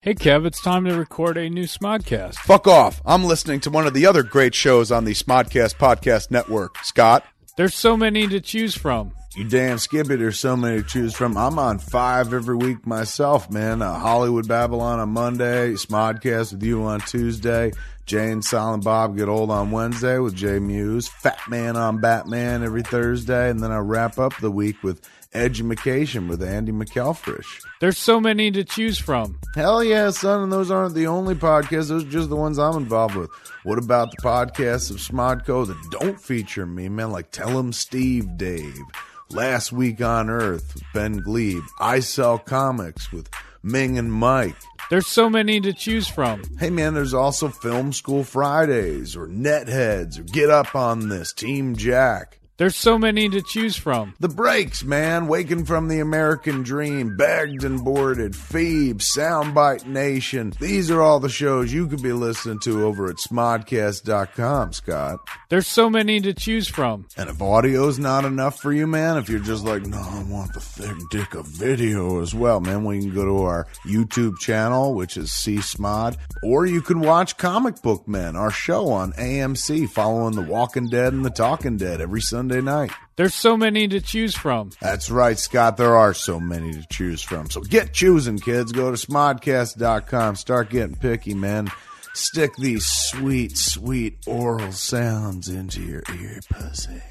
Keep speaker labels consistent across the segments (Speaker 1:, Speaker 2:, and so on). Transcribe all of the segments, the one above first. Speaker 1: Hey, Kev, it's time to record a new Smodcast.
Speaker 2: Fuck off. I'm listening to one of the other great shows on the Smodcast Podcast Network. Scott,
Speaker 1: There's so many to choose from.
Speaker 3: You damn skip it. There's so many to choose from. I'm on five every week myself, man. Uh, Hollywood Babylon on Monday, Smodcast with you on Tuesday, Jay and Silent Bob Get Old on Wednesday with Jay Muse, Fat Man on Batman every Thursday, and then I wrap up the week with Edumacation with Andy McElfrish.
Speaker 1: There's so many to choose from.
Speaker 3: Hell yeah, son, and those aren't the only podcasts. Those are just the ones I'm involved with. What about the podcasts of Smodco that don't feature me, man? Like Tell 'em Steve Dave, Last Week on Earth with Ben Glebe, I Sell Comics with Ming and Mike.
Speaker 1: There's so many to choose from.
Speaker 3: Hey man, there's also Film School Fridays or Netheads or Get Up on This, Team Jack.
Speaker 1: There's so many to choose from.
Speaker 3: The breaks, man. Waking from the American Dream, Bagged and Boarded, Phoebe, Soundbite Nation. These are all the shows you could be listening to over at smodcast.com, Scott.
Speaker 1: There's so many to choose from.
Speaker 3: And if audio's not enough for you, man, if you're just like, no, I want the thick dick of video as well, man, we can go to our YouTube channel, which is C Smod, or you can watch Comic Book Men, our show on AMC, following The Walking Dead and The Talking Dead every Sunday night.
Speaker 1: There's so many to choose from.
Speaker 3: That's right, Scott. There are so many to choose from. So get choosing, kids. Go to smodcast.com. Start getting picky, man. Stick these sweet, sweet oral sounds into your ear pussy.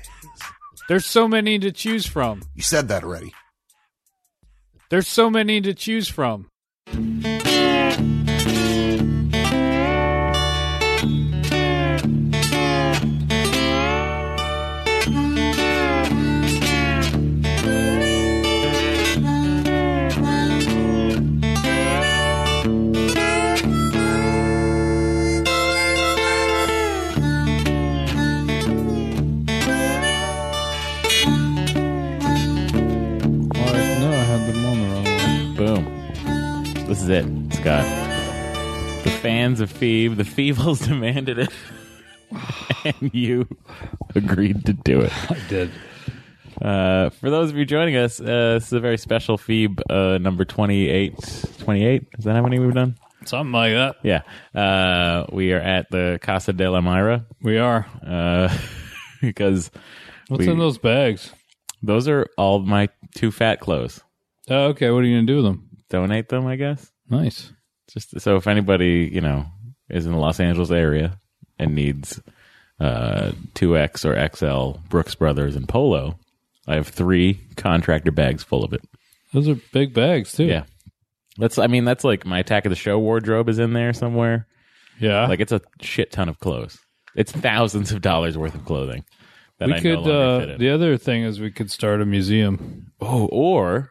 Speaker 1: There's so many to choose from.
Speaker 3: You said that already.
Speaker 1: There's so many to choose from.
Speaker 4: All right, no, I had them on the wrong one. Boom. This is it, Scott. The fans of Phoebe, the Feebles demanded it. and you agreed to do it.
Speaker 1: I did.
Speaker 4: Uh, for those of you joining us, uh, this is a very special Phoebe uh, number 28. 28? Is that how many we've done?
Speaker 1: Something like that.
Speaker 4: Yeah. Uh, we are at the Casa de la Myra
Speaker 1: We are.
Speaker 4: uh, because
Speaker 1: What's
Speaker 4: We-
Speaker 1: in those bags?
Speaker 4: those are all my two fat clothes.
Speaker 1: Oh, okay. What are you going to do with them?
Speaker 4: Donate them, I guess.
Speaker 1: Nice.
Speaker 4: just so if anybody you know is in the Los Angeles area and needs uh 2x or XL Brooks Brothers and Polo, I have three contractor bags full of it.
Speaker 1: Those are big bags, too.
Speaker 4: Yeah, that's I mean that's like my Attack of the Show wardrobe is in there somewhere.
Speaker 1: Yeah.
Speaker 4: Like it's a shit ton of clothes. It's thousands of dollars worth of clothing that
Speaker 1: we
Speaker 4: I
Speaker 1: could,
Speaker 4: no longer
Speaker 1: uh,
Speaker 4: fit in.
Speaker 1: the other thing is we could start a museum.
Speaker 4: Oh, or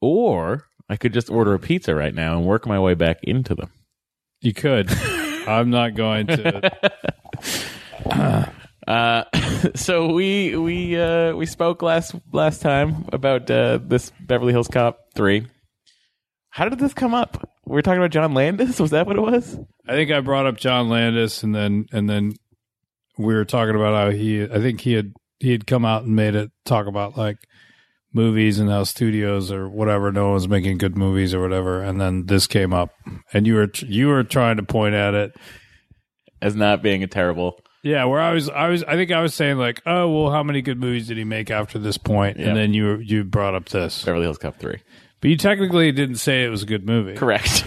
Speaker 4: or I could just order a pizza right now and work my way back into them.
Speaker 1: You could. I'm not going to.
Speaker 4: Uh, so we we uh, we spoke last last time about uh, this Beverly Hills Cop three. How did this come up? We were talking about John Landis. Was that what it was?
Speaker 1: I think I brought up John Landis, and then and then we were talking about how he. I think he had he had come out and made it talk about like movies and how studios or whatever no one's making good movies or whatever and then this came up and you were you were trying to point at it
Speaker 4: As not being a terrible.
Speaker 1: yeah where i was i was i think i was saying like oh well how many good movies did he make after this point?
Speaker 4: Yeah.
Speaker 1: and then you you brought up this
Speaker 4: Beverly Hills Cop three.
Speaker 1: but you technically didn't say it was a good movie
Speaker 4: Correct.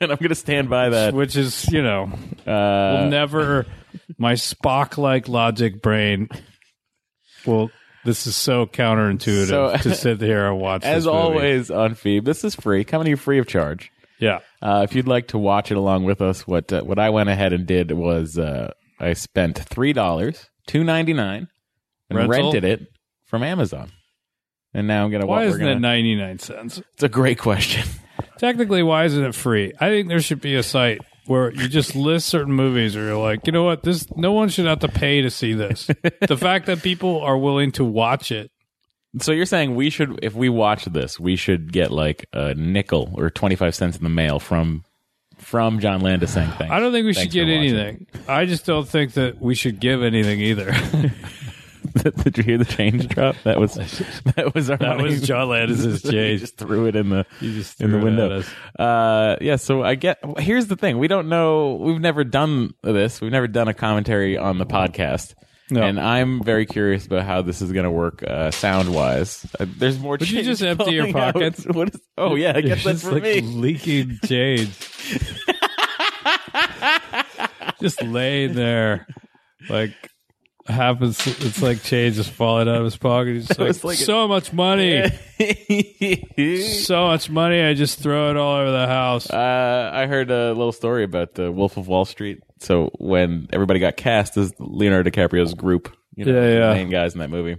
Speaker 4: and I'm gonna stand by that.
Speaker 1: which is you know will
Speaker 4: Uh,
Speaker 1: never my Spock like logic brain will this is so counterintuitive
Speaker 4: So-
Speaker 1: to sit here and watch this
Speaker 4: as
Speaker 1: movie.
Speaker 4: always on Phoebe, this is free. Coming to you free of charge.
Speaker 1: Yeah.
Speaker 4: Uh, if you'd like to watch it along with us, what uh, what I went ahead and did was uh, I spent three dollars, two ninety nine, and
Speaker 1: Rental?
Speaker 4: rented it from Amazon. And now I'm gonna.
Speaker 1: Why
Speaker 4: we're
Speaker 1: isn't
Speaker 4: gonna,
Speaker 1: it ninety nine cents?
Speaker 4: It's a great question.
Speaker 1: Technically why isn't it free? I think there should be a site where you just list certain movies where you're like, you know what, this no one should have to pay to see this. the fact that people are willing to watch it.
Speaker 4: So you're saying we should, if we watch this, we should get like a nickel or twenty five cents in the mail from from John Landis saying thanks.
Speaker 1: I don't think we
Speaker 4: Thanks
Speaker 1: should get
Speaker 4: for watching.
Speaker 1: anything. I just don't think that we should give anything either.
Speaker 4: Did you hear the change drop? That was that was our
Speaker 1: That
Speaker 4: money.
Speaker 1: was John Landis's
Speaker 4: he
Speaker 1: change.
Speaker 4: just threw it in the
Speaker 1: You just
Speaker 4: in the
Speaker 1: threw it at
Speaker 4: window.
Speaker 1: us.
Speaker 4: Uh, yeah. So I get. Here's the thing: we don't know. We've never done this. We've never done a commentary on the podcast.
Speaker 1: No.
Speaker 4: And I'm very curious about how this is going to work uh, sound wise. Uh, there's more.
Speaker 1: Would you
Speaker 4: change
Speaker 1: just empty your
Speaker 4: falling out.
Speaker 1: pockets?
Speaker 4: What is, oh yeah, I
Speaker 1: It's
Speaker 4: guess that's
Speaker 1: just
Speaker 4: for
Speaker 1: like
Speaker 4: me.
Speaker 1: leaking change. just laying there, like happens. It's like change just falling out of his pocket. He's just
Speaker 4: was
Speaker 1: like,
Speaker 4: like a-
Speaker 1: so much money, so much money. I just throw it all over the house.
Speaker 4: Uh, I heard a little story about the Wolf of Wall Street. So when everybody got cast as Leonardo DiCaprio's group, you know,
Speaker 1: Yeah, yeah.
Speaker 4: the main guys in that movie,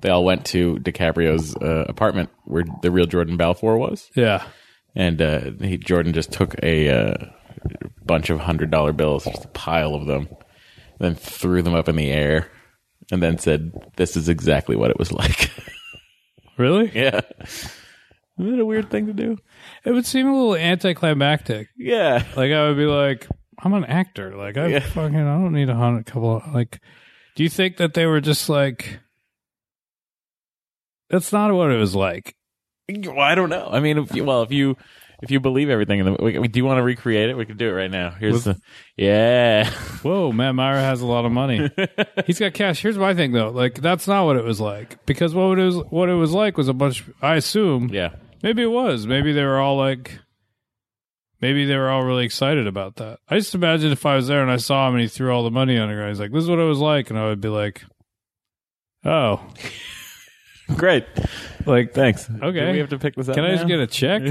Speaker 4: they all went to DiCaprio's uh, apartment where the real Jordan Balfour was,
Speaker 1: yeah,
Speaker 4: and uh, he Jordan just took a uh, bunch of hundred dollar bills, just a pile of them, then threw them up in the air, and then said, "This is exactly what it was like."
Speaker 1: really?
Speaker 4: yeah, isn't that a weird thing to do?
Speaker 1: It would seem a little anticlimactic.
Speaker 4: Yeah.
Speaker 1: Like I would be like, I'm an actor. Like I
Speaker 4: Yeah.
Speaker 1: fucking I don't need a hundred couple. Like, do you think that they were just like? That's not what it was like.
Speaker 4: Well, I don't know. I mean, if you, well, if you if you believe everything in the, we, we- do you want to recreate it? We can do it right now. Here's the, yeah,
Speaker 1: Whoa, Matt Meyer has a lot of money. He's got cash. Here's my thing though. Like that's not what it was like because what it was what it was like was a bunch. I assume.
Speaker 4: yeah.
Speaker 1: Maybe it was. Maybe they were all like. Maybe they were all really excited about that. I just imagine if I was there and I saw him and he threw all the money on the ground. He's like, "This is what it was like," and I would be like, "Oh,
Speaker 4: Great,
Speaker 1: like
Speaker 4: thanks.
Speaker 1: Okay.
Speaker 4: Do we have to pick this up.
Speaker 1: Can I just get a check?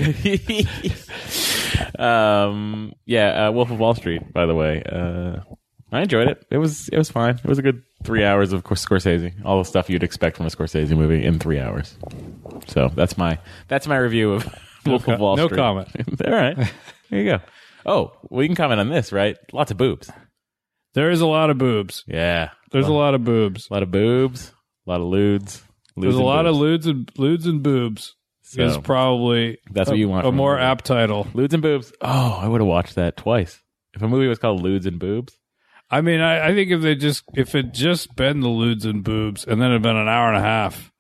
Speaker 4: a? um, yeah, uh, Wolf of Wall Street. By the way, uh, I enjoyed it. It was it was fine. It was a good three hours of Cor- Scorsese. All the stuff you'd expect from a Scorsese movie in three hours. So that's my that's my review of Wolf
Speaker 1: co-
Speaker 4: of Wall
Speaker 1: no
Speaker 4: Street.
Speaker 1: comment.
Speaker 4: All right, there you go. Oh, we can comment on this, right? Lots of boobs.
Speaker 1: There is a lot of boobs.
Speaker 4: Yeah.
Speaker 1: There's a lot of boobs.
Speaker 4: A lot of boobs, a lot of lewds.
Speaker 1: There's a lot of lewds and lewds and boobs.
Speaker 4: So-
Speaker 1: is probably
Speaker 4: That's
Speaker 1: a,
Speaker 4: what you want
Speaker 1: A
Speaker 4: from a
Speaker 1: more
Speaker 4: movie.
Speaker 1: apt title.
Speaker 4: lewds and boobs. Oh, I would have watched that twice. If a movie was called Lewds and Boobs,
Speaker 1: I mean, I, I think if they just if it just been the lewds and boobs, and then it'd been an hour and a half,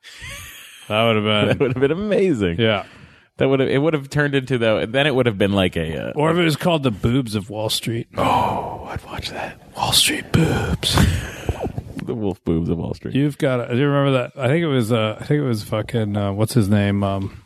Speaker 1: that would have
Speaker 4: that
Speaker 1: been
Speaker 4: would have been amazing.
Speaker 1: yeah.
Speaker 4: That would have it would have turned into though. Then it would have been like a. Uh,
Speaker 1: Or if it was called the boobs of Wall Street,
Speaker 4: oh, I'd watch that.
Speaker 1: Wall Street boobs.
Speaker 4: The Wolf Boobs of Wall Street.
Speaker 1: You've got. Do you remember that? I think it was. Uh, I think it was fucking. Uh, what's his name? Um,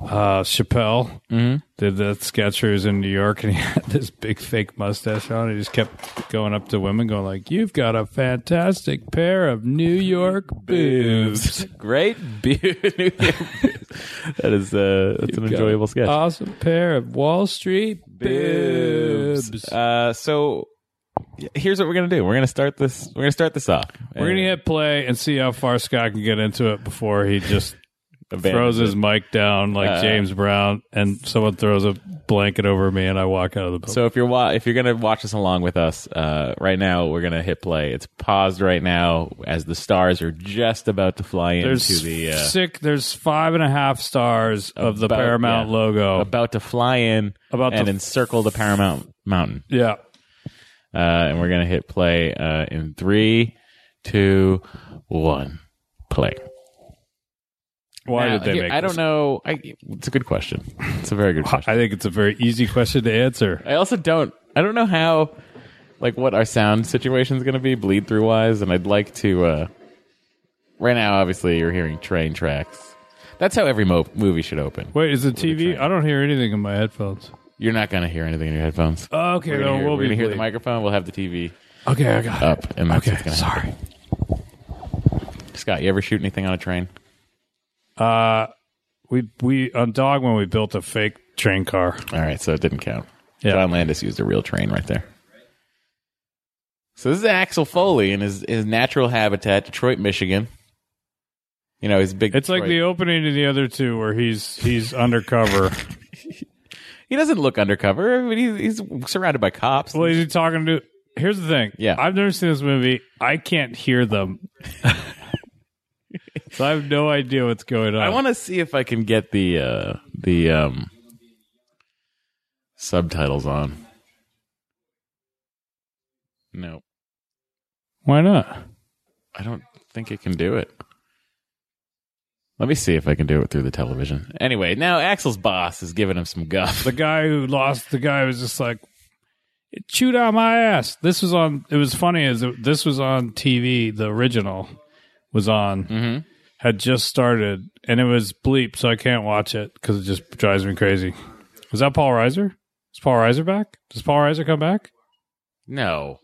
Speaker 1: uh, Chappelle
Speaker 4: Mm-hmm.
Speaker 1: did that sketch where he was in New York, and he had this big fake mustache on. He just kept going up to women, going like, "You've got a fantastic pair of New York boobs.
Speaker 4: Great beauty. that is uh, that's an enjoyable sketch.
Speaker 1: Awesome pair of Wall Street boobs."
Speaker 4: Uh, so here's what we're gonna do. We're gonna start this. We're gonna start this off.
Speaker 1: We're gonna hit play and see how far Scott can get into it before he just
Speaker 4: Abandon
Speaker 1: throws
Speaker 4: it.
Speaker 1: his mic down like
Speaker 4: Uh,
Speaker 1: James Brown, and someone throws a blanket over me, and I walk out of the building.
Speaker 4: So if you're wa- if you're gonna watch us along with us, uh, right now we're gonna hit play. It's paused right now as the stars are just about to fly into
Speaker 1: there's
Speaker 4: the uh,
Speaker 1: sick. There's five and a half stars of the
Speaker 4: about-
Speaker 1: Paramount
Speaker 4: yeah.
Speaker 1: logo.
Speaker 4: about to fly in
Speaker 1: About
Speaker 4: and
Speaker 1: to-
Speaker 4: encircle the Paramount Mountain.
Speaker 1: yeah,
Speaker 4: Uh, and we're gonna hit play uh, in three, two, one, play.
Speaker 1: why
Speaker 4: Now,
Speaker 1: did they
Speaker 4: here-
Speaker 1: make?
Speaker 4: I
Speaker 1: this?
Speaker 4: don't know. I, it's a good question. It's a very good question.
Speaker 1: I think it's a very easy question to answer.
Speaker 4: I also don't. I don't know how, like, what our sound situation is going to be bleed through wise, and I'd like to. uh Right now, obviously, you're hearing train tracks. That's how every mo- movie should open.
Speaker 1: Wait, is the TV? I don't hear anything in my headphones.
Speaker 4: You're not going to hear anything in your headphones.
Speaker 1: Oh, okay,
Speaker 4: We're
Speaker 1: no,
Speaker 4: gonna hear,
Speaker 1: we'll
Speaker 4: we're
Speaker 1: be
Speaker 4: gonna hear the
Speaker 1: bleeped.
Speaker 4: microphone. We'll have the TV
Speaker 1: Okay, I got it.
Speaker 4: up, and that's what's
Speaker 1: okay,
Speaker 4: gonna happen.
Speaker 1: sorry.
Speaker 4: Scott, you ever shoot anything on a train?
Speaker 1: Uh, We we on dog when we built a fake train car.
Speaker 4: All right, so it didn't count.
Speaker 1: Yeah.
Speaker 4: John Landis used a real train right there. So this is Axel Foley in his his natural habitat, Detroit, Michigan. You know, he's a big.
Speaker 1: It's like
Speaker 4: Detroit-
Speaker 1: the opening to the other two where he's he's undercover.
Speaker 4: He doesn't look undercover. I mean, he's, he's surrounded by cops.
Speaker 1: Well, is he talking to? Here's the thing.
Speaker 4: Yeah.
Speaker 1: I've never seen this movie. I can't hear them, so I have no idea what's going on.
Speaker 4: I want to see if I can get the uh, the um, subtitles on. No,
Speaker 1: Why not?
Speaker 4: I don't think it can do it. Let me see if I can do it through the television. Anyway, now Axel's boss is giving him some guff.
Speaker 1: The guy who lost, the guy was just like, it chewed out my ass. This was on, it was funny as it, this was on TV. The original was on,
Speaker 4: Mhm.
Speaker 1: had just started, and it was bleep, so I can't watch it because it just drives me crazy. Was that Paul Reiser? Is Paul Reiser back? Does Paul Reiser come back?
Speaker 4: No.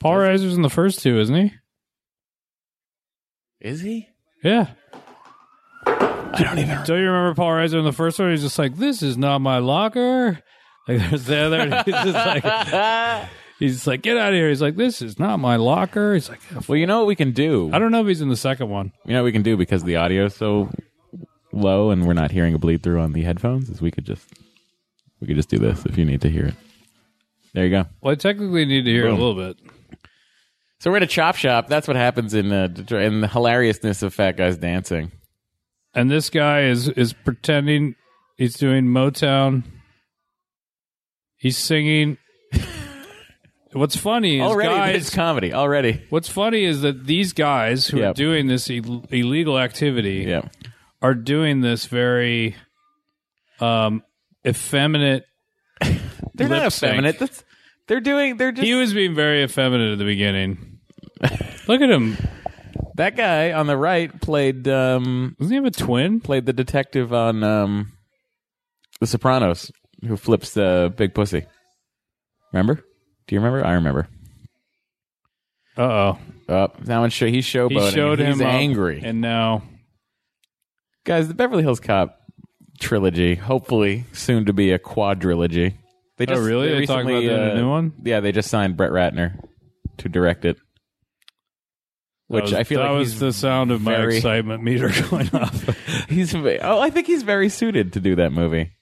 Speaker 1: Paul Reiser's in the first two, isn't he?
Speaker 4: Is he?
Speaker 1: Yeah.
Speaker 4: I don't even
Speaker 1: Don't you remember Paul Reiser in the first one? He's just like, "This is not my locker." Like there's the other. He's just like, he's just like, "Get out of here!" He's like, "This is not my locker." He's like,
Speaker 4: Well, you know what we can do?
Speaker 1: "I don't know if he's in the second one."
Speaker 4: You know what we can do because the audio is so low and we're not hearing a bleed through on the headphones is we could just we could just do this if you need to hear it. There you go.
Speaker 1: Well, I technically need to hear
Speaker 4: Boom.
Speaker 1: a little bit.
Speaker 4: So we're at a chop shop. That's what happens in uh, Detroit- in the hilariousness of fat guys dancing.
Speaker 1: And this guy is is pretending he's doing Motown. He's singing. What's funny is
Speaker 4: already,
Speaker 1: guys
Speaker 4: it's comedy already.
Speaker 1: What's funny is that these guys who are
Speaker 4: Yep.
Speaker 1: doing this Ill- illegal activity
Speaker 4: Yeah,
Speaker 1: are doing this very um effeminate.
Speaker 4: they're not
Speaker 1: Lip sync.
Speaker 4: effeminate. That's, they're doing. They're just
Speaker 1: He was being very effeminate at the beginning. Look at him.
Speaker 4: that guy on the right played um
Speaker 1: Doesn't he have a twin?
Speaker 4: played the detective on um The Sopranos who flips the big pussy. Remember? Do you remember? I remember.
Speaker 1: Uh oh.
Speaker 4: Uh, now it's show, he's showboating.
Speaker 1: He showed
Speaker 4: he's
Speaker 1: him up,
Speaker 4: angry.
Speaker 1: and now
Speaker 4: Guys, the Beverly Hills Cop trilogy, hopefully soon to be a quadrilogy. They
Speaker 1: oh really?
Speaker 4: they
Speaker 1: They're talking about
Speaker 4: recently,
Speaker 1: doing
Speaker 4: uh,
Speaker 1: a new one.
Speaker 4: Yeah, they just signed Brett Ratner to direct it.
Speaker 1: That
Speaker 4: Which
Speaker 1: was-
Speaker 4: I feel
Speaker 1: that
Speaker 4: like
Speaker 1: was
Speaker 4: he's
Speaker 1: the sound of my
Speaker 4: very-
Speaker 1: excitement meter going off.
Speaker 4: he's ve- oh, I think he's very suited to do that movie.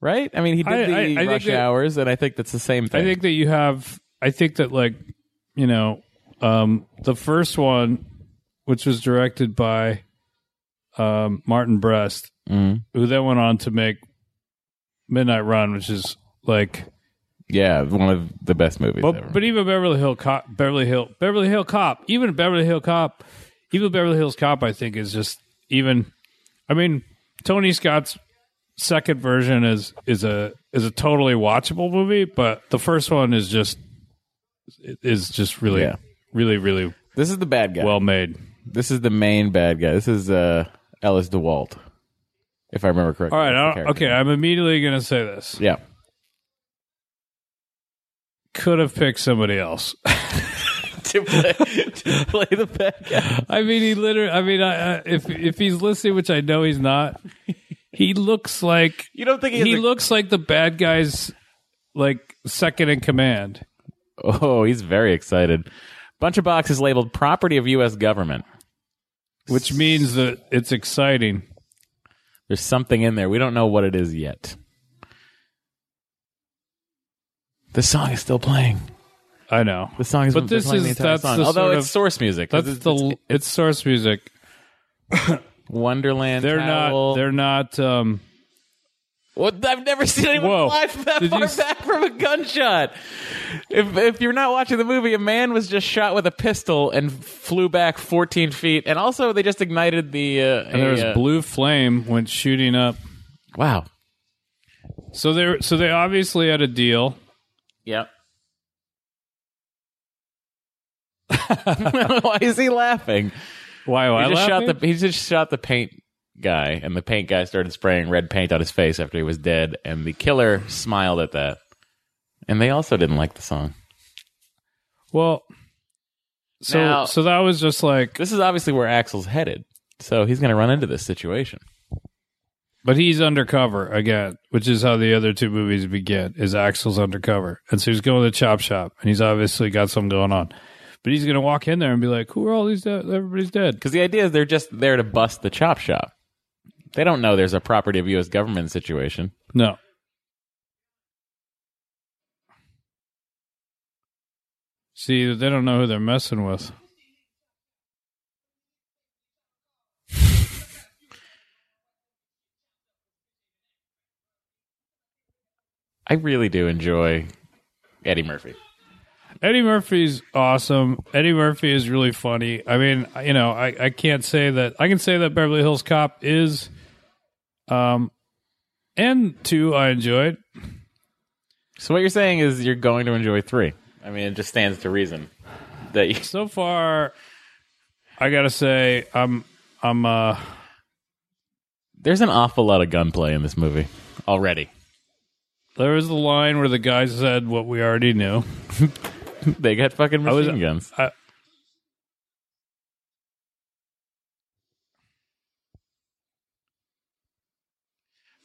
Speaker 4: Right? I mean, he did
Speaker 1: I-
Speaker 4: the
Speaker 1: I- I think
Speaker 4: Rush
Speaker 1: that-
Speaker 4: Hours, and I think that's the same thing.
Speaker 1: I think that you have. I think that like you know, um, the first one, which was directed by um, Martin Brest,
Speaker 4: Mm.
Speaker 1: who then went on to make Midnight Run, which is like,
Speaker 4: yeah, one of the best movies ever.
Speaker 1: but but even Beverly Hill Cop, Beverly Hill, Beverly Hill Cop, even Beverly Hill Cop, even Beverly Hills Cop, I think is just even. I mean, Tony Scott's second version is is a is a totally watchable movie, but the first one is just is just really
Speaker 4: Yeah.
Speaker 1: really really
Speaker 4: this is the bad guy.
Speaker 1: well made.
Speaker 4: This is the main bad guy. This is uh, Ellis DeWalt, if I remember correctly.
Speaker 1: All right, I
Speaker 4: That's the
Speaker 1: don't,
Speaker 4: character.
Speaker 1: okay, I'm immediately gonna say this.
Speaker 4: Yeah.
Speaker 1: Could have picked somebody else.
Speaker 4: to, play, to play the bad guy.
Speaker 1: I mean, he literally. I mean, I, I, if if he's listening, which I know he's not, he looks like
Speaker 4: You don't think he, has
Speaker 1: he
Speaker 4: a-
Speaker 1: looks like the bad guy's like second in command.
Speaker 4: Oh, he's very excited. Bunch of boxes labeled property of U.S. government.
Speaker 1: Which means that it's exciting.
Speaker 4: There's something in there. We don't know what it is yet. The song is still playing.
Speaker 1: I know.
Speaker 4: The song is
Speaker 1: But
Speaker 4: they're
Speaker 1: this
Speaker 4: playing
Speaker 1: is-
Speaker 4: the entire
Speaker 1: that's
Speaker 4: song.
Speaker 1: the
Speaker 4: although
Speaker 1: sort
Speaker 4: it's
Speaker 1: of-
Speaker 4: source music.
Speaker 1: That's
Speaker 4: It's-
Speaker 1: the
Speaker 4: it's
Speaker 1: it's, source music.
Speaker 4: Wonderland.
Speaker 1: They're
Speaker 4: Towel.
Speaker 1: not. They're not. Um,
Speaker 4: What? I've never seen anyone
Speaker 1: Whoa.
Speaker 4: fly from that
Speaker 1: Did
Speaker 4: far
Speaker 1: you s-
Speaker 4: back from a gunshot. If if you're not watching the movie, a man was just shot with a pistol and flew back 14 feet. And also, they just ignited the. Uh,
Speaker 1: and there
Speaker 4: a,
Speaker 1: was
Speaker 4: uh,
Speaker 1: blue flame went shooting up.
Speaker 4: Wow.
Speaker 1: So they so they obviously had a deal.
Speaker 4: Yep. Why is he laughing?
Speaker 1: Why? Why?
Speaker 4: He just
Speaker 1: laughing?
Speaker 4: shot the he just shot the paint guy, and the paint guy started spraying red paint on his face after he was dead. And the killer smiled at that. And they also didn't like the song.
Speaker 1: well. So
Speaker 4: Now-
Speaker 1: so that was just like
Speaker 4: this is obviously where Axel's headed. So he's going to run into this situation.
Speaker 1: But he's undercover again, which is how the other two movies begin. Is Axel's undercover, and so he's going to the chop shop, and he's obviously got something going on. But he's going to walk in there and be like, "Who are all these? Dead? Everybody's dead."
Speaker 4: Because the idea is they're just there to bust the chop shop. They don't know there's a property of U.S. government situation.
Speaker 1: No. See, they don't know who they're messing with.
Speaker 4: I really do enjoy Eddie Murphy.
Speaker 1: Eddie Murphy's awesome. Eddie Murphy is really funny. I mean, you know, I, I can't say that I can say that Beverly Hills Cop is um and two I enjoyed.
Speaker 4: So what you're saying is you're going to enjoy three. I mean, it just stands to reason that you,
Speaker 1: So far I gotta say I'm I'm uh
Speaker 4: there's an awful lot of gunplay in this movie already.
Speaker 1: there was the line where the guy said what we already knew.
Speaker 4: They got fucking machine
Speaker 1: was-
Speaker 4: guns.
Speaker 1: I-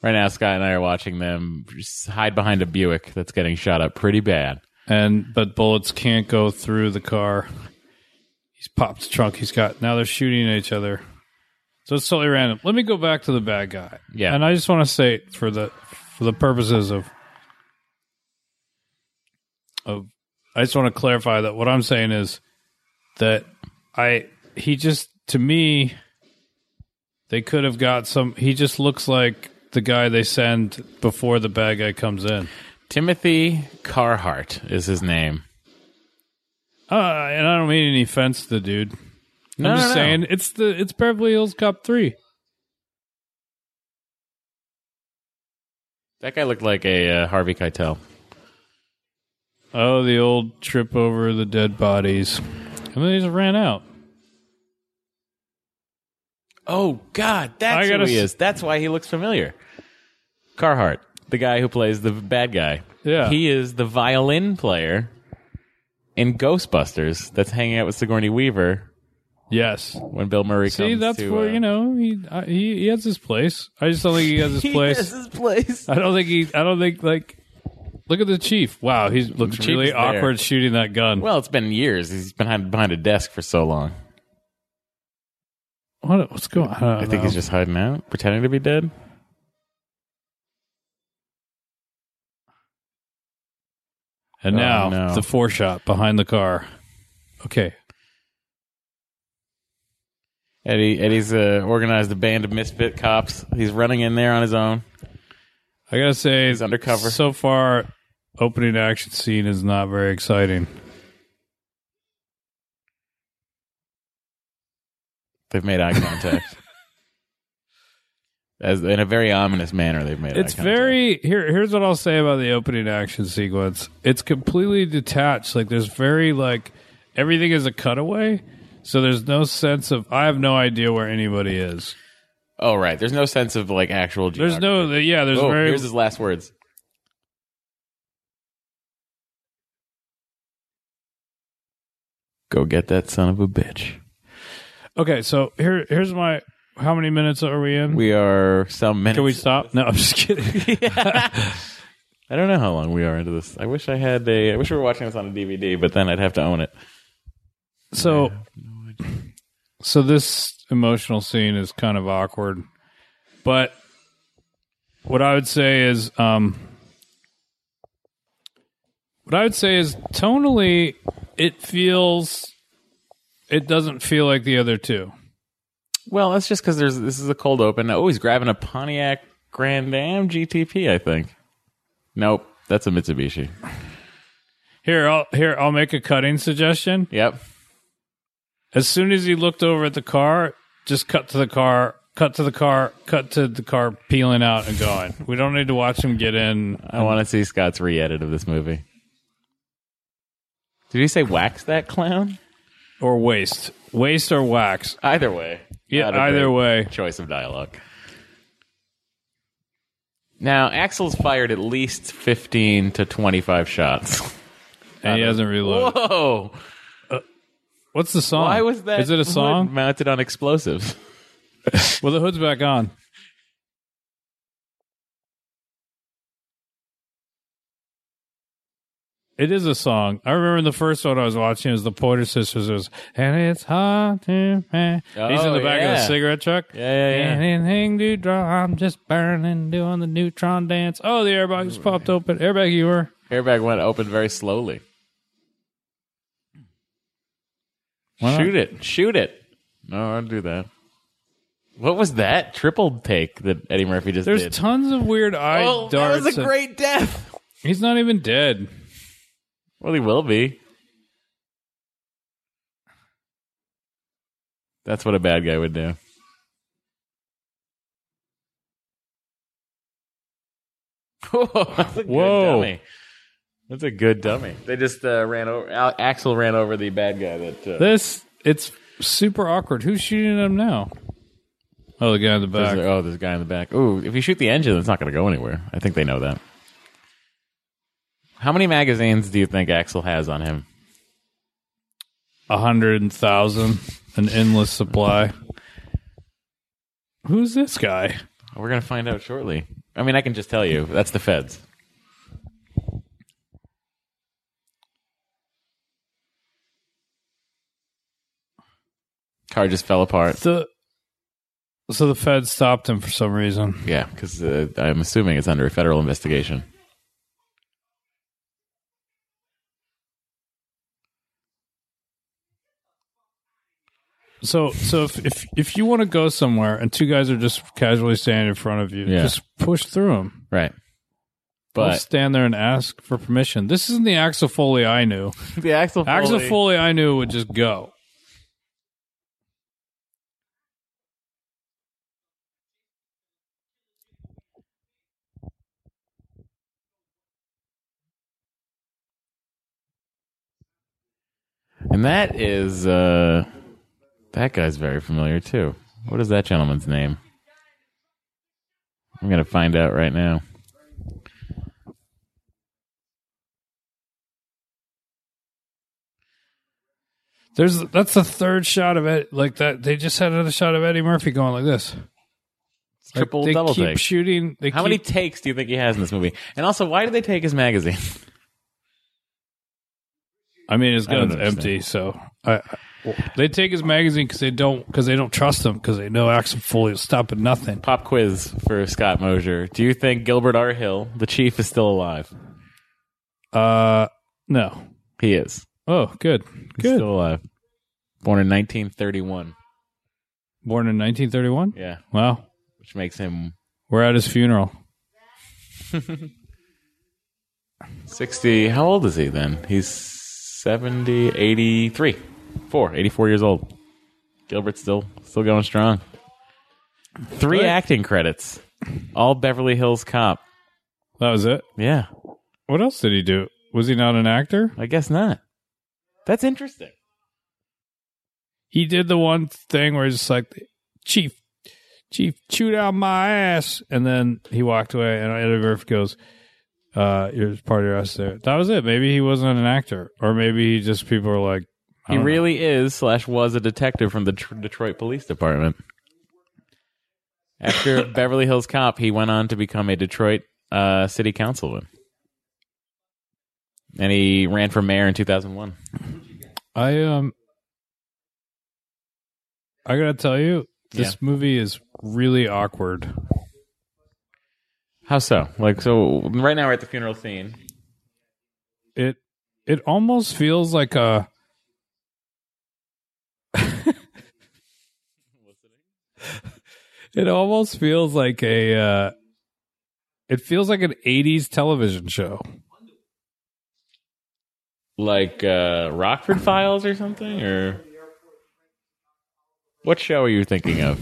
Speaker 4: Right now, Scott and I are watching them just hide behind a Buick that's getting shot up pretty bad.
Speaker 1: and but bullets can't go through the car. He's popped the trunk. He's got now they're shooting at each other. So it's totally random. Let me go back to the bad guy.
Speaker 4: Yeah.
Speaker 1: and I just want to say for the for the purposes of of I just want to clarify that what I'm saying is that I he just to me they could have got some. He just looks like the guy they send before the bad guy comes in.
Speaker 4: Timothy Carhart is his name.
Speaker 1: Uh, and I don't mean any offense to the dude.
Speaker 4: No,
Speaker 1: I'm
Speaker 4: no,
Speaker 1: just
Speaker 4: no.
Speaker 1: saying it's the it's Beverly Hills Cop three.
Speaker 4: that guy looked like a uh, Harvey Keitel.
Speaker 1: Oh, the old trip over the dead bodies. And then they just ran out.
Speaker 4: Oh God,
Speaker 1: I
Speaker 4: that's who
Speaker 1: gotta
Speaker 4: he
Speaker 1: s-
Speaker 4: is. That's why he looks familiar. Carhart, the guy who plays the bad guy.
Speaker 1: Yeah.
Speaker 4: he is the violin player in Ghostbusters. That's hanging out with Sigourney Weaver
Speaker 1: Yes.
Speaker 4: when Bill Murray
Speaker 1: See,
Speaker 4: comes.
Speaker 1: that's
Speaker 4: to,
Speaker 1: where
Speaker 4: uh,
Speaker 1: you know he, I, he he has his place. I just don't think he has his
Speaker 4: he
Speaker 1: place.
Speaker 4: has his place.
Speaker 1: I don't think he. I don't think like. Look at the chief. Wow, he looks
Speaker 4: Chief's
Speaker 1: really
Speaker 4: there.
Speaker 1: awkward shooting that gun.
Speaker 4: Well, it's been years. He's been behind, behind a desk for so long.
Speaker 1: What, what's going? on?
Speaker 4: I think he's just hiding out, pretending to be dead.
Speaker 1: And
Speaker 4: Oh,
Speaker 1: now
Speaker 4: no.
Speaker 1: the four shot behind the car. Okay,
Speaker 4: Eddie, Eddie's uh, organized a band of misfit cops. He's running in there on his own.
Speaker 1: I gotta say,
Speaker 4: He's undercover.
Speaker 1: So far, opening action scene is not very exciting.
Speaker 4: They've made eye contact. As in a very ominous manner, they've made.
Speaker 1: It's
Speaker 4: eye contact.
Speaker 1: very here. Here's what I'll say about the opening action sequence. It's completely detached. Like there's very like everything is a cutaway. So there's no sense of I have no idea where anybody is.
Speaker 4: Oh right, there's no sense of like actual.
Speaker 1: There's
Speaker 4: geography.
Speaker 1: no yeah. There's
Speaker 4: oh,
Speaker 1: very
Speaker 4: here's his last words. Go get that son of a bitch.
Speaker 1: okay. So here here's my how many minutes are we in?
Speaker 4: We are some minutes.
Speaker 1: Can we stop? No, I'm just kidding.
Speaker 4: I don't know how long we are into this. I wish I had a. I wish we were watching this on a DVD, but then I'd have to own it.
Speaker 1: So, so this emotional scene is kind of awkward, but what I would say is, um, what I would say is tonally, it feels, it doesn't feel like the other two.
Speaker 4: Well, that's just because there's this is a cold open. Oh, he's grabbing a Pontiac Grand Am GTP, I think. Nope, that's a Mitsubishi.
Speaker 1: Here, I'll here I'll make a cutting suggestion.
Speaker 4: Yep.
Speaker 1: As soon as he looked over at the car, just cut to the car, cut to the car, cut to the car peeling out and going. we don't need to watch him get in.
Speaker 4: I want to see Scott's re-edit of this movie. Did he say wax that clown?
Speaker 1: or waste, waste or wax.
Speaker 4: Either way.
Speaker 1: Yeah,
Speaker 4: Not a
Speaker 1: either
Speaker 4: great
Speaker 1: way.
Speaker 4: Choice of dialogue. Now, Axel's fired at least 15 to 25 shots.
Speaker 1: And he hasn't reloaded.
Speaker 4: Whoa!
Speaker 1: What's the song?
Speaker 4: Why was that?
Speaker 1: Is it a
Speaker 4: hood
Speaker 1: song?
Speaker 4: mounted on explosives?
Speaker 1: well, the hood's back on. It is a song. I remember in the first one I was watching is the Pointer Sisters. It was, and it's hard to. eh." He's in
Speaker 4: Oh,
Speaker 1: the back of
Speaker 4: yeah.
Speaker 1: the cigarette truck.
Speaker 4: Yeah, yeah, yeah.
Speaker 1: Anything to draw, I'm just burning, doing the neutron dance. Oh, the airbag just popped open. Airbag, you were.
Speaker 4: Airbag went open very slowly.
Speaker 1: not?
Speaker 4: Shoot it. Shoot it. No, I'd do that. What was that triple take that Eddie Murphy just
Speaker 1: There's
Speaker 4: did?
Speaker 1: tons of weird eye
Speaker 4: oh, that
Speaker 1: darts.
Speaker 4: was a
Speaker 1: and-
Speaker 4: great death.
Speaker 1: He's not even dead.
Speaker 4: Well, he will be. That's what a bad guy would do. That's a good
Speaker 1: Whoa.
Speaker 4: dummy. That's a good dummy. They just uh, ran over. Al- Axel ran over the bad guy that uh,
Speaker 1: This it's super awkward. Who's shooting at him now? Oh, the guy in the
Speaker 4: There's
Speaker 1: back.
Speaker 4: a- oh, there's a guy in the back. Ooh, if you shoot the engine, it's not going to go anywhere. I think they know that. How many magazines do you think Axel has on him?
Speaker 1: A hundred thousand, an endless supply. Who's this guy?
Speaker 4: We're going to find out shortly. I mean, I can just tell you. That's the feds. Car just fell apart.
Speaker 1: The so the Fed stopped him for some reason.
Speaker 4: Yeah, because uh, I'm assuming it's under a federal investigation.
Speaker 1: So so if if, if you want to go somewhere and two guys are just casually standing in front of you,
Speaker 4: Yeah.
Speaker 1: just push through them.
Speaker 4: Right.
Speaker 1: Don't
Speaker 4: But
Speaker 1: stand there and ask for permission. This isn't the Axel Foley I knew.
Speaker 4: the Axel Foley,
Speaker 1: Axel Foley I knew would just go.
Speaker 4: And that is uh that guy's very familiar too. What is that gentleman's name? I'm gonna find out right now.
Speaker 1: There's that's the third shot of it. Like that, they just had another shot of Eddie Murphy going like this.
Speaker 4: It's
Speaker 1: Like,
Speaker 4: triple
Speaker 1: they
Speaker 4: double
Speaker 1: keep
Speaker 4: take.
Speaker 1: shooting. They
Speaker 4: How
Speaker 1: keep,
Speaker 4: many takes do you think he has in this movie? And also, why did they take his magazine?
Speaker 1: I mean, his
Speaker 4: I don't
Speaker 1: gun's
Speaker 4: understand.
Speaker 1: empty, so I, I- well, they take his magazine because they don't because they don't trust him because they know Axel Foley is stopping nothing.
Speaker 4: Pop quiz for Scott Mosier. Do you think Gilbert R. Hill, the chief, is still alive?
Speaker 1: Uh, no.
Speaker 4: He is.
Speaker 1: Oh, good,
Speaker 4: He's
Speaker 1: good.
Speaker 4: still alive. Born in 1931.
Speaker 1: Born in 1931.
Speaker 4: Yeah,
Speaker 1: Wow,
Speaker 4: which makes him
Speaker 1: we're at his funeral.
Speaker 4: 60 how old is he then he's 70 83 4 84 years old gilbert's still still going strong three
Speaker 1: Good.
Speaker 4: acting credits all beverly hills cop
Speaker 1: That was it.
Speaker 4: yeah
Speaker 1: What else did he do? Was he not an actor?
Speaker 4: i guess not that's interesting
Speaker 1: he did the one thing where he's just like, Chief, Chief, chew down my ass. And then he walked away, and Eddie Murphy goes, uh, Here's part of your ass there. That was it. Maybe he wasn't an actor, or maybe he just, people are like, I
Speaker 4: he
Speaker 1: don't know.
Speaker 4: really is slash was a detective from the tr- detroit police department after beverly hills cop he went on to become a detroit uh, city councilman and he ran for mayor in 2001
Speaker 1: I, um, I gotta tell you, this movie is really awkward.
Speaker 4: How so? Like, so right now we're at the funeral scene.
Speaker 1: It, it almost feels like a, It almost feels like a. Uh, it feels like an '80s television show.
Speaker 4: Like uh, Rockford Files or something, or what show are you thinking of?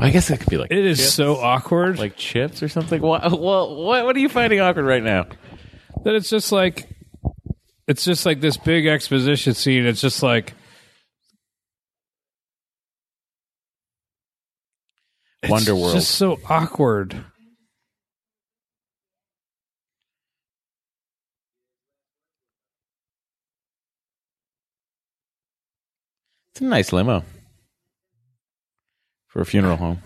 Speaker 4: I guess it could be like
Speaker 1: It is
Speaker 4: Chips.
Speaker 1: so awkward
Speaker 4: like Chips or something. Wha- Well, what what are you finding awkward right now?
Speaker 1: that it's just like, it's just like this big exposition scene. It's just like
Speaker 4: Wonderworld.
Speaker 1: It's just so awkward.
Speaker 4: It's a nice limo for a funeral home.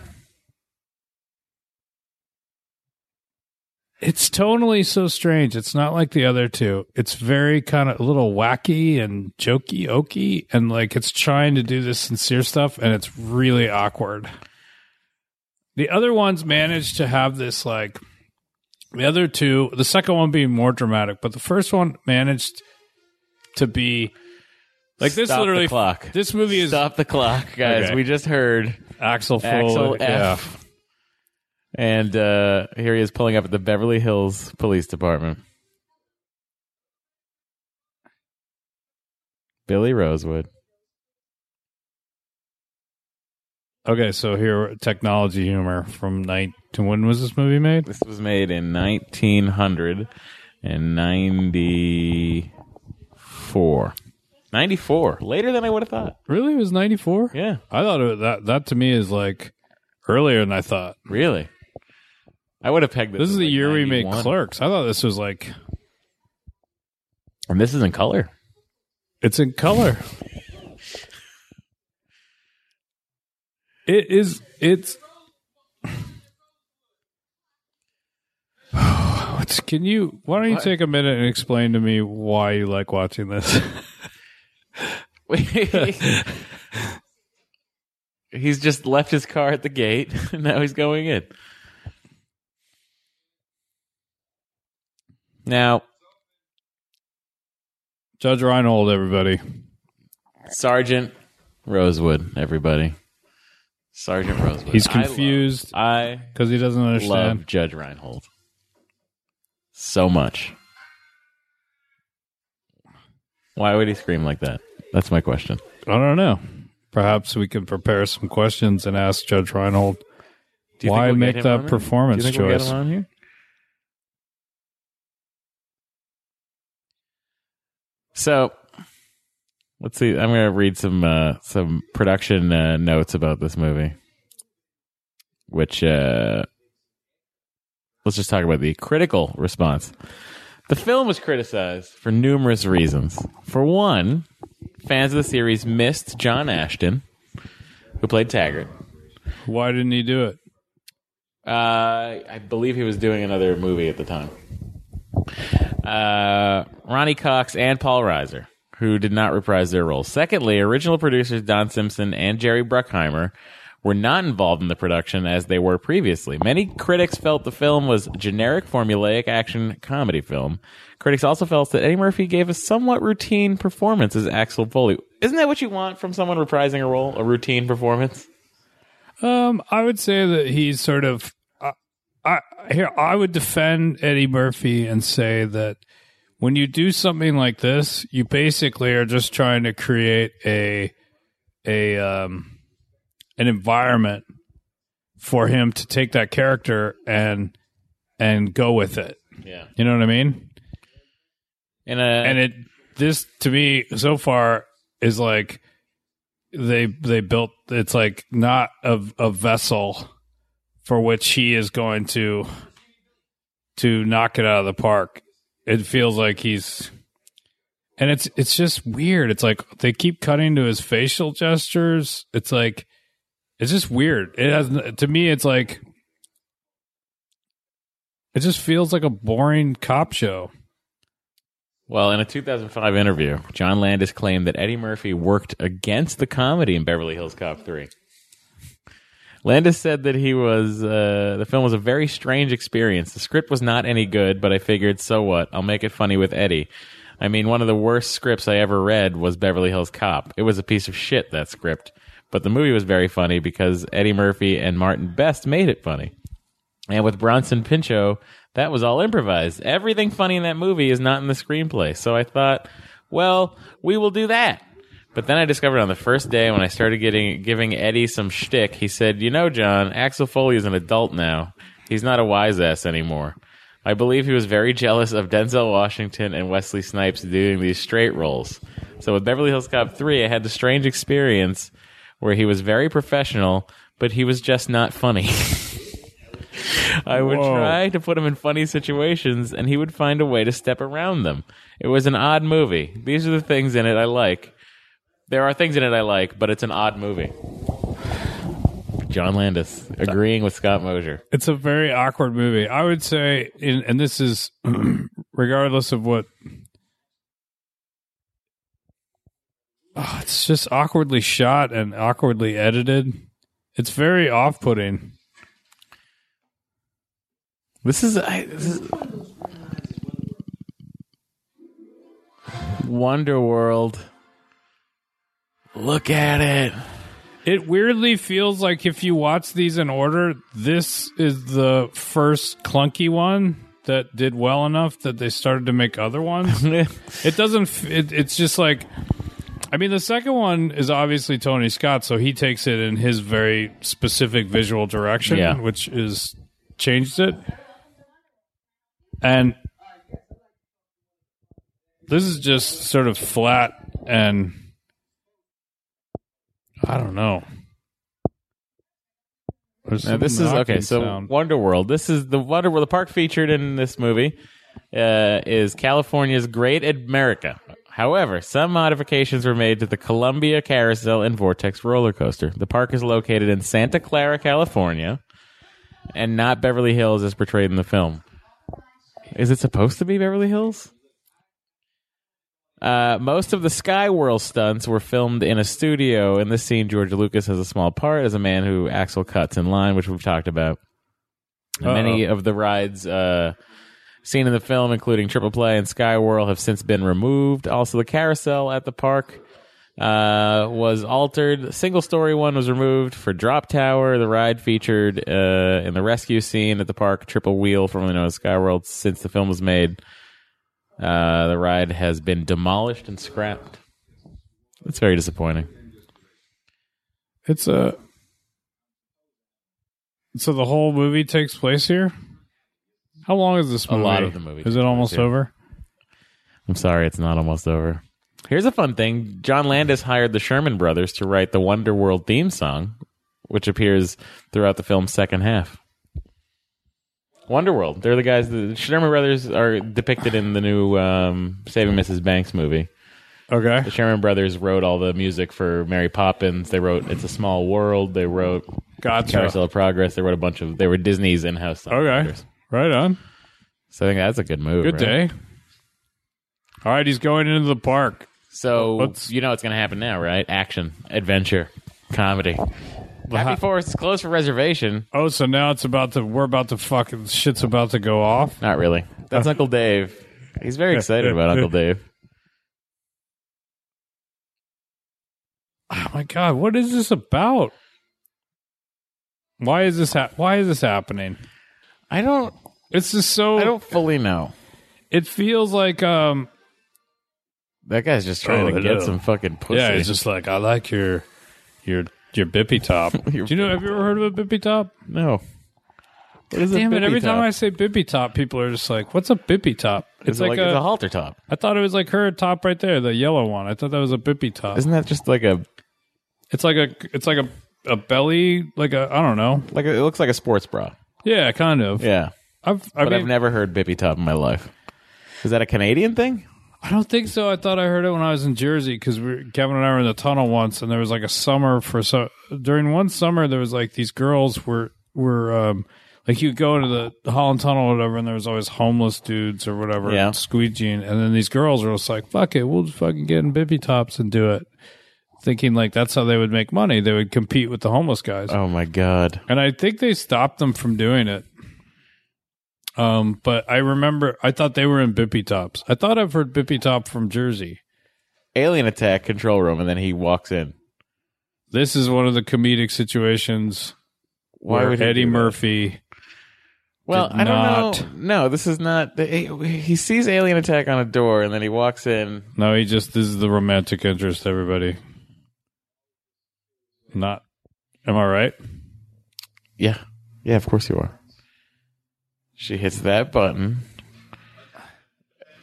Speaker 1: It's tonally so strange. It's not like the other two. It's very kind of a little wacky and jokey, okey, and like it's trying to do this sincere stuff, and it's really awkward. The other ones managed to have this like the other two, the second one being more dramatic, but the first one managed to be like this.
Speaker 4: Stop
Speaker 1: literally,
Speaker 4: the clock.
Speaker 1: this movie is
Speaker 4: Stop the clock, guys.
Speaker 1: Okay.
Speaker 4: We just heard
Speaker 1: Axel Foley.
Speaker 4: Axel
Speaker 1: Yeah.
Speaker 4: F. And uh, here he is pulling up at the Beverly Hills Police Department. Billy Rosewood.
Speaker 1: Okay, so here technology humor from night to when was this movie made?
Speaker 4: This was made in 1994. 94. Later than I would have thought.
Speaker 1: Really, it was ninety four.
Speaker 4: Yeah.
Speaker 1: I thought it, that that to me is like earlier than I thought.
Speaker 4: Really? I would have pegged this.
Speaker 1: This is
Speaker 4: as
Speaker 1: the
Speaker 4: like
Speaker 1: year we made
Speaker 4: 91.
Speaker 1: Clerks. I thought this was like
Speaker 4: And this is in color.
Speaker 1: it's in color. it is. It's. It's- Can you? Why don't you
Speaker 4: What?
Speaker 1: take a minute and explain to me why you like watching this?
Speaker 4: he's just left his car at the gate and now he's going in. Now,
Speaker 1: Judge Reinhold, everybody.
Speaker 4: Sergeant Rosewood, everybody. Sergeant Rosewood.
Speaker 1: He's
Speaker 4: I love-
Speaker 1: confused
Speaker 4: I
Speaker 1: because he doesn't understand.
Speaker 4: love Judge Reinhold so much. Why would he scream like that? That's my question.
Speaker 1: I don't know. Perhaps we can prepare some questions and ask Judge Reinhold
Speaker 4: Do you
Speaker 1: Why
Speaker 4: think we'll get
Speaker 1: make
Speaker 4: him
Speaker 1: that
Speaker 4: on here?
Speaker 1: performance
Speaker 4: Do you think we'll get
Speaker 1: choice?
Speaker 4: him on here? So, let's see. I'm going to read some uh, some production uh, notes about this movie, which uh, let's just talk about the critical response. The film was criticized for numerous reasons. For one, fans of the series missed John Ashton, who played Taggart.
Speaker 1: why didn't he do it?
Speaker 4: Uh, I believe he was doing another movie at the time. Uh, Ronnie Cox and Paul Reiser, who did not reprise their roles. Secondly, original producers Don Simpson and Jerry Bruckheimer were not involved in the production as they were previously. Many critics felt the film was generic formulaic action comedy film. Critics also felt that Eddie Murphy gave a somewhat routine performance as Axel Foley. Isn't that what you want from someone reprising a role? A routine performance?
Speaker 1: Um, I would say that he's sort of. I, I here I would defend Eddie Murphy and say that when you do something like this, you basically are just trying to create a a um an environment for him to take that character and and go with it.
Speaker 4: Yeah.
Speaker 1: You know what I mean?
Speaker 4: In a,
Speaker 1: and it this to me so far is like they they built it's like not a, a vessel for which he is going to to knock it out of the park it feels like he's and it's it's just weird it's like they keep cutting to his facial gestures it's like it's just weird it has to me it's like it just feels like a boring cop show
Speaker 4: Well, in a 2005 interview, John Landis claimed that Eddie Murphy worked against the comedy in Beverly Hills Cop 3. Landis said that he was uh, the film was a very strange experience. The script was not any good, but I figured, so what? I'll make it funny with Eddie. I mean, one of the worst scripts I ever read was Beverly Hills Cop. It was a piece of shit that script, but the movie was very funny because Eddie Murphy and Martin Best made it funny. And with Bronson Pinchot, that was all improvised. Everything funny in that movie is not in the screenplay. So I thought, well, we will do that. But then I discovered on the first day when I started getting giving Eddie some shtick, he said, "You know, John, Axel Foley is an adult now. He's not a wise ass anymore." I believe he was very jealous of Denzel Washington and Wesley Snipes doing these straight roles. So with Beverly Hills Cop 3, I had the strange experience where he was very professional, but he was just not funny. I would
Speaker 1: Whoa.
Speaker 4: try to put him in funny situations, and he would find a way to step around them. It was an odd movie. These are the things in it I like. There are things in it I like, but it's an odd movie. John Landis agreeing with Scott Mosier.
Speaker 1: it's a very awkward movie. I would say, in, and this is regardless of what. Ah, it's just awkwardly shot and awkwardly edited. It's very off-putting.
Speaker 4: This is, I, this is Wonder World. Look at it.
Speaker 1: It weirdly feels like if you watch these in order, this is the first clunky one that did well enough that they started to make other ones. it doesn't. f- It, it's just like. I I mean, the second one is obviously Tony Scott, so he takes it in his very specific visual direction,
Speaker 4: Yeah.
Speaker 1: which is changed it. And this is just sort of flat and I don't know. There's
Speaker 4: Now, this
Speaker 1: some
Speaker 4: is okay.
Speaker 1: knocking
Speaker 4: So
Speaker 1: sound.
Speaker 4: Wonderworld. This is the Wonderworld. The park featured in this movie uh, is California's Great America. However, some modifications were made to the Columbia Carousel and Vortex roller coaster. The park is located in Santa Clara, California, and not Beverly Hills as portrayed in the film. Is it supposed to be Beverly Hills? Uh, most of the Skywhirl stunts were filmed in a studio. In this scene, George Lucas has a small part as a man who Axel cuts in line, which we've talked about. And Many of the rides uh, seen in the film, including Triple Play and Skywhirl, have since been removed. Also, the carousel at the park uh, was altered. The single story one was removed for Drop Tower. The ride featured uh, in the rescue scene at the park, Triple Wheel, formerly known as Skyworld, since the film was made. Uh, the ride has been demolished and scrapped. That's very disappointing.
Speaker 1: It's a. So the whole movie takes place here. How long is this
Speaker 4: A
Speaker 1: movie?
Speaker 4: lot of the movie takes
Speaker 1: Is it almost
Speaker 4: place here.
Speaker 1: over?
Speaker 4: I'm sorry, it's not almost over. Here's a fun thing: John Landis hired the Sherman Brothers to write the Wonder World theme song, which appears throughout the film's second half. Wonderworld. They're the guys. The Sherman Brothers are depicted in the new um, Saving Mrs. Banks movie.
Speaker 1: Okay.
Speaker 4: The Sherman Brothers wrote all the music for Mary Poppins. They wrote "It's a Small World." They wrote
Speaker 1: Gotcha.
Speaker 4: "Carousel of Progress." They wrote a bunch of. They were Disney's in-house. song
Speaker 1: Okay.
Speaker 4: writers.
Speaker 1: Right on.
Speaker 4: So I think that's a good move.
Speaker 1: Good
Speaker 4: right?
Speaker 1: day. All right, he's going into the park.
Speaker 4: So
Speaker 1: Let's-
Speaker 4: you know what's going to happen now, right? Action, adventure, comedy. Happy Forest is closed for reservation.
Speaker 1: Oh, so now it's about to. We're about to fucking shit's about to go off.
Speaker 4: Not really. That's Uncle Dave. He's very excited about Uncle Dave.
Speaker 1: Oh my god, what is this about? Why is this? Ha- why is this happening?
Speaker 4: I don't.
Speaker 1: It's just so.
Speaker 4: I don't fully know.
Speaker 1: it feels like um.
Speaker 4: That guy's just trying
Speaker 1: Oh,
Speaker 4: to
Speaker 1: hello.
Speaker 4: get some fucking pussy.
Speaker 1: Yeah, it's just like I like your your your bippy top. Do you know? Have you ever heard of a bippy top?
Speaker 4: no. What is a
Speaker 1: Damn it!
Speaker 4: bippy
Speaker 1: Every
Speaker 4: top?
Speaker 1: time I say bippy top, people are just like, "What's a bippy top?" It's,
Speaker 4: Is it
Speaker 1: like, a. I
Speaker 4: it's a halter top.
Speaker 1: thought it was like her top right there, the yellow one. I thought that was a bippy top.
Speaker 4: Isn't that just like a
Speaker 1: It's like a. It's like a a belly, like a. I don't know.
Speaker 4: like a, it looks like a sports bra?
Speaker 1: Yeah, kind of.
Speaker 4: Yeah,
Speaker 1: I've. I
Speaker 4: but
Speaker 1: mean,
Speaker 4: I've never heard bippy top in my life. Is that a Canadian thing?
Speaker 1: I don't think so. I thought I heard it when I was in Jersey because we Kevin and I were in the tunnel once, and there was like a summer for so during one summer there was like these girls were were um, like you go to the Holland Tunnel or whatever, and there was always homeless dudes or whatever
Speaker 4: Yeah.
Speaker 1: squeegeeing, and then these girls were just like, "Fuck it, we'll just fucking get in bippy tops and do it," thinking like that's how they would make money. They would compete with the homeless guys,
Speaker 4: Oh my god!
Speaker 1: and I think they stopped them from doing it. Um, but I remember I thought they were in bippy tops. I thought I've heard bippy top from Jersey.
Speaker 4: Alien attack control room, and then he walks in.
Speaker 1: This is one of the comedic situations
Speaker 4: Why
Speaker 1: where
Speaker 4: would he
Speaker 1: Eddie
Speaker 4: do that?
Speaker 1: Murphy.
Speaker 4: Well,
Speaker 1: did
Speaker 4: I don't
Speaker 1: not-
Speaker 4: know. No, this is not. He, he sees alien attack on a door, and then he walks in.
Speaker 1: No, he just this is the romantic interest. Everybody, not. Am I right?
Speaker 4: Yeah, yeah, of course you are. She hits that button,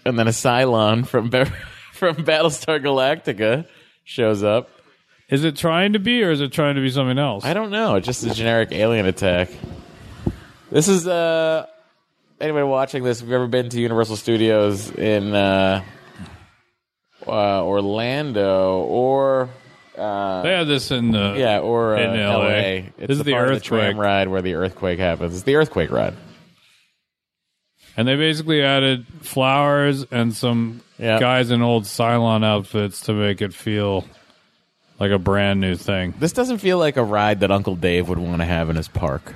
Speaker 4: and then a Cylon from Be- from Battlestar Galactica shows up.
Speaker 1: Is it trying to be, or is it trying to be something else?
Speaker 4: I don't know. It's just a generic alien attack. This is uh anybody watching this, if you've ever been to Universal Studios in uh, uh Orlando or uh
Speaker 1: They had this in the
Speaker 4: yeah, or uh,
Speaker 1: In LA.
Speaker 4: LA.
Speaker 1: This
Speaker 4: It's
Speaker 1: is
Speaker 4: the,
Speaker 1: the
Speaker 4: part of the
Speaker 1: earthquake.
Speaker 4: tram ride where the earthquake happens. It's the earthquake ride.
Speaker 1: and they basically added flowers and some
Speaker 4: Yeah.
Speaker 1: guys in old Cylon outfits to make it feel like a brand new thing.
Speaker 4: This doesn't feel like a ride that Uncle Dave would want to have in his park.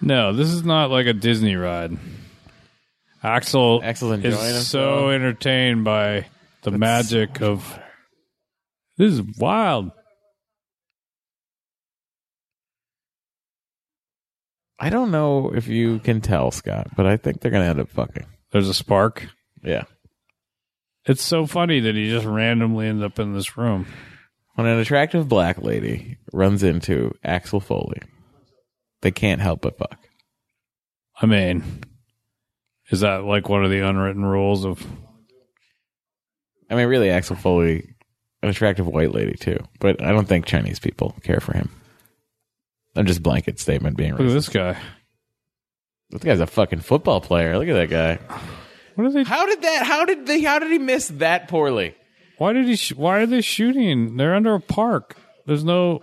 Speaker 1: No, this is not like a Disney ride. Axel
Speaker 4: Axel's enjoying
Speaker 1: is
Speaker 4: himself.
Speaker 1: so entertained by the magic of this is wild.
Speaker 4: I don't know if you can tell, Scott, but I think they're gonna end up fucking.
Speaker 1: There's a spark.
Speaker 4: Yeah.
Speaker 1: It's so funny that he just randomly ended up in this room.
Speaker 4: When an attractive black lady runs into Axel Foley, they can't help but fuck.
Speaker 1: I mean, is that like one of the unwritten rules of?
Speaker 4: I mean, really, Axel Foley, an attractive white lady too, but I don't think Chinese people care for him. I'm just blanket statement being
Speaker 1: Look at
Speaker 4: racist.
Speaker 1: this guy.
Speaker 4: This guy's a fucking football player. Look at that guy.
Speaker 1: What are they?
Speaker 4: How did that? How did they? How did he miss that poorly?
Speaker 1: Why did he? Sh- why are they shooting? They're under a park. There's no.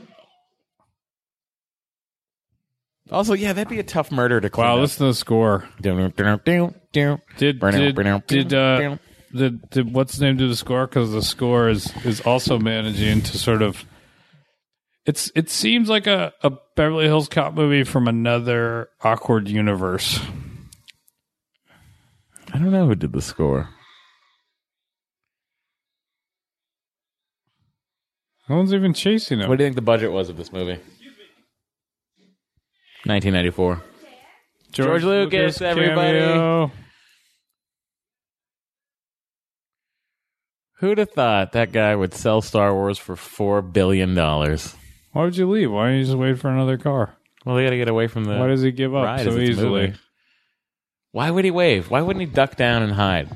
Speaker 4: Also, yeah, that'd be a tough murder to clean
Speaker 1: Wow,
Speaker 4: up.
Speaker 1: oh, listen to the score. Did did did uh, did, did what's his name do the score? Because the score is is also managing to sort of. It's it seems like a, a Beverly Hills Cop movie from another awkward universe.
Speaker 4: I don't know who did the score.
Speaker 1: No one's even chasing him.
Speaker 4: What do you think the budget was of this movie? 1994. George Lucas, everybody.
Speaker 1: cameo.
Speaker 4: Who'd have thought that guy would sell Star Wars for four billion dollars?
Speaker 1: Why would you leave? Why don't you just wait for another car?
Speaker 4: Well, they got to get away from the.
Speaker 1: Why does he give up
Speaker 4: ride as
Speaker 1: so
Speaker 4: it's
Speaker 1: easily?
Speaker 4: moving. Why would he wave? Why wouldn't he duck down and hide?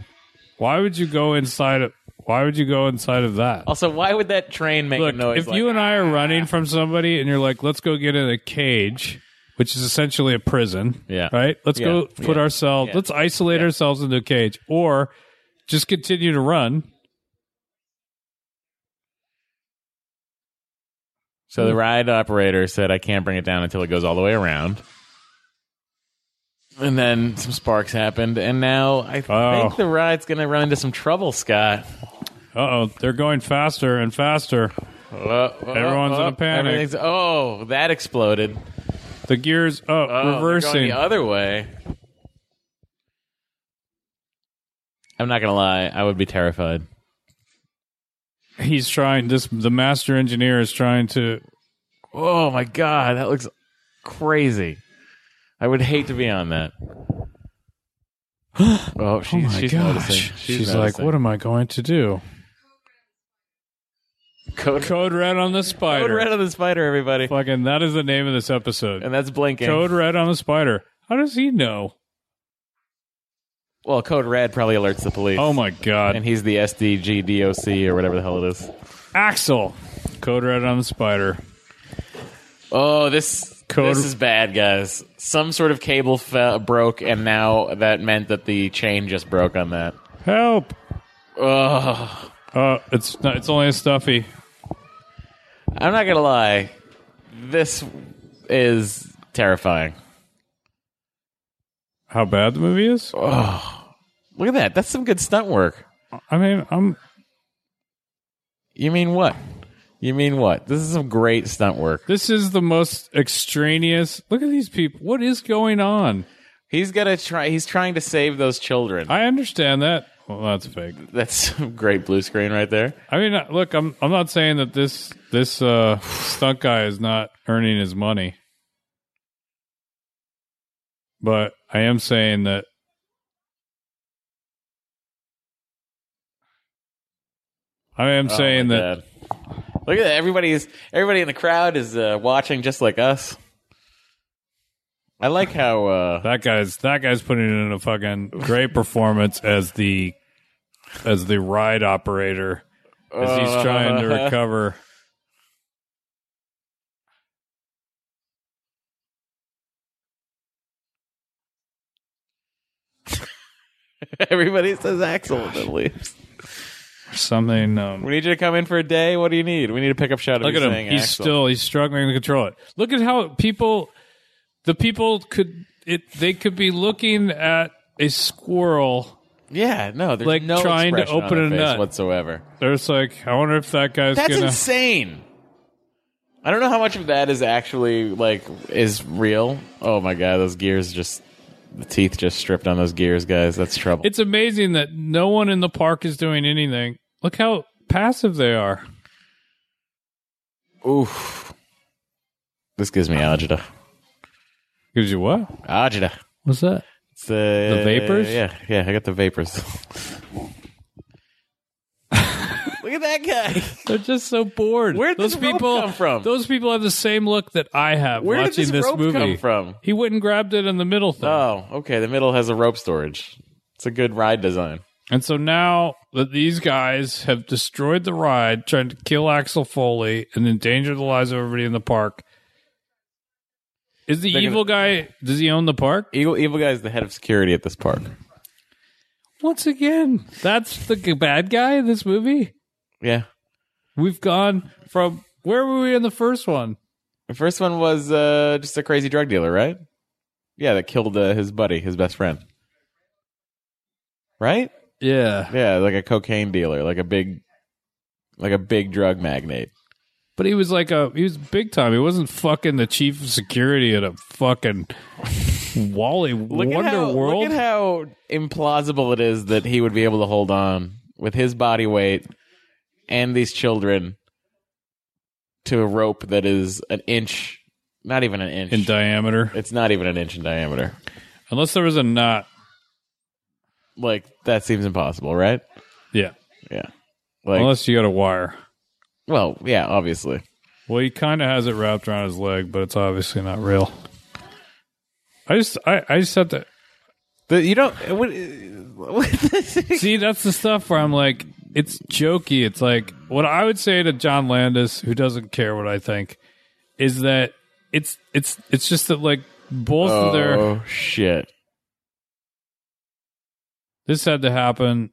Speaker 1: Why would you go inside of? Why would you go inside of that?
Speaker 4: Also, why would that train make
Speaker 1: Look,
Speaker 4: a noise?
Speaker 1: if
Speaker 4: like-
Speaker 1: you and I are running from somebody, and you're like, "Let's go get in a cage," which is essentially a prison.
Speaker 4: Yeah.
Speaker 1: Right. Let's go
Speaker 4: Yeah.
Speaker 1: put
Speaker 4: Yeah.
Speaker 1: ourselves.
Speaker 4: Yeah.
Speaker 1: Let's isolate ourselves into a cage, or just continue to run.
Speaker 4: so the ride operator said, "I can't bring it down until it goes all the way around." And then some sparks happened, and now I
Speaker 1: Oh.
Speaker 4: think the ride's going to run into some trouble, Scott.
Speaker 1: Uh oh, they're going faster and faster.
Speaker 4: Uh, uh,
Speaker 1: Everyone's in a panic.
Speaker 4: everything's- Oh, that exploded.
Speaker 1: The gears oh,
Speaker 4: Oh, they're going
Speaker 1: reversing.
Speaker 4: the other way. I'm not gonna lie, I would be terrified.
Speaker 1: He's trying. This the master engineer is trying to.
Speaker 4: Oh my god, that looks crazy. I would hate to be on that. oh,
Speaker 1: Oh
Speaker 4: she's,
Speaker 1: my
Speaker 4: she's
Speaker 1: gosh!
Speaker 4: noticing. She's,
Speaker 1: She's like, "What am I going to do?"
Speaker 4: a code, code,
Speaker 1: Code red on the spider.
Speaker 4: red on the spider, everybody,
Speaker 1: Fucking that is the name of this episode.
Speaker 4: and that's blinking.
Speaker 1: Code red on the spider. How does he know?
Speaker 4: Well, code red probably alerts the police.
Speaker 1: Oh my god.
Speaker 4: And he's the SDG DOC or whatever the hell it is.
Speaker 1: Axel. Code red on the spider.
Speaker 4: Oh, this
Speaker 1: Code-
Speaker 4: this is bad, guys. Some sort of cable fe- broke, and now that meant that the chain just broke on that.
Speaker 1: Help.
Speaker 4: Oh,
Speaker 1: Uh it's not, it's only a stuffy.
Speaker 4: I'm not gonna lie, this is terrifying.
Speaker 1: How bad the movie is?
Speaker 4: Look at that. That's some good stunt work.
Speaker 1: I mean, I'm
Speaker 4: You mean what? You mean what? This is some great stunt work.
Speaker 1: this is the most extraneous. Look at these people. What is going on?
Speaker 4: He's gonna try. He's trying to save those children.
Speaker 1: I understand that. Well, that's fake.
Speaker 4: That's some great blue screen right there.
Speaker 1: I mean, uh, look, I'm I'm not saying that this this uh stunt guy is not earning his money. But I am saying that I am saying
Speaker 4: Oh my
Speaker 1: that
Speaker 4: God. Look at that. Everybody's everybody in the crowd is uh, watching just like us. I like how uh,
Speaker 1: that guy's that guy's putting in a fucking great performance as the as the ride operator as he's trying to recover.
Speaker 4: everybody says Axel and then leaves.
Speaker 1: Something um,
Speaker 4: We need you to come in for a day. What do you need? We need a pickup shot of
Speaker 1: Look
Speaker 4: you
Speaker 1: at him.
Speaker 4: saying
Speaker 1: He's
Speaker 4: Axel.
Speaker 1: still he's struggling to control it. Look at how people the people could it they could be looking at a squirrel.
Speaker 4: yeah. No, there's
Speaker 1: like
Speaker 4: no
Speaker 1: trying to
Speaker 4: expression on
Speaker 1: open
Speaker 4: their
Speaker 1: a
Speaker 4: face
Speaker 1: nut.
Speaker 4: whatsoever.
Speaker 1: They're just like, I wonder if that guy's
Speaker 4: That's
Speaker 1: gonna
Speaker 4: insane. I don't know how much of that is actually like is real. Oh my god, those gears just the teeth just stripped on those gears, guys. That's trouble.
Speaker 1: It's amazing that no one in the park is doing anything. Look how passive they are.
Speaker 4: Oof. This gives me agita.
Speaker 1: Gives you what?
Speaker 4: Agita.
Speaker 1: What's that?
Speaker 4: It's the,
Speaker 1: The vapors?
Speaker 4: Yeah, yeah, I got the vapors. Look at at that guy.
Speaker 1: They're just so bored.
Speaker 4: Where'd
Speaker 1: those
Speaker 4: this rope
Speaker 1: people
Speaker 4: come from?
Speaker 1: Those people have the same look that I have
Speaker 4: Where did
Speaker 1: watching
Speaker 4: this
Speaker 1: this,
Speaker 4: rope
Speaker 1: movie.
Speaker 4: come from?
Speaker 1: He went and grabbed it in the middle thing,
Speaker 4: Oh, okay. The middle has a rope storage. It's a good ride design.
Speaker 1: and so now that these guys have destroyed the ride, trying to kill Axel Foley and endanger the lives of everybody in the park. Is the
Speaker 4: They're gonna-
Speaker 1: evil guy? Does he own the park
Speaker 4: Evil, evil guy is the head of security at this park.
Speaker 1: once again? That's the g- bad guy in this movie.
Speaker 4: Yeah.
Speaker 1: We've gone from where were we in the first one?
Speaker 4: The first one was uh, just a crazy drug dealer, right? Yeah, that killed uh, his buddy, his best friend. Right?
Speaker 1: Yeah,
Speaker 4: Yeah, like a cocaine dealer, like a big, like a big drug magnate.
Speaker 1: but he was like a he was big time. He wasn't fucking the chief of security at a fucking Wally
Speaker 4: Look
Speaker 1: Wonder
Speaker 4: at how,
Speaker 1: World.
Speaker 4: Look at how implausible it is that he would be able to hold on with his body weight and these children to a rope that is an inch, not even an inch.
Speaker 1: in diameter,
Speaker 4: it's not even an inch in diameter.
Speaker 1: unless there was a knot.
Speaker 4: Like that seems impossible, right?
Speaker 1: Yeah,
Speaker 4: Yeah. Like
Speaker 1: unless you got a wire.
Speaker 4: well, yeah, obviously.
Speaker 1: Well, he kind of has it wrapped around his leg, but it's obviously not real. I just, I, I just have to
Speaker 4: The, you don't uh, what, what-
Speaker 1: see. That's the stuff where I'm like, it's jokey. It's like what I would say to John Landis, who doesn't care what I think, is that it's, it's, it's just that like both of their
Speaker 4: Oh shit.
Speaker 1: this had to happen.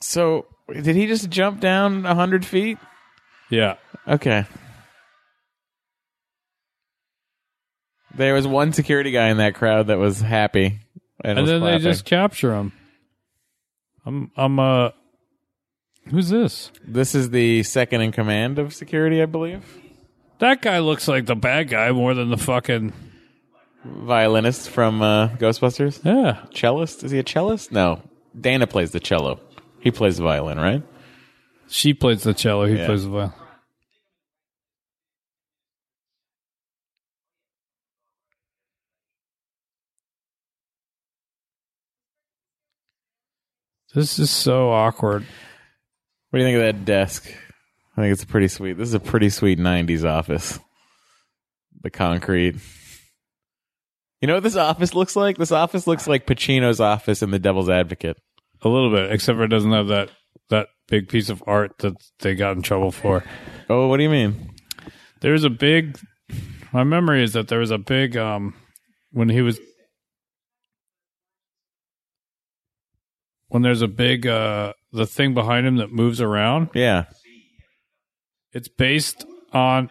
Speaker 4: So did he just jump down a hundred feet?
Speaker 1: Yeah.
Speaker 4: Okay. There was one security guy in that crowd that was happy, and,
Speaker 1: And
Speaker 4: was
Speaker 1: then
Speaker 4: clapping.
Speaker 1: they just capture him. I'm I'm uh Who's this?
Speaker 4: This is the second in command of security, I believe.
Speaker 1: That guy looks like the bad guy more than the fucking
Speaker 4: Violinist from uh, Ghostbusters.
Speaker 1: Yeah.
Speaker 4: Cellist? Is he a cellist? No. Dana plays the cello. He plays the violin, right?
Speaker 1: She plays the cello, he
Speaker 4: Yeah.
Speaker 1: plays the violin. This is so awkward.
Speaker 4: What do you think of that desk? I think it's pretty sweet. This is a pretty sweet '90s office. The concrete. You know what this office looks like? This office looks like Pacino's office in The Devil's Advocate.
Speaker 1: A little bit, except for it doesn't have that that big piece of art that they got in trouble for.
Speaker 4: Oh, what do you mean?
Speaker 1: There's a big. My memory is that there was a big um when he was when there's a big uh the thing behind him that moves around.
Speaker 4: Yeah,
Speaker 1: It's based on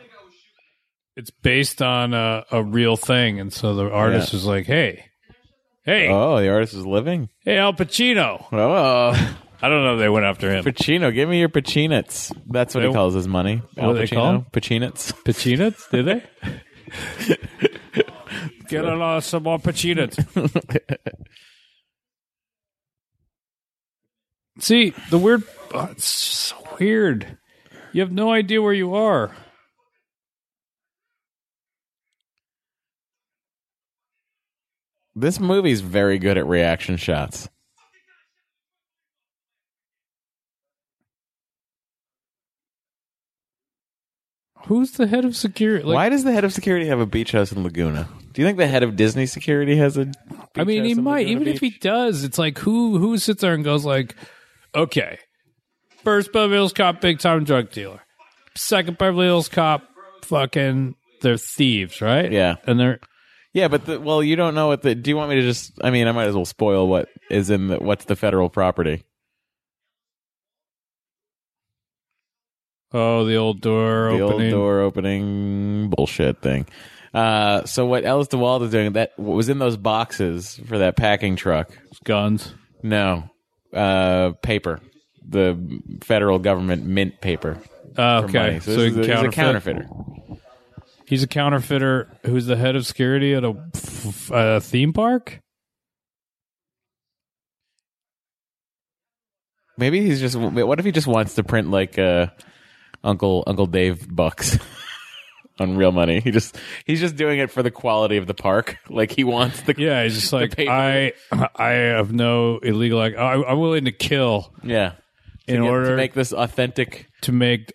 Speaker 1: it's based on a, a real thing, and so the artist was like, "Hey, hey,
Speaker 4: Oh, the artist is living.
Speaker 1: hey, Al Pacino."
Speaker 4: Oh,
Speaker 1: I don't know if they went after him.
Speaker 4: Pacino, give me your Pacinets. That's what he
Speaker 1: They-
Speaker 4: calls his money.
Speaker 1: do they call 'em?
Speaker 4: Pacinets.
Speaker 1: Pacinas, did they? Get on uh, some more Pacinas. See, the weird. oh, it's just so weird. You have no idea where you are.
Speaker 4: This movie's very good at reaction shots.
Speaker 1: Who's the head of security? Like,
Speaker 4: Why does the head of security have a beach house in Laguna? Do you think the head of Disney security has a?
Speaker 1: I mean, he might. Even if he does, it's like who who sits there and goes like, okay, first Beverly Hills cop, big time drug dealer. Second Beverly Hills cop, fucking they're thieves, right?
Speaker 4: Yeah.
Speaker 1: and they're
Speaker 4: Yeah, but the, well, you don't know what the. Do you want me to just? I mean, I might as well spoil what is in the, what's the federal property.
Speaker 1: Oh, the old door
Speaker 4: the
Speaker 1: opening.
Speaker 4: old door opening bullshit thing. Uh, so what Ellis DeWald is doing that what was in those boxes for that packing truck?
Speaker 1: Guns.
Speaker 4: No, uh, paper, the federal government mint paper.
Speaker 1: Uh,
Speaker 4: for
Speaker 1: okay,
Speaker 4: money.
Speaker 1: so,
Speaker 4: this
Speaker 1: he
Speaker 4: is a- he's a
Speaker 1: counterfeit-
Speaker 4: counterfeiter.
Speaker 1: He's a counterfeiter who's the head of security at a, f- a theme park.
Speaker 4: Maybe he's just. What if he just wants to print like uh, Uncle Uncle Dave bucks? on real money. He just he's just doing it for the quality of the park. Like he wants the
Speaker 1: Yeah, he's just like
Speaker 4: paper.
Speaker 1: I. I have no illegal. Like I, I'm willing to kill
Speaker 4: yeah. To
Speaker 1: in
Speaker 4: get-
Speaker 1: order
Speaker 4: to make this authentic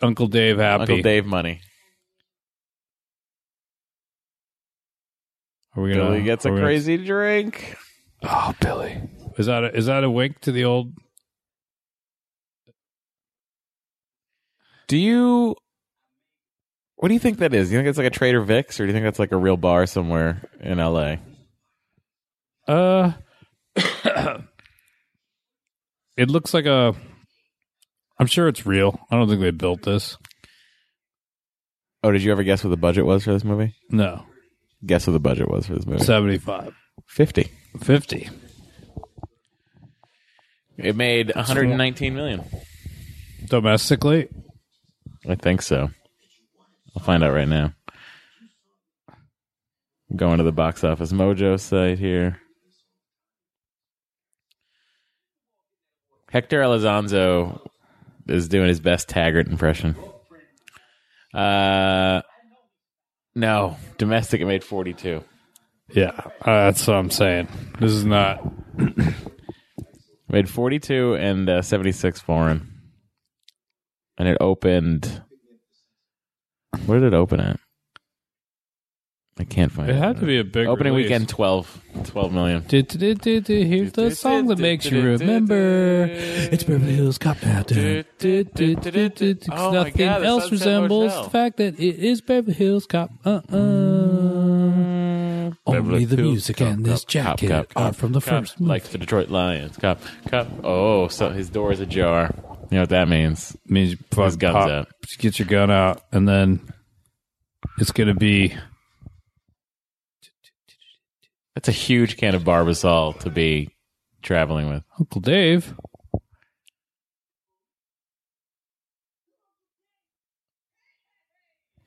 Speaker 1: Uncle Dave happy.
Speaker 4: Uncle Dave money.
Speaker 1: Are we gonna?
Speaker 4: Billy gets
Speaker 1: are
Speaker 4: a
Speaker 1: we gonna-
Speaker 4: crazy drink.
Speaker 1: oh, Billy. Is that a, is that a wink to the old?
Speaker 4: Do you? What do you think that is? Do you think it's like a Trader Vic's, or do you think that's like a real bar somewhere in L.A.?
Speaker 1: Uh, it looks like a. I'm sure it's real. I don't think they built this.
Speaker 4: Oh, did you ever guess what the budget was for this movie?
Speaker 1: No,
Speaker 4: Guess what the budget was for this movie?
Speaker 1: seventy five.
Speaker 4: Fifty.
Speaker 1: 50.
Speaker 4: It made one hundred and nineteen million.
Speaker 1: Domestically?
Speaker 4: I think so. I'll find out right now. Going to the box office mojo site here. Hector Elizondo is doing his best Taggart impression. Uh, no, domestic it made 42.
Speaker 1: Yeah, uh, that's what I'm saying. This is not.
Speaker 4: Made 42 and uh, 76 foreign. And it opened. Where did it open at? I can't find it.
Speaker 1: It had to be a big
Speaker 4: Opening
Speaker 1: release.
Speaker 4: weekend 12. 12 million.
Speaker 1: Did, did, did, did, here's the song that makes you remember. It's Beverly Hills Cop now. Dun, dun, dun, dun, dun, dun, dun.
Speaker 4: Oh my
Speaker 1: Nothing
Speaker 4: God, the
Speaker 1: else
Speaker 4: Sunset
Speaker 1: resembles
Speaker 4: Hotel.
Speaker 1: the fact that it is Beverly Hills Cop. Uh-uh. Only the
Speaker 4: Hills
Speaker 1: music
Speaker 4: Cop,
Speaker 1: and this
Speaker 4: Cop, Cop,
Speaker 1: jacket
Speaker 4: Cop,
Speaker 1: are
Speaker 4: Cop,
Speaker 1: from the
Speaker 4: Cop,
Speaker 1: first movie.
Speaker 4: Like the Detroit Lions. Cop, cop. Oh, so his door is ajar. You know what that means?
Speaker 1: means you fucking
Speaker 4: gun's
Speaker 1: pop-
Speaker 4: out.
Speaker 1: Get your gun out, and then it's gonna be
Speaker 4: That's a huge can of Barbasol to be traveling with.
Speaker 1: Uncle Dave.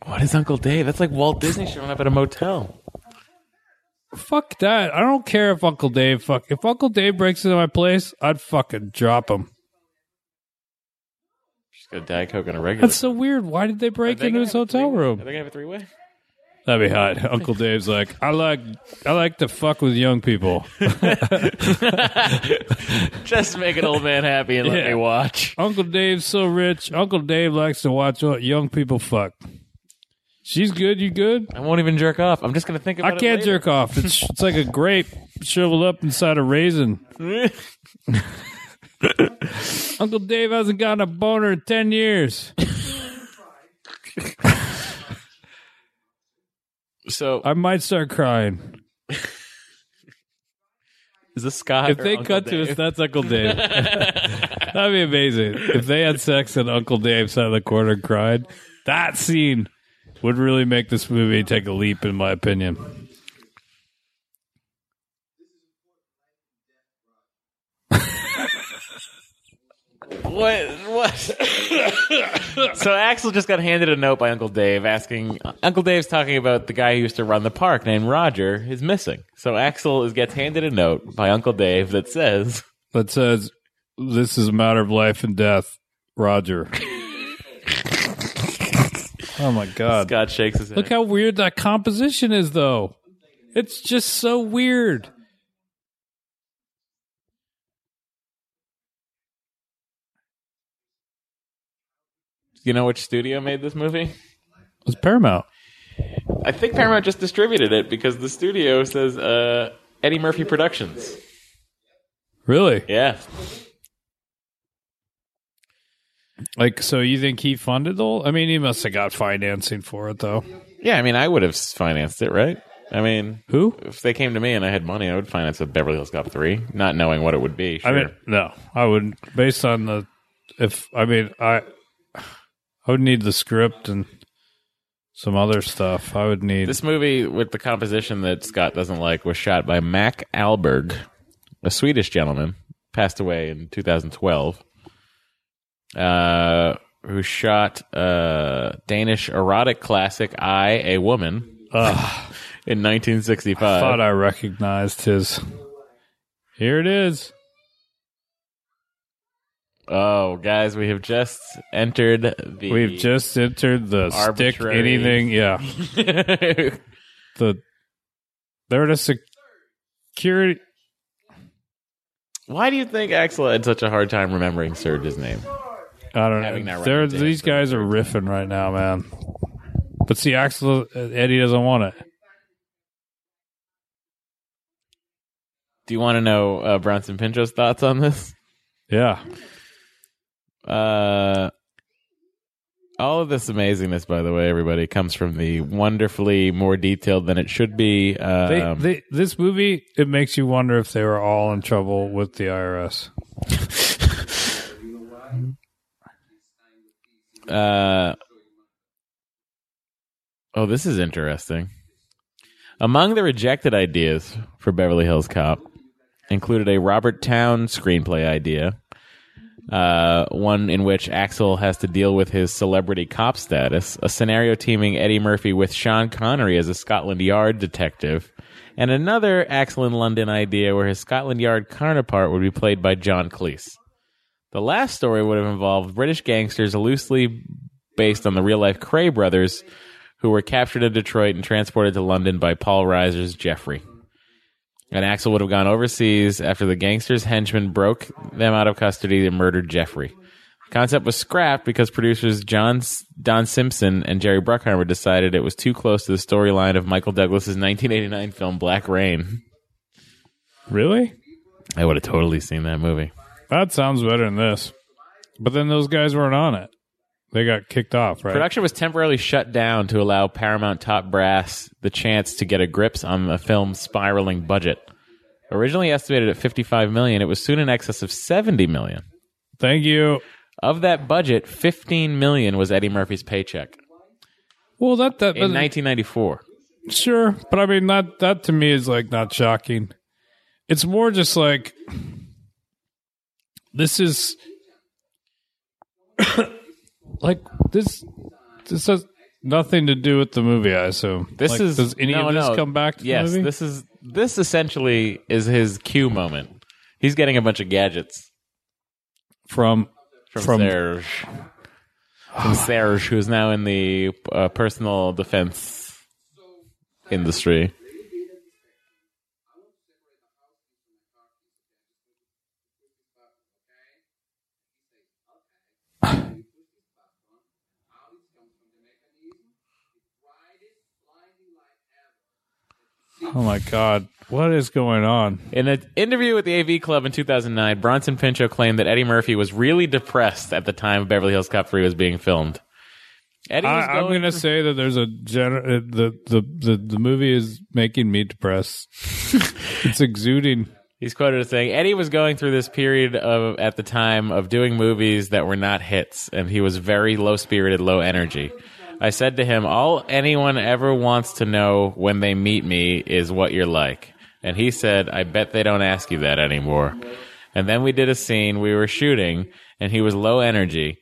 Speaker 4: What is Uncle Dave? That's like Walt Disney showing up at a motel.
Speaker 1: Fuck that. I don't care if Uncle Dave fuck if Uncle Dave breaks into my place, I'd fucking drop him.
Speaker 4: She's got a Diet Coke and a regular.
Speaker 1: That's so weird. Why did they break into his hotel
Speaker 4: Are
Speaker 1: room?
Speaker 4: they gonna have a three way?
Speaker 1: That'd be hot. Uncle Dave's like, I like I like to fuck with young people.
Speaker 4: Just make an old man happy and let
Speaker 1: Yeah.
Speaker 4: me watch.
Speaker 1: Uncle Dave's so rich. Uncle Dave likes to watch o- young people fuck. She's good, you good?
Speaker 4: I won't even jerk off. I'm just gonna think
Speaker 1: I
Speaker 4: about it.
Speaker 1: can't jerk off. It's it's like a grape shriveled up inside a raisin.
Speaker 4: jerk.
Speaker 1: Uncle Dave hasn't gotten a boner in 10 years.
Speaker 4: so
Speaker 1: I might start crying.
Speaker 4: is this Scott?
Speaker 1: If
Speaker 4: or
Speaker 1: they
Speaker 4: Uncle
Speaker 1: cut to
Speaker 4: Dave?
Speaker 1: us, that's Uncle Dave. That'd be amazing. If they had sex and Uncle Dave sat in the corner and cried, that scene would really make this movie take a leap, in my opinion.
Speaker 4: What? What? so Axel just got handed a note by Uncle Dave asking. Uncle Dave's talking about the guy who used to run the park named Roger is missing. So Axel is gets handed a note by Uncle Dave that says,
Speaker 1: That says, This is a matter of life and death, Roger. oh my God.
Speaker 4: "Scott shakes his head."
Speaker 1: Look how weird that composition is, though. It's just so weird.
Speaker 4: you know which studio made this movie?
Speaker 1: It's Paramount.
Speaker 4: I think Paramount just distributed it because the studio says uh, Eddie Murphy Productions.
Speaker 1: Really?
Speaker 4: Yeah.
Speaker 1: Like, so you think he funded the whole? I mean, he must have got financing for it, though.
Speaker 4: Yeah, I mean, I would have financed it, right? I mean,
Speaker 1: Who?
Speaker 4: if they came to me and I had money, I would finance a Beverly Hills Cop 3, not knowing what it would be.
Speaker 1: I
Speaker 4: sure.
Speaker 1: mean, no, I wouldn't. Based on the, if I mean, I, I would need the script and some other stuff. I would need.
Speaker 4: This movie with the composition that Scott doesn't like was shot by Mac Alberg, a Swedish gentleman, passed away in 2012, uh, who shot uh, Danish erotic classic I, A Woman
Speaker 1: Ugh,
Speaker 4: in 1965.
Speaker 1: thought I recognized his. Here it is.
Speaker 4: Oh, guys, we have just entered the.
Speaker 1: We've just entered the stick
Speaker 4: Arbitrary.
Speaker 1: anything. Yeah. The they're at a security.
Speaker 4: Why do you think Axel had such a hard time remembering Serge's name?
Speaker 1: I don't
Speaker 4: Having
Speaker 1: know.
Speaker 4: that
Speaker 1: They're,
Speaker 4: right there,
Speaker 1: these
Speaker 4: so-
Speaker 1: guys are riffing right now, man. But see, Axel Eddie doesn't want it.
Speaker 4: Do you want to know uh, Bronson Pinchot's thoughts on this?
Speaker 1: Yeah.
Speaker 4: Uh, all of this amazingness, by the way, everybody, comes from the wonderfully more detailed than it should be.
Speaker 1: They,
Speaker 4: Um,
Speaker 1: they, this movie it makes you wonder if they were all in trouble with the IRS.
Speaker 4: uh, oh, this is interesting. Among the rejected ideas for Beverly Hills Cop included a Robert Town screenplay idea, uh, one in which Axel has to deal with his celebrity cop status, a scenario teaming Eddie Murphy with Sean Connery as a Scotland Yard detective, and another Axel in London idea where his Scotland Yard counterpart would be played by John Cleese. The last story would have involved British gangsters loosely based on the real life Cray brothers who were captured in Detroit and transported to London by Paul Reiser's Jeffrey. And Axel would have gone overseas after the gangsters' henchmen broke them out of custody and murdered Jeffrey. The concept was scrapped because producers John S- Don Simpson and Jerry Bruckheimer decided it was too close to the storyline of Michael Douglas's 1989 film Black Rain.
Speaker 1: Really?
Speaker 4: I would have totally seen that movie.
Speaker 1: That sounds better than this. But then those guys weren't on it. They got kicked off, right?
Speaker 4: Production was temporarily shut down to allow Paramount top brass the chance to get a grips on the film's spiraling budget. Originally estimated at 55 million, it was soon in excess of 70 million.
Speaker 1: Thank you.
Speaker 4: Of that budget, 15 million was Eddie Murphy's paycheck
Speaker 1: Well, that that
Speaker 4: in
Speaker 1: but,
Speaker 4: 1994.
Speaker 1: sure, but I mean that that to me is like not shocking. It's more just like this is like this. This has nothing to do with the movie. I assume
Speaker 4: This
Speaker 1: Like,
Speaker 4: is
Speaker 1: does any
Speaker 4: no,
Speaker 1: of this
Speaker 4: no.
Speaker 1: come back to
Speaker 4: yes,
Speaker 1: the movie?
Speaker 4: this is this essentially is his cue moment. He's getting a bunch of gadgets
Speaker 1: from
Speaker 4: from,
Speaker 1: From- Ah.
Speaker 4: Serge. From Serge, who's now in the uh, personal defense industry.
Speaker 1: oh my god, what is going on?
Speaker 4: In an interview with the AV Club in 2009, Bronson Pinchot claimed that Eddie Murphy was really depressed at the time Beverly Hills Cop 3 was being filmed. Eddie was
Speaker 1: I, I'm going
Speaker 4: going-
Speaker 1: to say that there's a gener- uh, the, the the the movie is making me depressed. it's exuding.
Speaker 4: He's quoted as saying, Eddie was going through this period of, at the time, of doing movies that were not hits, and he was very low spirited, low energy. I said to him, All anyone ever wants to know when they meet me is what you're like. And he said, I bet they don't ask you that anymore. And then we did a scene, we were shooting, and he was low energy.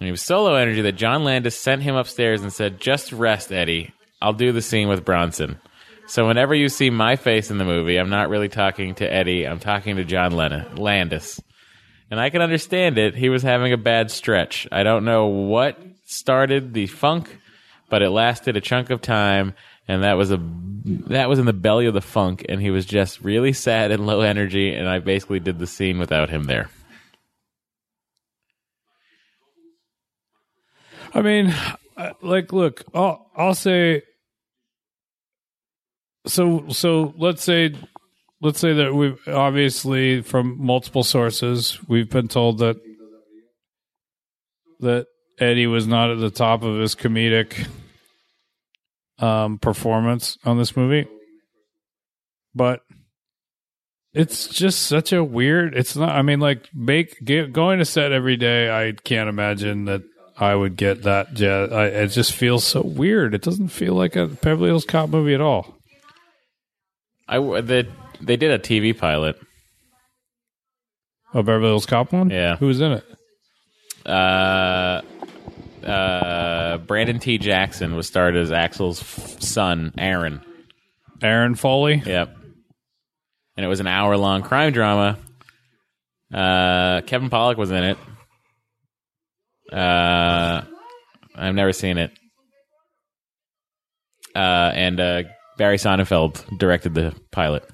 Speaker 4: And he was so low energy that John Landis sent him upstairs and said, Just rest, Eddie. I'll do the scene with Bronson. So whenever you see my face in the movie, I'm not really talking to Eddie. I'm talking to John Lennon, Landis. And I can understand it. He was having a bad stretch. I don't know what started the funk, but it lasted a chunk of time, and that was a that was in the belly of the funk, and he was just really sad and low energy, and I basically did the scene without him there.
Speaker 1: I mean, I- like, look, I'll I'll say. So so let's say, let's say that we've obviously from multiple sources we've been told that that Eddie was not at the top of his comedic um, performance on this movie, but it's just such a weird it's not i mean like make get, going to set every day i can't imagine that i would get that ja I, it just feels so weird it doesn't feel like a beverly hills cop movie at all
Speaker 4: I w- the, they did a TV pilot.
Speaker 1: a beverly hills cop one
Speaker 4: Yeah.
Speaker 1: who was in it
Speaker 4: uh, uh, Brandon T. Jackson was starred as Axel's f- son, Aaron.
Speaker 1: aaron foley
Speaker 4: Yep. And it was an hour long crime drama. Uh, Kevin Pollock was in it. Uh, I've never seen it. Uh, and uh, Barry Sonnenfeld directed the pilot.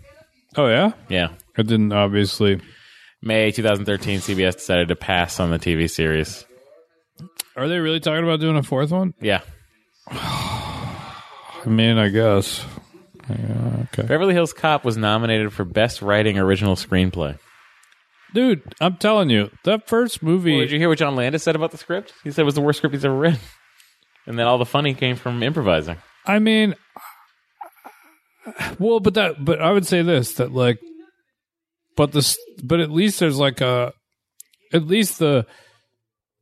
Speaker 1: Oh yeah,
Speaker 4: Yeah.
Speaker 1: I didn't obviously.
Speaker 4: May 2013, CBS decided to pass on the TV series.
Speaker 1: Are they really talking about doing a fourth one?
Speaker 4: Yeah.
Speaker 1: I mean, I guess. Yeah, okay,
Speaker 4: Beverly Hills Cop was nominated for Best Writing Original Screenplay.
Speaker 1: dude. I'm telling you, that first movie.
Speaker 4: Well, did you hear what John Landis said about the script? He said it was the worst script he's ever written. And then all the funny came from improvising.
Speaker 1: I mean, well, but that, but I would say this that like, but this, but at least there's like a, at least the,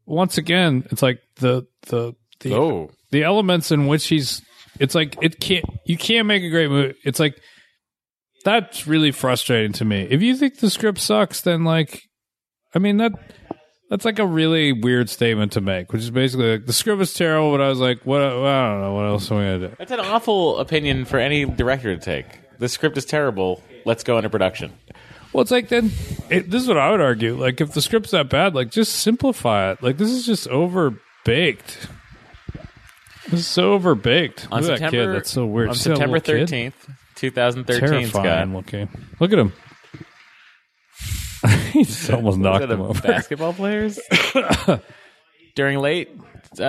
Speaker 1: once again, it's like the the the
Speaker 4: Oh.
Speaker 1: the elements in which he's, it's like it can't you can't make a great movie. It's like that's really frustrating to me. If you think the script sucks, then like, I mean that. That's like a really weird statement to make, which is basically like the script was terrible, but I was like, what? I don't know what else am I gonna do.
Speaker 4: That's an awful opinion for any director to take. The script is terrible. Let's go into production.
Speaker 1: Well, it's like then it, this is what I would argue. Like if the script's that bad, like just simplify it. Like this is just over baked. This is so over baked.
Speaker 4: On
Speaker 1: Look at that
Speaker 4: September,
Speaker 1: kid. That's so weird.
Speaker 4: On
Speaker 1: See that
Speaker 4: September
Speaker 1: little kid?
Speaker 4: 13th, 2013,
Speaker 1: terrifying
Speaker 4: Scott.
Speaker 1: looking. Look at him. He's almost knocked
Speaker 4: Those are
Speaker 1: him
Speaker 4: the
Speaker 1: over.
Speaker 4: basketball players. During late, uh,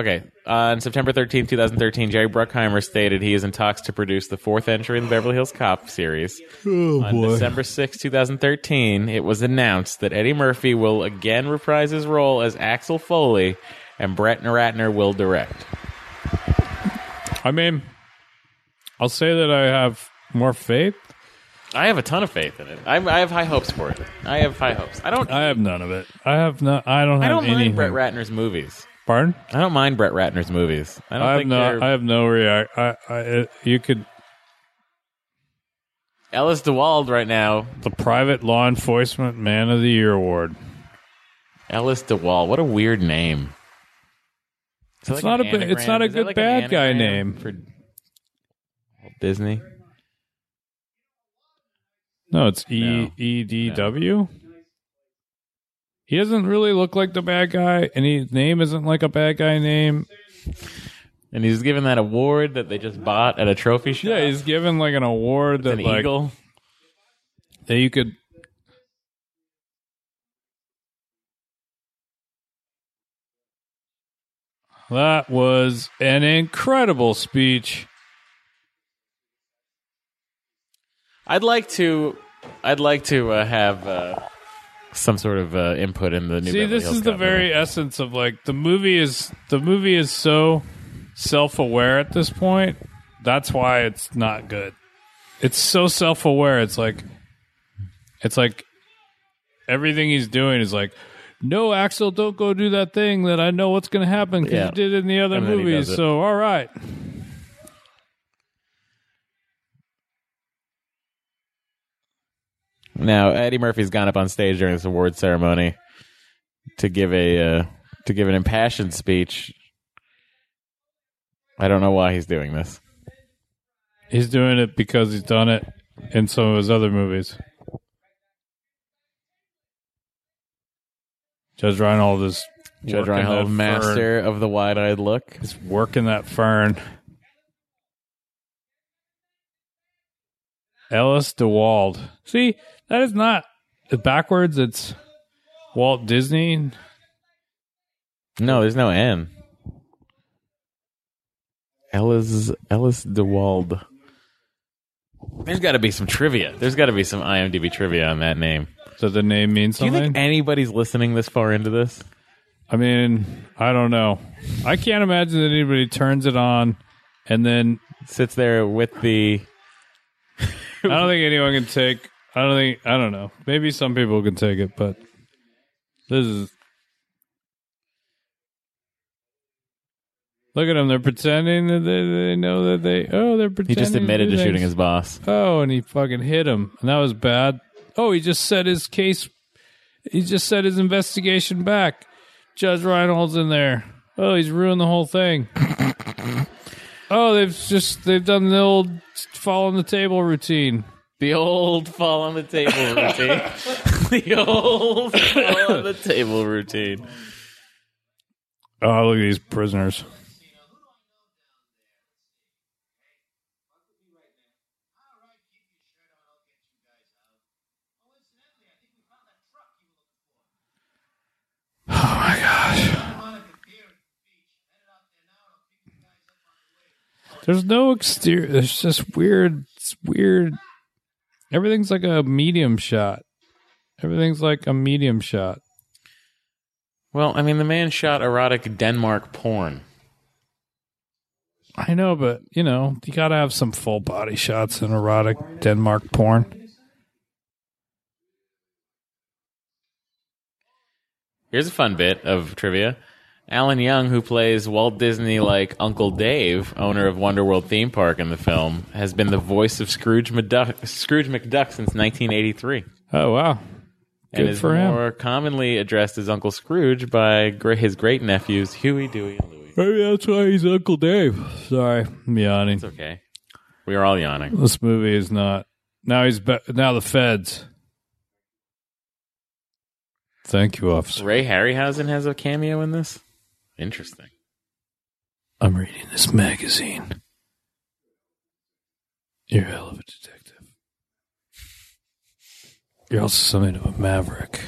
Speaker 4: okay, on September 13th, 2013, Jerry Bruckheimer stated he is in talks to produce the fourth entry in the Beverly Hills Cop series.
Speaker 1: Oh
Speaker 4: On December 6, 2013, it was announced that Eddie Murphy will again reprise his role as Axel Foley and Brett Ratner will direct.
Speaker 1: I mean, I'll say that I have more faith.
Speaker 4: I have a ton of faith in it. I, I have high hopes for it. I have high hopes. I don't. I,
Speaker 1: I have none of it. I have not. I don't have
Speaker 4: don't
Speaker 1: any.
Speaker 4: mind Brett Ratner's movies.
Speaker 1: Pardon?
Speaker 4: I don't mind Brett Ratner's movies. I don't
Speaker 1: I have
Speaker 4: think
Speaker 1: no.
Speaker 4: they're.
Speaker 1: I have no react. I, I, it, you could
Speaker 4: Ellis DeWald right now.
Speaker 1: the private law enforcement man of the year award.
Speaker 4: Ellis DeWald. What a weird name. Is that
Speaker 1: It's
Speaker 4: like
Speaker 1: not
Speaker 4: an
Speaker 1: a ba- it's
Speaker 4: anagram?
Speaker 1: not a
Speaker 4: Is that
Speaker 1: good
Speaker 4: an
Speaker 1: bad guy
Speaker 4: anagram
Speaker 1: name.
Speaker 4: for Walt Disney.
Speaker 1: No, it's
Speaker 4: No.
Speaker 1: E E D W. He doesn't really look like the bad guy, and his name isn't like a bad guy name.
Speaker 4: And he's given that award that they just bought at a trophy shop.
Speaker 1: Yeah, he's given like an award that
Speaker 4: an
Speaker 1: like
Speaker 4: eagle.
Speaker 1: that you could. That was an incredible speech.
Speaker 4: I'd like to. I'd like to uh, have uh, some sort of uh, input in the new.
Speaker 1: See,
Speaker 4: Beverly
Speaker 1: this
Speaker 4: Hills
Speaker 1: is the
Speaker 4: Cop
Speaker 1: very
Speaker 4: movie.
Speaker 1: essence of like the movie is the movie is so self-aware at this point. That's why it's not good. It's so self-aware. It's like it's like everything he's doing is like no, Axel, don't go do that thing that I know what's going to happen because
Speaker 4: Yeah.
Speaker 1: you did it in the other
Speaker 4: And then he
Speaker 1: movies.
Speaker 4: does it.
Speaker 1: So, all right.
Speaker 4: Now Eddie Murphy's gone up on stage during this award ceremony to give a uh, to give an impassioned speech. I don't know why he's doing this.
Speaker 1: He's doing it because he's done it in some of his other movies. Judge Reinhold is
Speaker 4: Judge
Speaker 1: working
Speaker 4: Reinhold,
Speaker 1: that
Speaker 4: master of the wide-eyed look.
Speaker 1: Fern. He's working that fern. Ellis DeWald. See, that is not backwards. It's Walt Disney.
Speaker 4: No, there's no N. Ellis Ellis DeWald. There's got to be some trivia. There's got to be some IMDb trivia on that name.
Speaker 1: Does the name mean
Speaker 4: Do you
Speaker 1: something?
Speaker 4: think anybody's listening this far into this?
Speaker 1: I mean, I don't know. I can't imagine that anybody turns it on and then
Speaker 4: Sits there with the
Speaker 1: I don't think anyone can take. I don't think. I don't know. Maybe some people can take it, but this is. Look at them. They're pretending that they, they know that they. Oh, they're
Speaker 4: he
Speaker 1: pretending.
Speaker 4: just admitted
Speaker 1: do
Speaker 4: to shooting
Speaker 1: things.
Speaker 4: his boss.
Speaker 1: Oh, and he fucking hit him, and that was bad. Oh, he just set his case. He just set his investigation back. Judge Reinhold's in there. Oh, he's ruined the whole thing. oh, they've just they've done the old fall on the table routine.
Speaker 4: The old fall on the table routine. the old fall on the table routine.
Speaker 1: Oh, look at these prisoners. Oh my gosh. There's no exterior. There's just weird. It's weird. Everything's like a medium shot. Everything's like a medium shot.
Speaker 4: Well, I mean, the man shot erotic Denmark porn.
Speaker 1: I know, but you know, you gotta have some full body shots in erotic Denmark porn.
Speaker 4: Here's a fun bit of trivia. Alan Young, who plays Walt Disney like Uncle Dave, owner of Wonderworld theme park in the film, has been the voice of Scrooge McDuck, Scrooge McDuck since 1983.
Speaker 1: Oh wow.
Speaker 4: and
Speaker 1: Good
Speaker 4: is
Speaker 1: for him.
Speaker 4: more commonly addressed as Uncle Scrooge by gr- his great nephews Huey, Dewey, and Louie.
Speaker 1: Maybe that's why he's Uncle Dave. Sorry, I'm yawning.
Speaker 4: It's okay. We are all yawning.
Speaker 1: This movie is not. Now he's be- now the feds. Thank you, officer.
Speaker 4: Ray Harryhausen has a cameo in this. Interesting.
Speaker 1: I'm reading this magazine. You're a hell of a detective. You're also something of a maverick.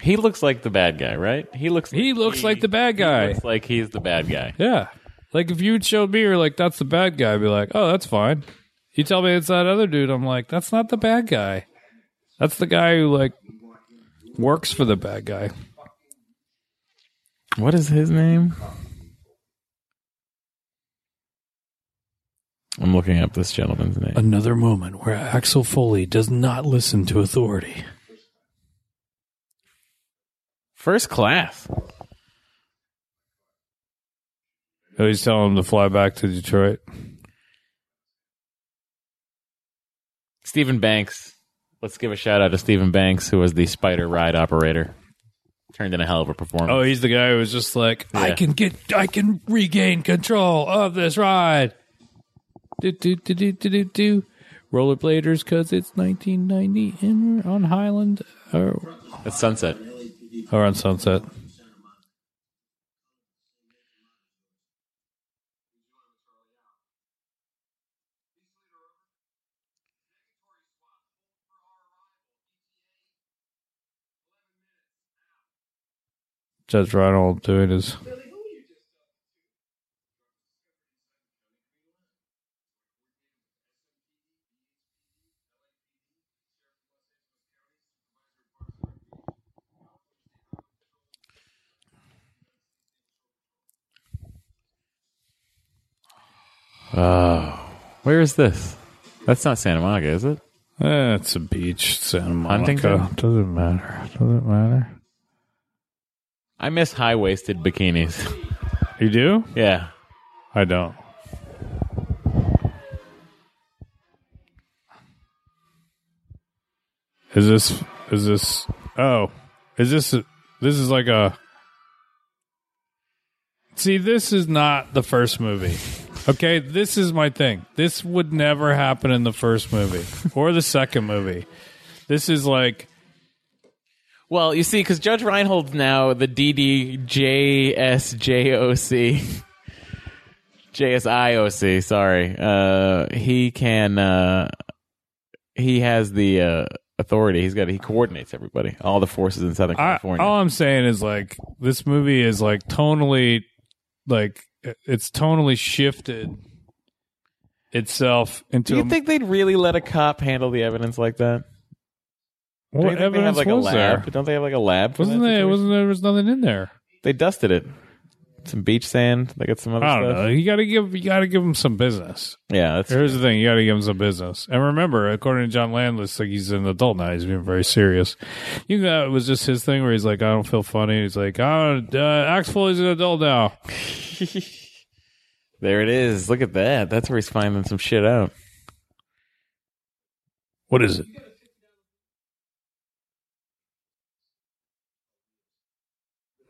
Speaker 4: He looks like the bad guy, right? He looks.
Speaker 1: He looks like the bad
Speaker 4: he
Speaker 1: guy.
Speaker 4: looks like he's the bad guy.
Speaker 1: Yeah. Like if you showed me you're like, that's the bad guy, I'd be like, Oh, that's fine. You tell me it's that other dude, I'm like, that's not the bad guy. That's the guy who like works for the bad guy.
Speaker 4: What is his name? I'm looking up this gentleman's name.
Speaker 1: Another moment where Axel Foley does not listen to authority.
Speaker 4: First class.
Speaker 1: Oh, he's telling him to fly back to Detroit.
Speaker 4: Stephen Banks. Let's give a shout out to Stephen Banks, who was the spider ride operator. Turned in a hell of a performance.
Speaker 1: Oh, he's the guy who was just like, I
Speaker 4: Yeah.
Speaker 1: can get, I can regain control of this ride. Do, do, do, do, do, do, do. Rollerbladers, because it's 1990 and we're on Highland. oh. Or,
Speaker 4: That's sunset.
Speaker 1: or on Sunset. Judge Ronald doing his.
Speaker 4: Oh. Where is this? That's not Santa Monica, is it?
Speaker 1: Eh, it's a beach, Santa Monica.
Speaker 4: Huntington?
Speaker 1: Doesn't matter. Doesn't matter.
Speaker 4: I miss high waisted bikinis.
Speaker 1: You do?
Speaker 4: yeah.
Speaker 1: I don't. Is this is this oh is this this is like a See this is not the first movie. Okay, this is my thing. This would never happen in the first movie or the second movie. This is like
Speaker 4: Well, you see, because Judge Reinhold's now the DDJSJOC, JSIOC, sorry. Uh, he can, uh, he has the uh, authority. He's got, he coordinates everybody, all the forces in Southern
Speaker 1: I,
Speaker 4: California.
Speaker 1: all I'm saying is like this movie is like tonally like it- it's tonally shifted itself into
Speaker 4: Do you
Speaker 1: a-
Speaker 4: think they'd really let a cop handle the evidence like that? Don't
Speaker 1: what
Speaker 4: you think they have,
Speaker 1: evidence
Speaker 4: like, a
Speaker 1: was
Speaker 4: lab?
Speaker 1: there?
Speaker 4: Don't they have like a lab? for
Speaker 1: Wasn't
Speaker 4: that
Speaker 1: there?
Speaker 4: situation?
Speaker 1: Wasn't there? Was nothing in there?
Speaker 4: They dusted it. Some beach sand. They got some other
Speaker 1: I don't
Speaker 4: stuff.
Speaker 1: know. You got to give you got to give him some business.
Speaker 4: Yeah, that's
Speaker 1: Here's the thing: you got to give him some business. And remember, according to John Landis, like he's an adult now. He's being very serious. You know, it was just his thing where he's like, "I don't feel funny." He's like, "I don't." Uh, Axel is an adult now.
Speaker 4: there. It is. Look at that. That's where he's finding some shit out.
Speaker 1: What is it?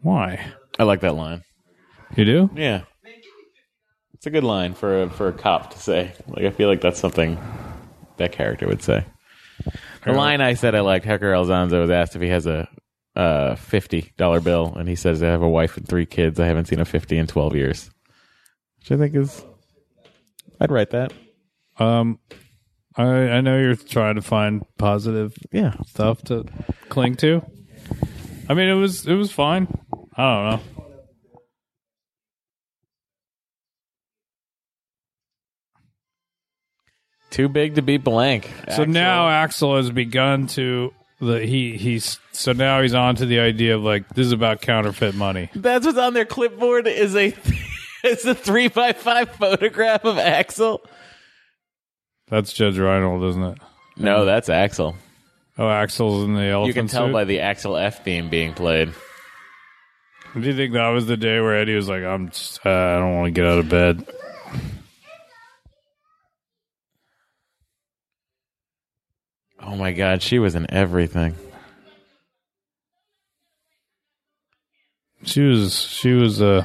Speaker 1: Why?
Speaker 4: I like that line.
Speaker 1: You do?
Speaker 4: Yeah, it's a good line for a, for a cop to say. Like I feel like that's something that character would say. The line I said I liked, Hector Elzonzo was asked if he has a uh, $50 bill, and he says, I have a wife and three kids. I haven't seen a 50 in 12 years. Which I think is, I'd write that.
Speaker 1: Um, I I know you're trying to find positive
Speaker 4: Yeah.
Speaker 1: stuff to cling to. I mean, it was it was fine. I don't know.
Speaker 4: Too big to be blank.
Speaker 1: So now Axel has begun to the he he's so now he's on to the idea of like this is about counterfeit money.
Speaker 4: That's what's on their clipboard is a it's a three by five photograph of Axel.
Speaker 1: That's Judge Reinhold, isn't it?
Speaker 4: No, that's Axel.
Speaker 1: Oh, Axel's in the elephant
Speaker 4: You can tell
Speaker 1: suit?
Speaker 4: by the Axel F theme being played.
Speaker 1: Do you think that was the day where Eddie was like, "I'm just, uh, I don't want to get out of bed."
Speaker 4: Oh my god, she was in everything.
Speaker 1: She was she was. Uh,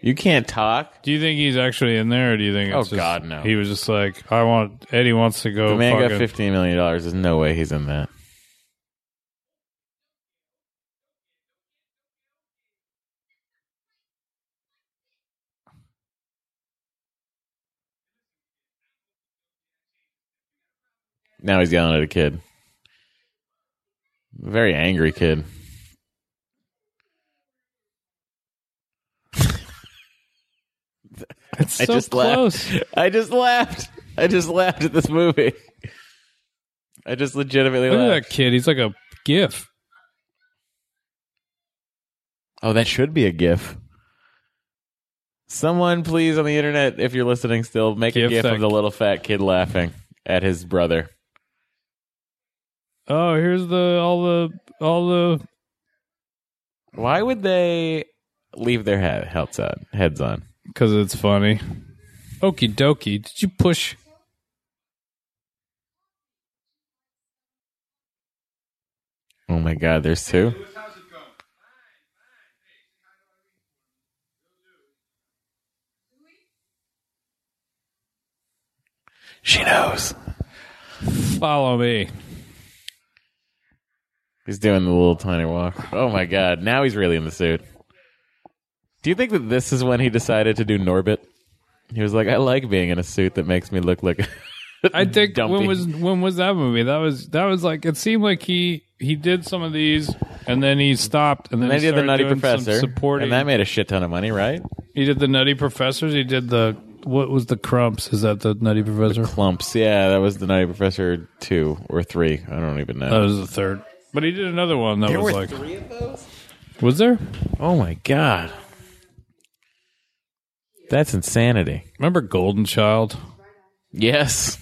Speaker 4: You can't talk.
Speaker 1: do you think he's actually in there, or do you think?
Speaker 4: Oh,
Speaker 1: It's just-
Speaker 4: God, no.
Speaker 1: He was just like, "I want Eddie wants to go."
Speaker 4: The man got
Speaker 1: fucking-
Speaker 4: fifteen million dollars. There's no way he's in that. Now he's yelling at a kid. Very angry kid.
Speaker 1: It's so
Speaker 4: I just
Speaker 1: close.
Speaker 4: laughed. I just laughed. I just laughed at this movie. I just legitimately
Speaker 1: Look at
Speaker 4: laughed.
Speaker 1: that kid. He's like a gif.
Speaker 4: Oh, that should be a GIF. Someone, please, on the internet, if you're listening still, make
Speaker 1: GIF
Speaker 4: a GIF
Speaker 1: that-
Speaker 4: of the little fat kid laughing at his brother.
Speaker 1: Oh, here's the all the all the
Speaker 4: Why would they leave their head, heads on? Heads on?
Speaker 1: because it's funny. Okie dokie. Did you push?
Speaker 4: Oh my God, there's two. She knows.
Speaker 1: Follow me.
Speaker 4: He's doing the little tiny walk. Oh my god, now he's really in the suit. Do you think that this is when he decided to do Norbit? He was like, I like being in a suit that makes me look like
Speaker 1: I think
Speaker 4: Dumpy.
Speaker 1: when was when was that movie? That was that was like it seemed like he he did some of these and then he stopped and then
Speaker 4: and I
Speaker 1: he
Speaker 4: did the
Speaker 1: started
Speaker 4: Nutty
Speaker 1: doing some
Speaker 4: Professor.
Speaker 1: supporting.
Speaker 4: And that made a shit ton of money, right?
Speaker 1: he did the Nutty Professors. He did the what was the Crumps? Is that the Nutty Professor?
Speaker 4: Clumps, yeah, that was the Nutty Professor two or three. I don't even
Speaker 1: that
Speaker 4: know.
Speaker 1: was the third. But he did another one that
Speaker 4: there
Speaker 1: was
Speaker 4: were
Speaker 1: like
Speaker 4: three of those?
Speaker 1: was there?
Speaker 4: Oh my god. That's insanity.
Speaker 1: Remember Golden Child?
Speaker 4: Yes.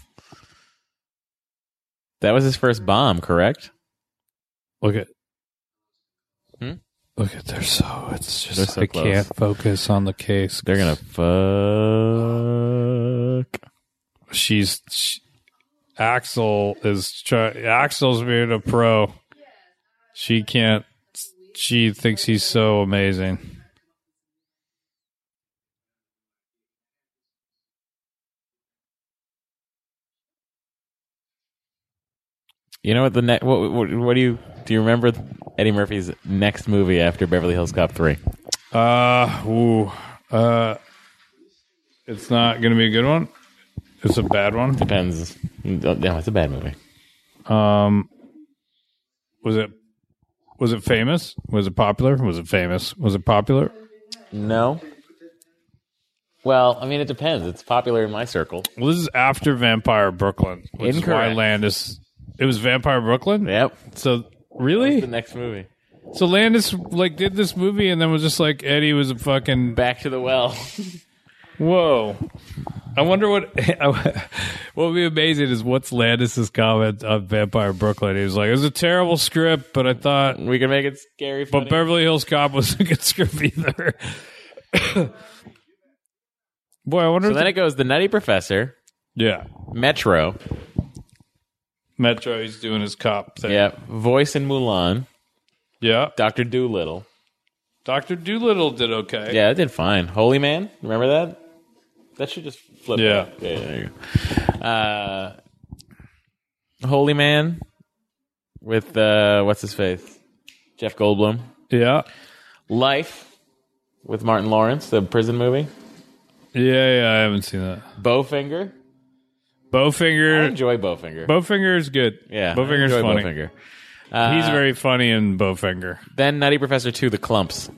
Speaker 4: That was his first bomb, correct?
Speaker 1: Look at.
Speaker 4: Hmm?
Speaker 1: Look at they're so it's just
Speaker 4: They're so
Speaker 1: I
Speaker 4: close.
Speaker 1: can't focus on the case.
Speaker 4: They're gonna fuck.
Speaker 1: she's she, Axel is try, Axel's being a pro. She can't. She thinks he's so amazing.
Speaker 4: You know what the next? What, what, what do you do? You remember Eddie Murphy's next movie after Beverly Hills Cop three?
Speaker 1: Uh, ooh, uh, it's not gonna be a good one. It's a bad one.
Speaker 4: Depends. No, it's a bad movie.
Speaker 1: Um, was it? Was it famous? Was it popular? Was it famous? Was it popular?
Speaker 4: No. Well, I mean, it depends. It's popular in my circle.
Speaker 1: Well, this is after Vampire Brooklyn, which is why
Speaker 4: Incorrect.
Speaker 1: Landis. It was Vampire Brooklyn.
Speaker 4: Yep.
Speaker 1: So really,
Speaker 4: The next movie,
Speaker 1: So Landis like did this movie and then was just like Eddie was a fucking
Speaker 4: Back to the Well.
Speaker 1: whoa. I wonder what what would be amazing is what's Landis's comment on Vampire Brooklyn. He was like, "It was a terrible script, but I thought,
Speaker 4: we can make it scary. Funny.
Speaker 1: but Beverly Hills Cop wasn't a good script either." Boy, I wonder.
Speaker 4: so
Speaker 1: if
Speaker 4: then it goes: The Nutty Professor,
Speaker 1: yeah,
Speaker 4: Metro,
Speaker 1: Metro. He's doing his cop thing.
Speaker 4: yeah, Voice in Mulan,
Speaker 1: yeah.
Speaker 4: Doctor Doolittle.
Speaker 1: Doctor Doolittle did okay.
Speaker 4: Yeah, it did fine. Holy Man, remember that? That should just flip.
Speaker 1: Yeah.
Speaker 4: up. yeah, yeah, there you go. Uh, Holy Man with uh, what's his face, Jeff Goldblum.
Speaker 1: Yeah.
Speaker 4: Life with Martin Lawrence, the prison movie.
Speaker 1: Yeah, yeah, I haven't seen that.
Speaker 4: Bowfinger. I
Speaker 1: Bowfinger.
Speaker 4: enjoy Bowfinger.
Speaker 1: Bowfinger is good.
Speaker 4: yeah, I
Speaker 1: Bowfinger's
Speaker 4: enjoy
Speaker 1: funny.
Speaker 4: Bowfinger. Uh,
Speaker 1: He's very funny in Bowfinger.
Speaker 4: then Nutty Professor Two, The Clumps.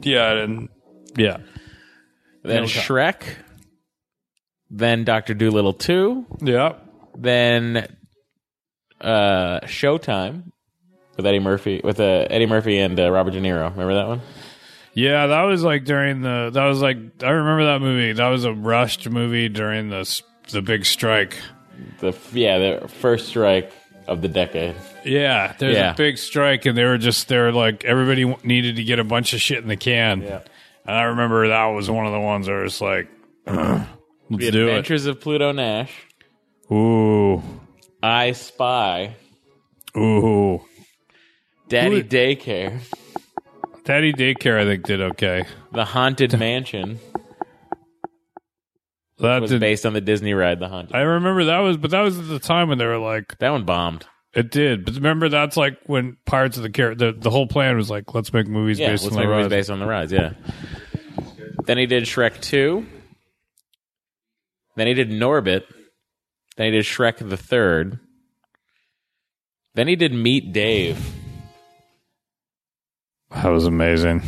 Speaker 1: Yeah, and yeah. No
Speaker 4: Then
Speaker 1: co-
Speaker 4: Shrek. Then Doctor Doolittle Two.
Speaker 1: Yeah.
Speaker 4: then uh Showtime with Eddie Murphy with uh, Eddie Murphy and uh, Robert De Niro. Remember that one?
Speaker 1: Yeah, that was like during the that was like I remember that movie. That was a rushed movie during the s- the big strike.
Speaker 4: The f- yeah, the first strike of the decade.
Speaker 1: Yeah, there's
Speaker 4: Yeah.
Speaker 1: a big strike, and they were just they're like everybody w- needed to get a bunch of shit in the can. Yeah, and I remember that was one of the ones where it's like, let's
Speaker 4: The
Speaker 1: do it.
Speaker 4: Adventures of Pluto Nash.
Speaker 1: Ooh,
Speaker 4: I Spy.
Speaker 1: ooh.
Speaker 4: Daddy
Speaker 1: Who-
Speaker 4: Daycare.
Speaker 1: Daddy Daycare, I think, did okay.
Speaker 4: The Haunted Mansion
Speaker 1: That
Speaker 4: was
Speaker 1: did.
Speaker 4: based on the Disney ride The Haunted.
Speaker 1: I remember that was, but that was at the time when they were like,
Speaker 4: that one bombed.
Speaker 1: it did. But remember, that's like when Pirates of the Car. The, the whole plan was like, let's make movies
Speaker 4: Yeah,
Speaker 1: based
Speaker 4: let's
Speaker 1: on the
Speaker 4: make movies
Speaker 1: ride.
Speaker 4: based on the rides. Yeah. Then he did Shrek Two. Then he did Norbit. Then he did Shrek the Third. Then he did Meet Dave.
Speaker 1: That was amazing.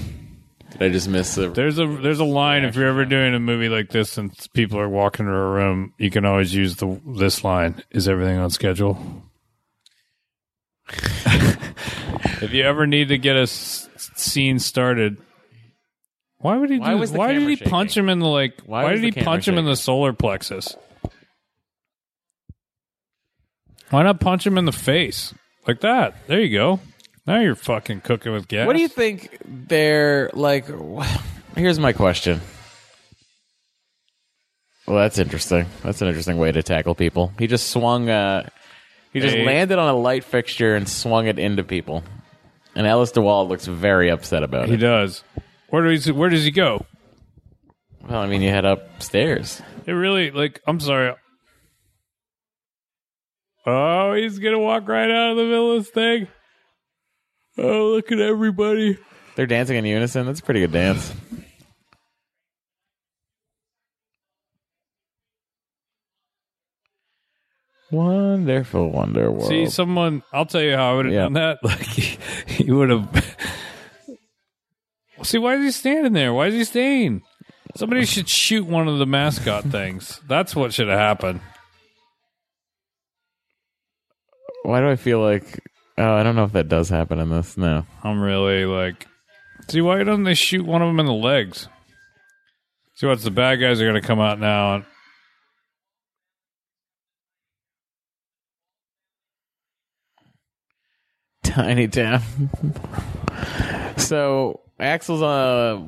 Speaker 4: Did I just miss the?
Speaker 1: There's a there's a line if you're ever doing a movie like this and people are walking into a room, you can always use the this line. Is everything on schedule? if you ever need to get a s- scene started, why would he?
Speaker 4: Why
Speaker 1: do,
Speaker 4: was the
Speaker 1: why did
Speaker 4: camera
Speaker 1: he punch him in the like?
Speaker 4: Why
Speaker 1: Why,
Speaker 4: was
Speaker 1: did he
Speaker 4: the camera
Speaker 1: punch him in
Speaker 4: shaking?
Speaker 1: the solar plexus? Why not punch him in the face like that? There you go. Now you're fucking cooking with gas.
Speaker 4: What do you think? They're like. Here's my question. Well, that's interesting. That's an interesting way to tackle people. He just swung. Uh, he just
Speaker 1: Hey.
Speaker 4: landed on a light fixture and swung it into people. And Alice DeWald looks very upset about
Speaker 1: He
Speaker 4: it.
Speaker 1: does. Where does he, where does he go?
Speaker 4: Well, I mean, you head upstairs.
Speaker 1: It really like I'm sorry. Oh, he's gonna walk right out of the middle of this thing. Oh, look at everybody.
Speaker 4: They're dancing in unison. That's a pretty good dance. Wonderful Wonder World.
Speaker 1: See, someone I'll tell you how I would have
Speaker 4: Yeah.
Speaker 1: done that. Like he, he would have See, why is he standing there? Why is he staying? Somebody should shoot one of the mascot things. That's what should have happened.
Speaker 4: Why do I feel like? Oh, I don't know if that does happen in this. No,
Speaker 1: I'm really like, see, why don't they shoot one of them in the legs? See, what's the bad guys are going to come out now? And,
Speaker 4: Tiny Town. so Axel's uh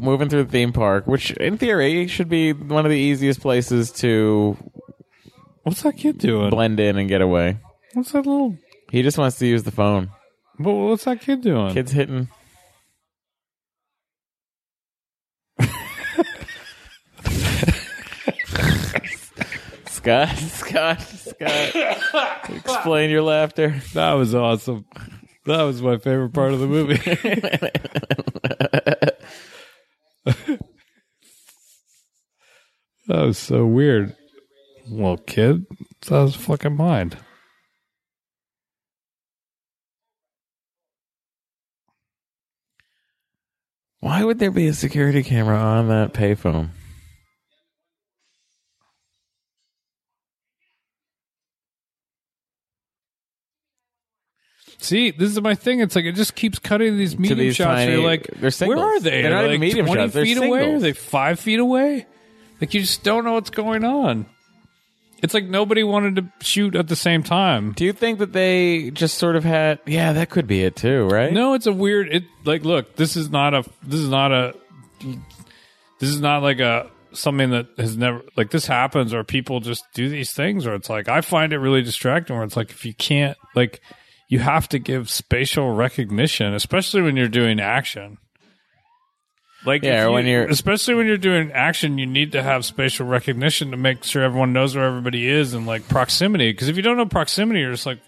Speaker 4: moving through the theme park, which in theory should be one of the easiest places to
Speaker 1: what's that kid doing?
Speaker 4: blend in and get away.
Speaker 1: What's that little?
Speaker 4: He just wants to use the phone.
Speaker 1: But what's that kid doing?
Speaker 4: Kids hitting. Scott, Scott, Scott. Explain your laughter.
Speaker 1: That was awesome. That was my favorite part of the movie. that was so weird. Well, kid, that was fucking mind.
Speaker 4: Why would there be a security camera on that payphone?
Speaker 1: See, this is my thing. It's like it just keeps cutting these medium
Speaker 4: these
Speaker 1: shots.
Speaker 4: tiny-
Speaker 1: you're like,
Speaker 4: they're singles.
Speaker 1: where are they?
Speaker 4: They're not
Speaker 1: Are they,
Speaker 4: even
Speaker 1: like
Speaker 4: medium
Speaker 1: Twenty
Speaker 4: shots, they're
Speaker 1: feet away? Are
Speaker 4: singles.
Speaker 1: they five feet away? Like you just don't know what's going on. It's like nobody wanted to shoot at the same time.
Speaker 4: Do you think that they just sort of had? Yeah, that could be it too, right?
Speaker 1: No, it's a weird. It like look, this is not a. This is not a. This is not like a something that has never like this happens or people just do these things or it's like I find it really distracting where it's like if you can't like you have to give spatial recognition especially when you're doing action Like
Speaker 4: Yeah,
Speaker 1: if you-
Speaker 4: when you're-
Speaker 1: especially when you're doing action, you need to have spatial recognition to make sure everyone knows where everybody is and like proximity. Because if you don't know proximity, you're just like,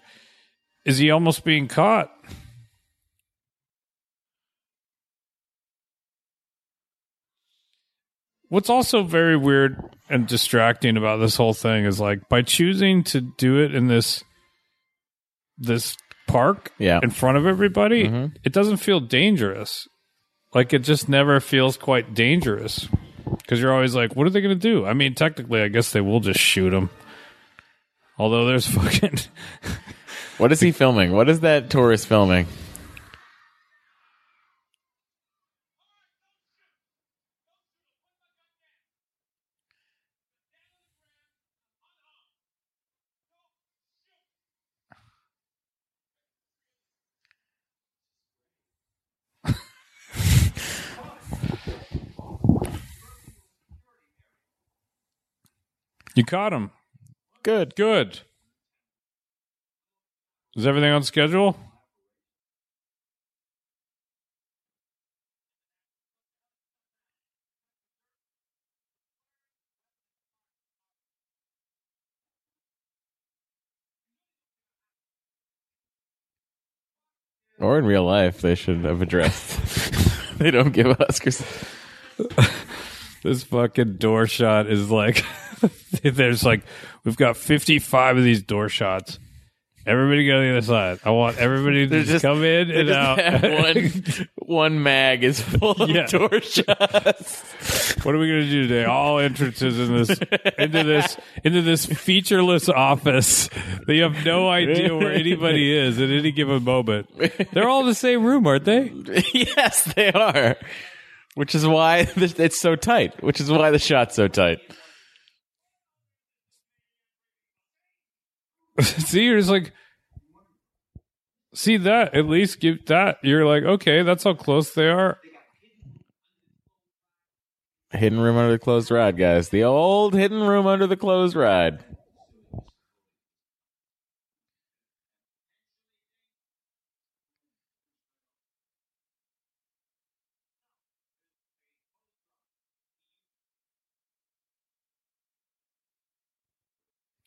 Speaker 1: is he almost being caught? What's also very weird and distracting about this whole thing is like by choosing to do it in this this park
Speaker 4: Yeah. Mm-hmm.
Speaker 1: in front of everybody, it doesn't feel dangerous. Like it just never feels quite dangerous because you're always like, what are they going to do? I mean, technically, I guess they will just shoot him. Although there's fucking
Speaker 4: What is he filming? What is that tourist filming?
Speaker 1: you caught him.
Speaker 4: Good.
Speaker 1: Good. Is everything on schedule?
Speaker 4: Or in real life, they should have addressed. they don't give Oscars.
Speaker 1: This fucking door shot is like, there's like, we've got 55 of these door shots. Everybody go to the other side. I want everybody to
Speaker 4: They're
Speaker 1: just, come in
Speaker 4: they
Speaker 1: and
Speaker 4: just
Speaker 1: out.
Speaker 4: have one, one mag is full of
Speaker 1: Yeah.
Speaker 4: door shots.
Speaker 1: What are we going to do today? All entrances in this into this into this featureless office that you have no idea where anybody is at any given moment. They're all in the same room, aren't they?
Speaker 4: yes, they are. Which is why th- it's so tight. Which is why the shot's so tight.
Speaker 1: see, you're just like, see that at least give that. You're like, okay, that's how close they are.
Speaker 4: Hidden room under the closed ride, guys. The old hidden room under the closed ride.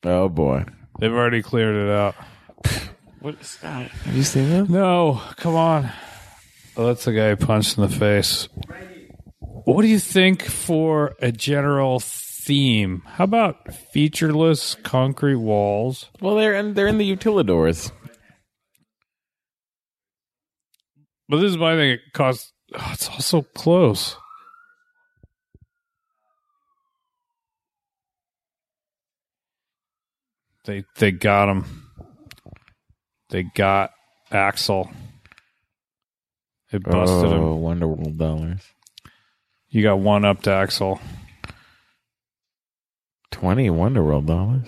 Speaker 4: Oh boy.
Speaker 1: They've already cleared it out.
Speaker 4: What is that? Have you seen that?
Speaker 1: No, come on. Oh, that's the guy punched in the face. What do you think for a general theme? How about featureless concrete walls?
Speaker 4: Well, they're in, they're in the utilidors.
Speaker 1: But this is my thing. It costs. Oh, it's also close. They they got him. They got Axel. It busted him.
Speaker 4: oh, Wonder World dollars.
Speaker 1: You got one up to Axel.
Speaker 4: 20 Wonder World dollars.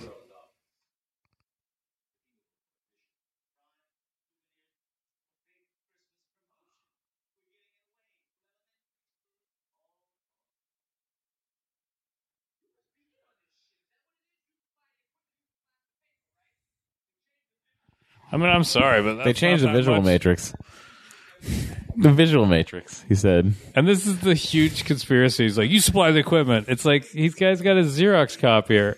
Speaker 1: I mean, I'm sorry, but that's
Speaker 4: They changed
Speaker 1: not
Speaker 4: the
Speaker 1: that
Speaker 4: visual
Speaker 1: much.
Speaker 4: matrix. The visual matrix, he said.
Speaker 1: And this is the huge conspiracy. He's like, you supply the equipment. It's like these guys got a Xerox copier.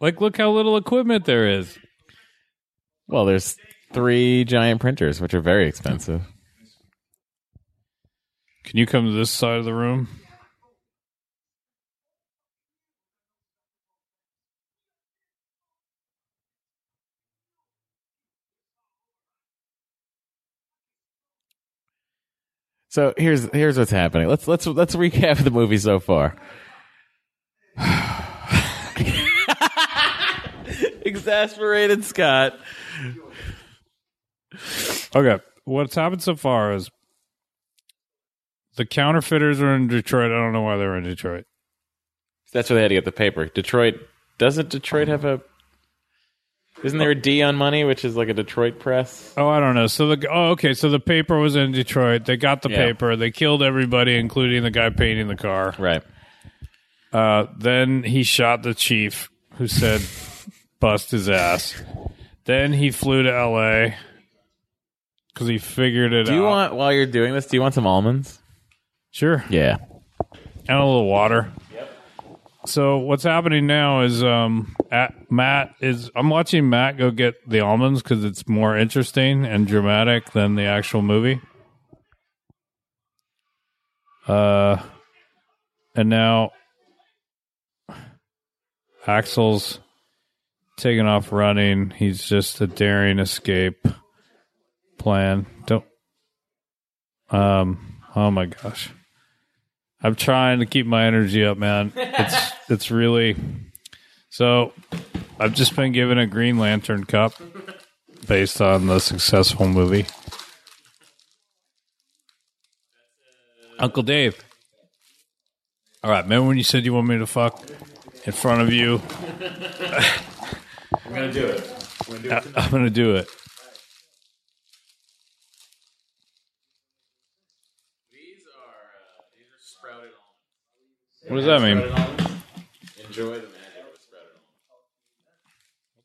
Speaker 1: Like, look how little equipment there is.
Speaker 4: Well, there's three giant printers, which are very expensive.
Speaker 1: Can you come to this side of the room?
Speaker 4: So here's here's what's happening. Let's let's let's recap the movie so far. Exasperated Scott.
Speaker 1: Okay. What's happened so far is the counterfeiters are in Detroit. I don't know why they're in Detroit.
Speaker 4: That's where they had to get the paper. Detroit doesn't Detroit have a Isn't there a D on money, which is like a Detroit press?
Speaker 1: Oh, I don't know. So the oh, okay. So the paper was in Detroit. They got the
Speaker 4: Yeah.
Speaker 1: paper. They killed everybody, including the guy painting the car.
Speaker 4: Right.
Speaker 1: Uh, then he shot the chief, who said, "Bust his ass." Then he flew to L.A. because he figured it
Speaker 4: Do
Speaker 1: out.
Speaker 4: you want while you're doing this? Do you want some almonds?
Speaker 1: sure.
Speaker 4: Yeah.
Speaker 1: and a little water. Yep. So what's happening now is um, at Matt is I'm watching Matt go get the almonds because it's more interesting and dramatic than the actual movie. Uh, and now Axel's taking off running. He's just a daring escape plan. Don't. Um. Oh my gosh. I'm trying to keep my energy up, man. It's it's really so. I've just been given a Green Lantern cup based on the successful movie. Uncle Dave. All right, remember when you said you want me to fuck in front of you? I'm gonna do it. I'm gonna do it. What does that mean?
Speaker 4: Enjoy the magic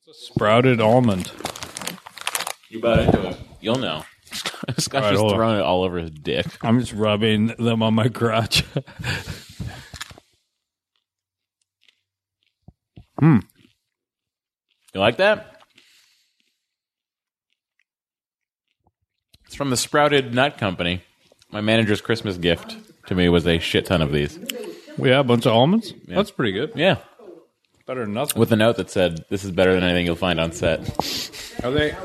Speaker 4: of sprouted almonds.
Speaker 1: Sprouted almond.
Speaker 4: You bought into it. You'll know. Scott's
Speaker 1: right,
Speaker 4: just
Speaker 1: hold on.
Speaker 4: throwing it all over his dick.
Speaker 1: I'm just rubbing them on my crotch. hmm.
Speaker 4: You like that? It's from the Sprouted Nut Company. My manager's Christmas gift to me was a shit ton of these.
Speaker 1: We have a bunch of almonds. That's pretty good.
Speaker 4: Yeah.
Speaker 1: Better than nothing.
Speaker 4: With a note that said, This is better than anything you'll find on set.
Speaker 1: Are they?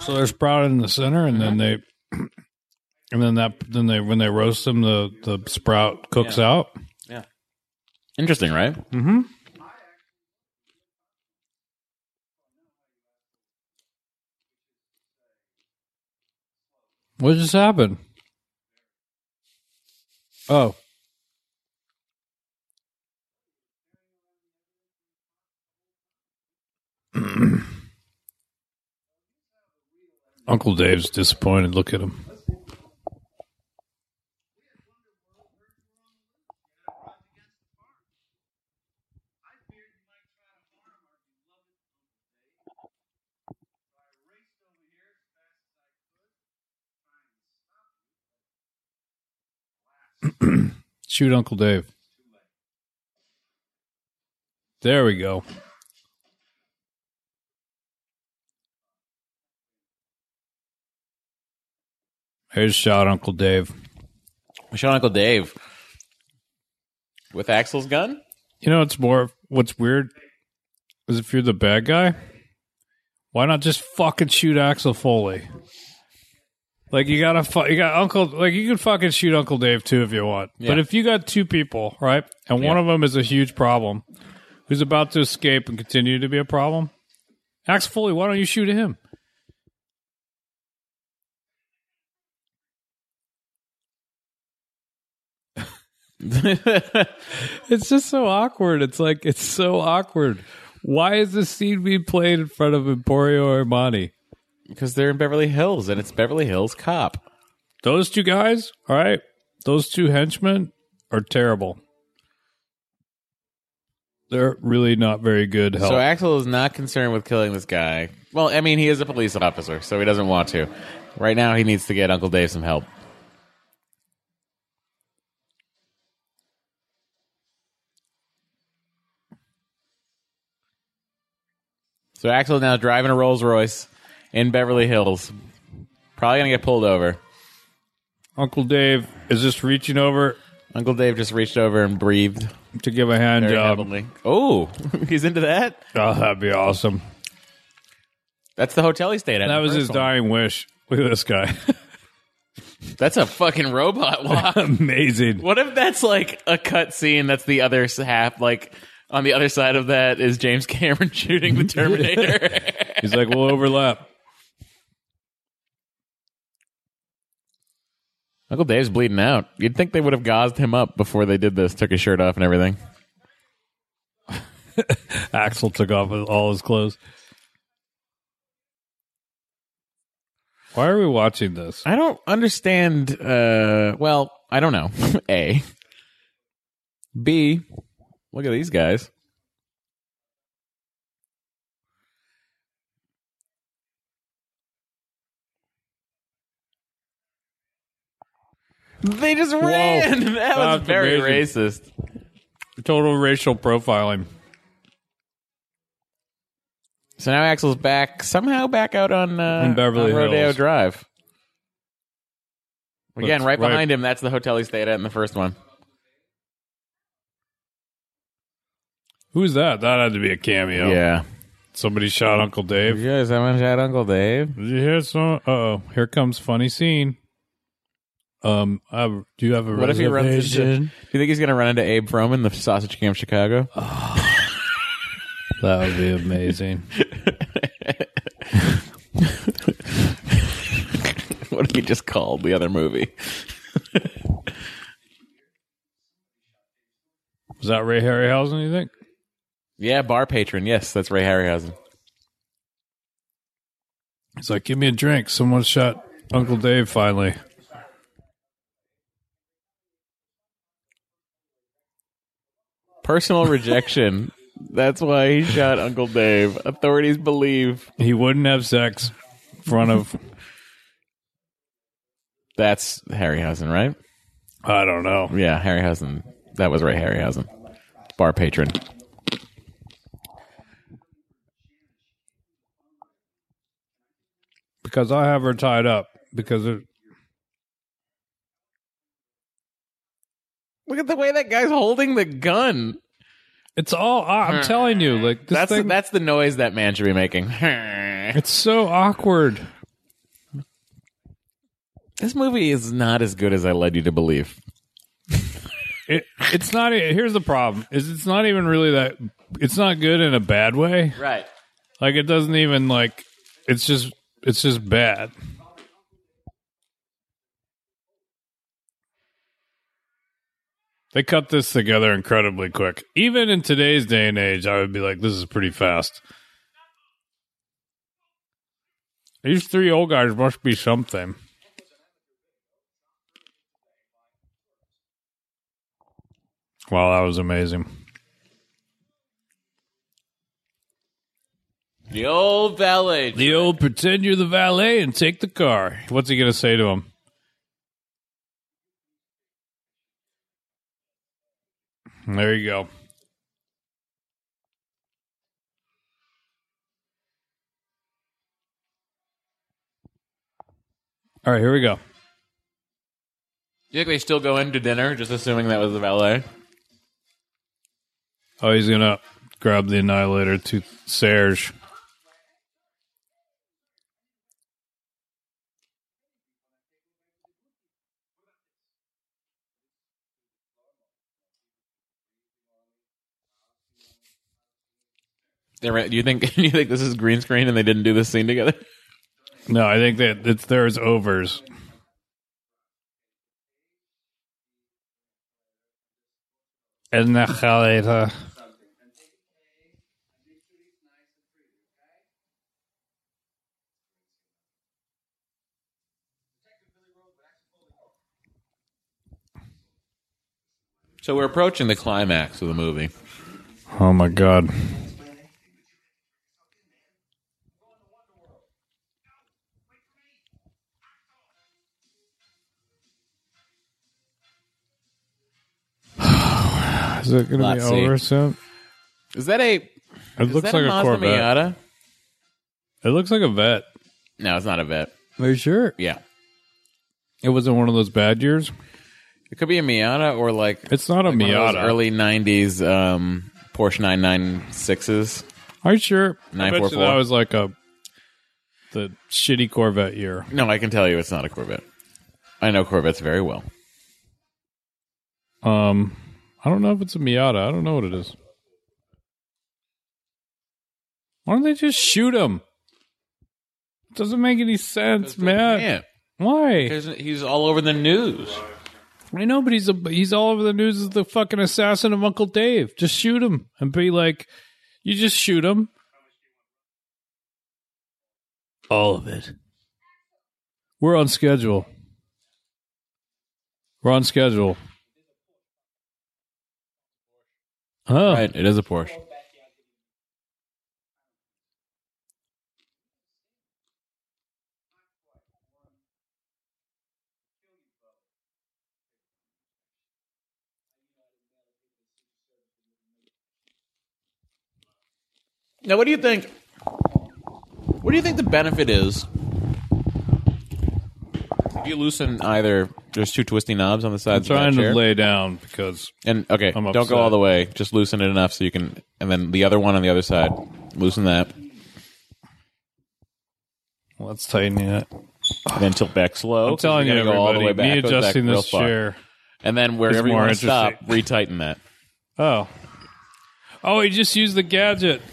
Speaker 1: So they're sprouted in the center, and then they, and then that, then they when they roast them, the the sprout cooks
Speaker 4: Yeah.
Speaker 1: out.
Speaker 4: Interesting, right?
Speaker 1: What just happened? Oh. Uncle Dave's disappointed. Look at him. Shoot Uncle Dave. There we go. Here's shot Uncle Dave.
Speaker 4: We shot Uncle Dave with Axel's gun?
Speaker 1: You know, it's more what's weird is if you're the bad guy, why not just fucking shoot Axel Foley? Like you gotta, fu- you got Uncle. Like you can fucking shoot Uncle Dave too if you want.
Speaker 4: Yeah.
Speaker 1: But if you got two people, right, and one
Speaker 4: Yeah.
Speaker 1: of them is a huge problem, who's about to escape and continue to be a problem, Axel Foley, why don't you shoot him? It's just so awkward. It's like it's so awkward. Why is this scene being played in front of Emporio Armani?
Speaker 4: Because they're in Beverly Hills and it's Beverly Hills Cop.
Speaker 1: Those two guys, all right. Those two henchmen are terrible. They're really not very good help.
Speaker 4: So Axel is not concerned with killing this guy. Well, I mean, he is a police officer, so he doesn't want to. Right now, he needs to get Uncle Dave some help. So Axel now driving a Rolls Royce in Beverly Hills. Probably gonna get pulled over.
Speaker 1: Uncle Dave is just reaching over
Speaker 4: Uncle Dave just reached over and breathed
Speaker 1: to give a hand
Speaker 4: very
Speaker 1: job.
Speaker 4: heavily. Oh, he's into that.
Speaker 1: Oh, that'd be awesome.
Speaker 4: That's the hotel he stayed at.
Speaker 1: That
Speaker 4: the
Speaker 1: was
Speaker 4: first
Speaker 1: his
Speaker 4: one.
Speaker 1: dying wish. Look at this guy.
Speaker 4: That's a fucking robot walk.
Speaker 1: Amazing.
Speaker 4: What if that's like a cut scene that's the other s- half like on the other side of that is James Cameron shooting the Terminator.
Speaker 1: He's like, we'll overlap.
Speaker 4: Uncle Dave's bleeding out. You'd think they would have gauzed him up before they did this, took his shirt off and everything.
Speaker 1: Axel took off all his clothes. Why are we watching this?
Speaker 4: I don't understand uh well, I don't know. A B Look at these guys. They just ran. That was
Speaker 1: That's
Speaker 4: very
Speaker 1: amazing.
Speaker 4: racist.
Speaker 1: Total racial profiling.
Speaker 4: So now Axel's back somehow back out on uh,
Speaker 1: In Beverly
Speaker 4: on Rodeo
Speaker 1: Hills.
Speaker 4: Drive. Again,
Speaker 1: That's
Speaker 4: right
Speaker 1: right.
Speaker 4: behind him. That's the hotel he stayed at in the first one.
Speaker 1: Who's that? That had to be a cameo.
Speaker 4: Yeah.
Speaker 1: Somebody shot Uncle Dave.
Speaker 4: Yeah. Someone shot Uncle Dave.
Speaker 1: Did you hear some? Uh oh, here comes funny scene. Um, I, do you have a
Speaker 4: What if he runs into? Do
Speaker 1: reservation?
Speaker 4: you think he's gonna run into Abe Froman, the Sausage King of Chicago?
Speaker 1: That would be amazing.
Speaker 4: what if he just called the other movie?
Speaker 1: Was that Ray Harryhausen? You think?
Speaker 4: Yeah, bar patron. Yes, that's Ray Harryhausen.
Speaker 1: He's like, give me a drink. Someone shot Uncle Dave finally.
Speaker 4: Personal rejection. That's why he shot Uncle Dave. Authorities believe
Speaker 1: He wouldn't have sex in front of.
Speaker 4: that's Harryhausen, right?
Speaker 1: I don't know.
Speaker 4: Yeah, Harryhausen. That was right, Harryhausen. Bar patron.
Speaker 1: Because I have her tied up. Because it,
Speaker 4: Look at the way that guy's holding the gun.
Speaker 1: it's all. I'm telling you, like this
Speaker 4: Hmm. That's
Speaker 1: thing.
Speaker 4: that's the noise that man should be making.
Speaker 1: it's so awkward.
Speaker 4: this movie is not as good as I led you to believe.
Speaker 1: It, it's not. e- Here's the problem: is it's not even really that. It's not good in a bad way.
Speaker 4: Right.
Speaker 1: Like it doesn't even like it's just it's just bad. They cut this together incredibly quick. Even in today's day and age, I would be like, this is pretty fast. These three old guys must be something. Wow, that was amazing.
Speaker 4: The old village.
Speaker 1: The old pretend you're the valet and take the car. What's he going to say to him? There you go. All right, here we go.
Speaker 4: Do you think they still go in to dinner, just assuming that was the valet?
Speaker 1: Oh, he's going to grab the annihilator to Serge.
Speaker 4: They ran, do you think you think this is green screen and they didn't do this scene together?
Speaker 1: No, I think that it's there's overs. Annihilator.
Speaker 4: So we're approaching the climax of the movie.
Speaker 1: Oh my god. Is it going to be
Speaker 4: Let's see.
Speaker 1: over soon?
Speaker 4: Is that a
Speaker 1: It
Speaker 4: is
Speaker 1: looks
Speaker 4: that
Speaker 1: like
Speaker 4: a,
Speaker 1: a,
Speaker 4: Mazda
Speaker 1: Corvette.
Speaker 4: Miata?
Speaker 1: It looks like a vet.
Speaker 4: No, it's not a vet.
Speaker 1: Are you sure?
Speaker 4: Yeah.
Speaker 1: It wasn't one of those bad years.
Speaker 4: It could be a Miata or like
Speaker 1: It's not a
Speaker 4: one of those
Speaker 1: Miata.
Speaker 4: early '90s um, Porsche 996s.
Speaker 1: Are you sure? I bet you
Speaker 4: 944.
Speaker 1: that was like a the shitty Corvette year.
Speaker 4: No, I can tell you, it's not a Corvette. I know Corvettes very well.
Speaker 1: Um, I don't know if it's a Miata. I don't know what it is. Why don't they just shoot him? Doesn't make any sense, man.
Speaker 4: Yeah,
Speaker 1: Why?
Speaker 4: because he's all over the news.
Speaker 1: I know, but he's a, he's all over the news as the fucking assassin of Uncle Dave. Just shoot him and be like, you just shoot him. All of it. We're on schedule. We're on schedule. Huh.
Speaker 4: Right, it is a Porsche. Now, what do you think? What do you think the benefit is? If you loosen either, there's two twisty knobs on the sides. of that
Speaker 1: Trying to
Speaker 4: chair.
Speaker 1: lay down because
Speaker 4: And okay,
Speaker 1: I'm
Speaker 4: don't
Speaker 1: upset.
Speaker 4: go all the way. Just loosen it enough so you can, and then the other one on the other side, loosen that,
Speaker 1: well, let's tighten it.
Speaker 4: and then tilt back slow.
Speaker 1: I'm telling you,
Speaker 4: gotta go all the
Speaker 1: everybody,
Speaker 4: way back,
Speaker 1: me
Speaker 4: goes back
Speaker 1: adjusting
Speaker 4: real
Speaker 1: this
Speaker 4: far.
Speaker 1: chair.
Speaker 4: and then wherever you
Speaker 1: more
Speaker 4: want to stop,
Speaker 1: interesting.
Speaker 4: retighten that.
Speaker 1: Oh, oh, he just used the gadget.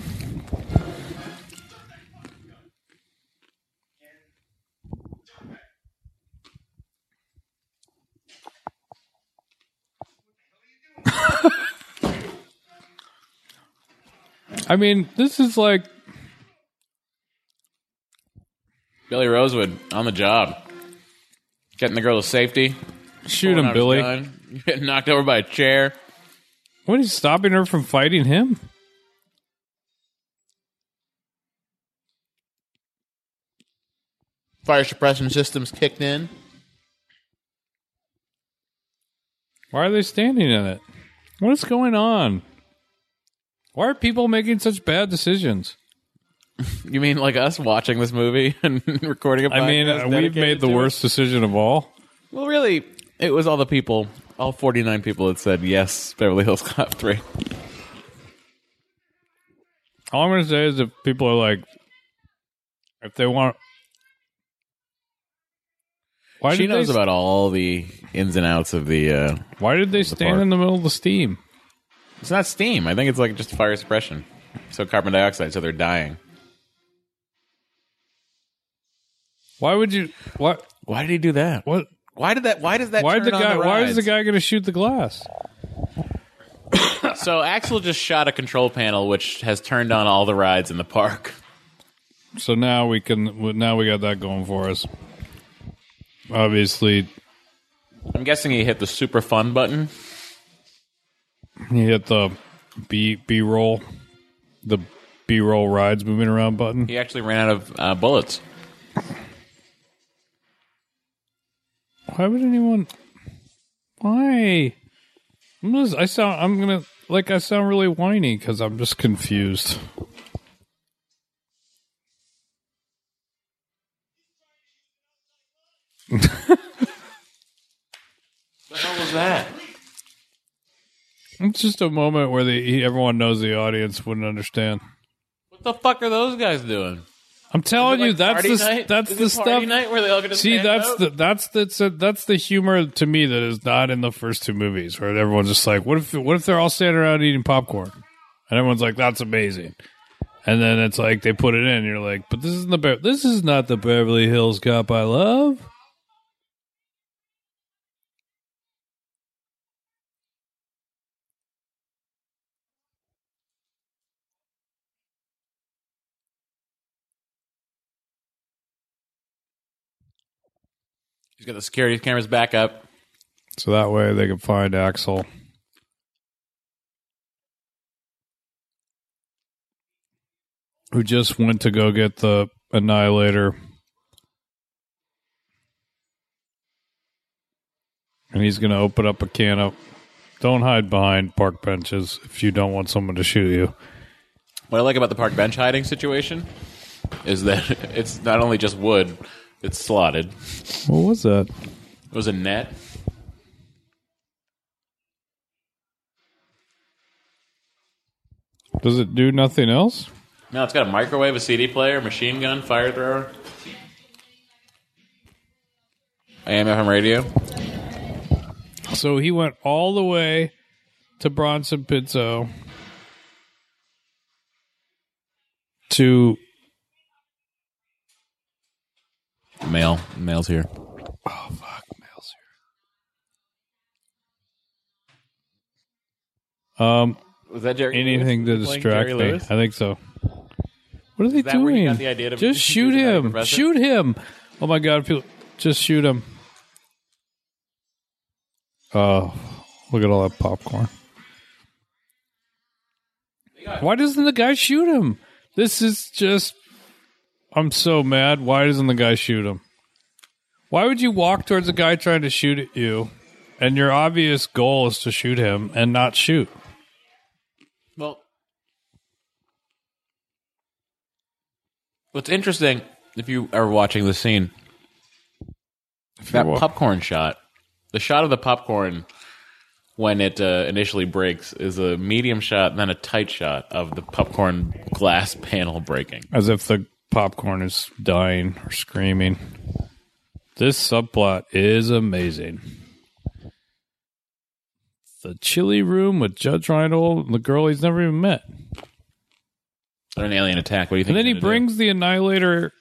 Speaker 1: I mean, this is like
Speaker 4: Billy Rosewood on the job, getting the girl to safety.
Speaker 1: shoot
Speaker 4: pulling out
Speaker 1: him,
Speaker 4: his
Speaker 1: Billy.
Speaker 4: gun, Getting knocked over by a chair.
Speaker 1: What is stopping her from fighting him?
Speaker 5: Fire suppression systems kicked in.
Speaker 1: Why are they standing in it? What is going on? Why are people making such bad decisions?
Speaker 4: You mean like us watching this movie and recording a podcast?
Speaker 1: I mean, uh, we've
Speaker 4: dedicated
Speaker 1: made the
Speaker 4: to it?
Speaker 1: worst decision of all.
Speaker 4: Well, really, it was all the people, all 49 people that said yes, Beverly Hills Cop 3.
Speaker 1: All I'm going to say is if people are like, if they want, why
Speaker 4: she
Speaker 1: did
Speaker 4: knows
Speaker 1: they,
Speaker 4: about all the ins and outs of the. Uh,
Speaker 1: Why did they stand
Speaker 4: park.
Speaker 1: in the middle of the steam?
Speaker 4: it's not steam. I think it's like just fire suppression. So carbon dioxide, so they're dying.
Speaker 1: Why would you? What?
Speaker 4: Why did he do that?
Speaker 1: What?
Speaker 4: Why did that? Why does that?
Speaker 1: Why
Speaker 4: turn
Speaker 1: the
Speaker 4: on
Speaker 1: guy? why is the
Speaker 4: rides?
Speaker 1: guy going to shoot the glass?
Speaker 4: So Axel just shot a control panel, which has turned on all the rides in the park.
Speaker 1: So now we can. Now we got that going for us. Obviously,
Speaker 4: I'm guessing he hit the super fun button.
Speaker 1: You hit the B B roll, the B roll rides moving around button.
Speaker 4: He actually ran out of uh, bullets.
Speaker 1: Why would anyone? Why? I'm just, I sound. I'm gonna like. I sound really whiny because I'm just confused.
Speaker 4: What was that?
Speaker 1: It's just a moment where the he- everyone knows the audience wouldn't understand.
Speaker 4: What the fuck are those guys doing?
Speaker 1: I'm telling
Speaker 4: Like
Speaker 1: you, that's
Speaker 4: party
Speaker 1: the
Speaker 4: night?
Speaker 1: that's
Speaker 4: Is
Speaker 1: the
Speaker 4: it party
Speaker 1: stuff.
Speaker 4: night where they all get to
Speaker 1: See,
Speaker 4: stand
Speaker 1: that's
Speaker 4: out?
Speaker 1: the that's that's that's the humor to me that is not in the first two movies, where everyone's just like, "What if what if they're all standing around eating popcorn?" And everyone's like, "That's amazing," and then it's like they put it in, and you're like, "But this isn't the Be- this is not the Beverly Hills Cop I love."
Speaker 4: He's got the security cameras back up.
Speaker 1: So that way they can find Axel. Who just went to go get the annihilator. And he's gonna open up a can of don't hide behind park benches if you don't want someone to shoot you.
Speaker 4: What I like about the park bench hiding situation is that it's not only just wood, it's slotted. It
Speaker 1: What was that?
Speaker 4: was a net.
Speaker 1: Does it do nothing else?
Speaker 4: No, it's got a microwave, a CD player, machine gun, fire thrower, AM FM radio.
Speaker 1: So he went all the way to Bronson Pizzo to
Speaker 4: Mail, mail's here.
Speaker 1: oh fuck males here. Um,
Speaker 4: Was that Jerry?
Speaker 1: anything to
Speaker 4: Lewis? Playing
Speaker 1: distract
Speaker 4: Jerry
Speaker 1: me.
Speaker 4: Lewis?
Speaker 1: I think so. What are they
Speaker 4: that
Speaker 1: doing?
Speaker 4: where you got the idea to
Speaker 1: just
Speaker 4: be-
Speaker 1: shoot
Speaker 4: to be the
Speaker 1: him!
Speaker 4: professor?
Speaker 1: Shoot him! Oh my god! People, just shoot him! Oh, look at all that popcorn. Why doesn't the guy shoot him? This is just. I'm so mad. Why doesn't the guy shoot him? Why would you walk towards a guy trying to shoot at you, and your obvious goal is to shoot him and not shoot?
Speaker 4: Well, What's interesting, if you are watching the scene, that
Speaker 6: wa-
Speaker 4: popcorn shot, the shot of the popcorn when it uh, initially breaks is a medium shot, and then a tight shot of the popcorn glass panel breaking.
Speaker 1: as if the popcorn is dying or screaming. This subplot is amazing. The chilly room with Judge Reinhold and the girl he's never even met.
Speaker 4: Or an alien attack. What do you think?
Speaker 1: And then he
Speaker 4: he's gonna do?
Speaker 1: brings the Annihilator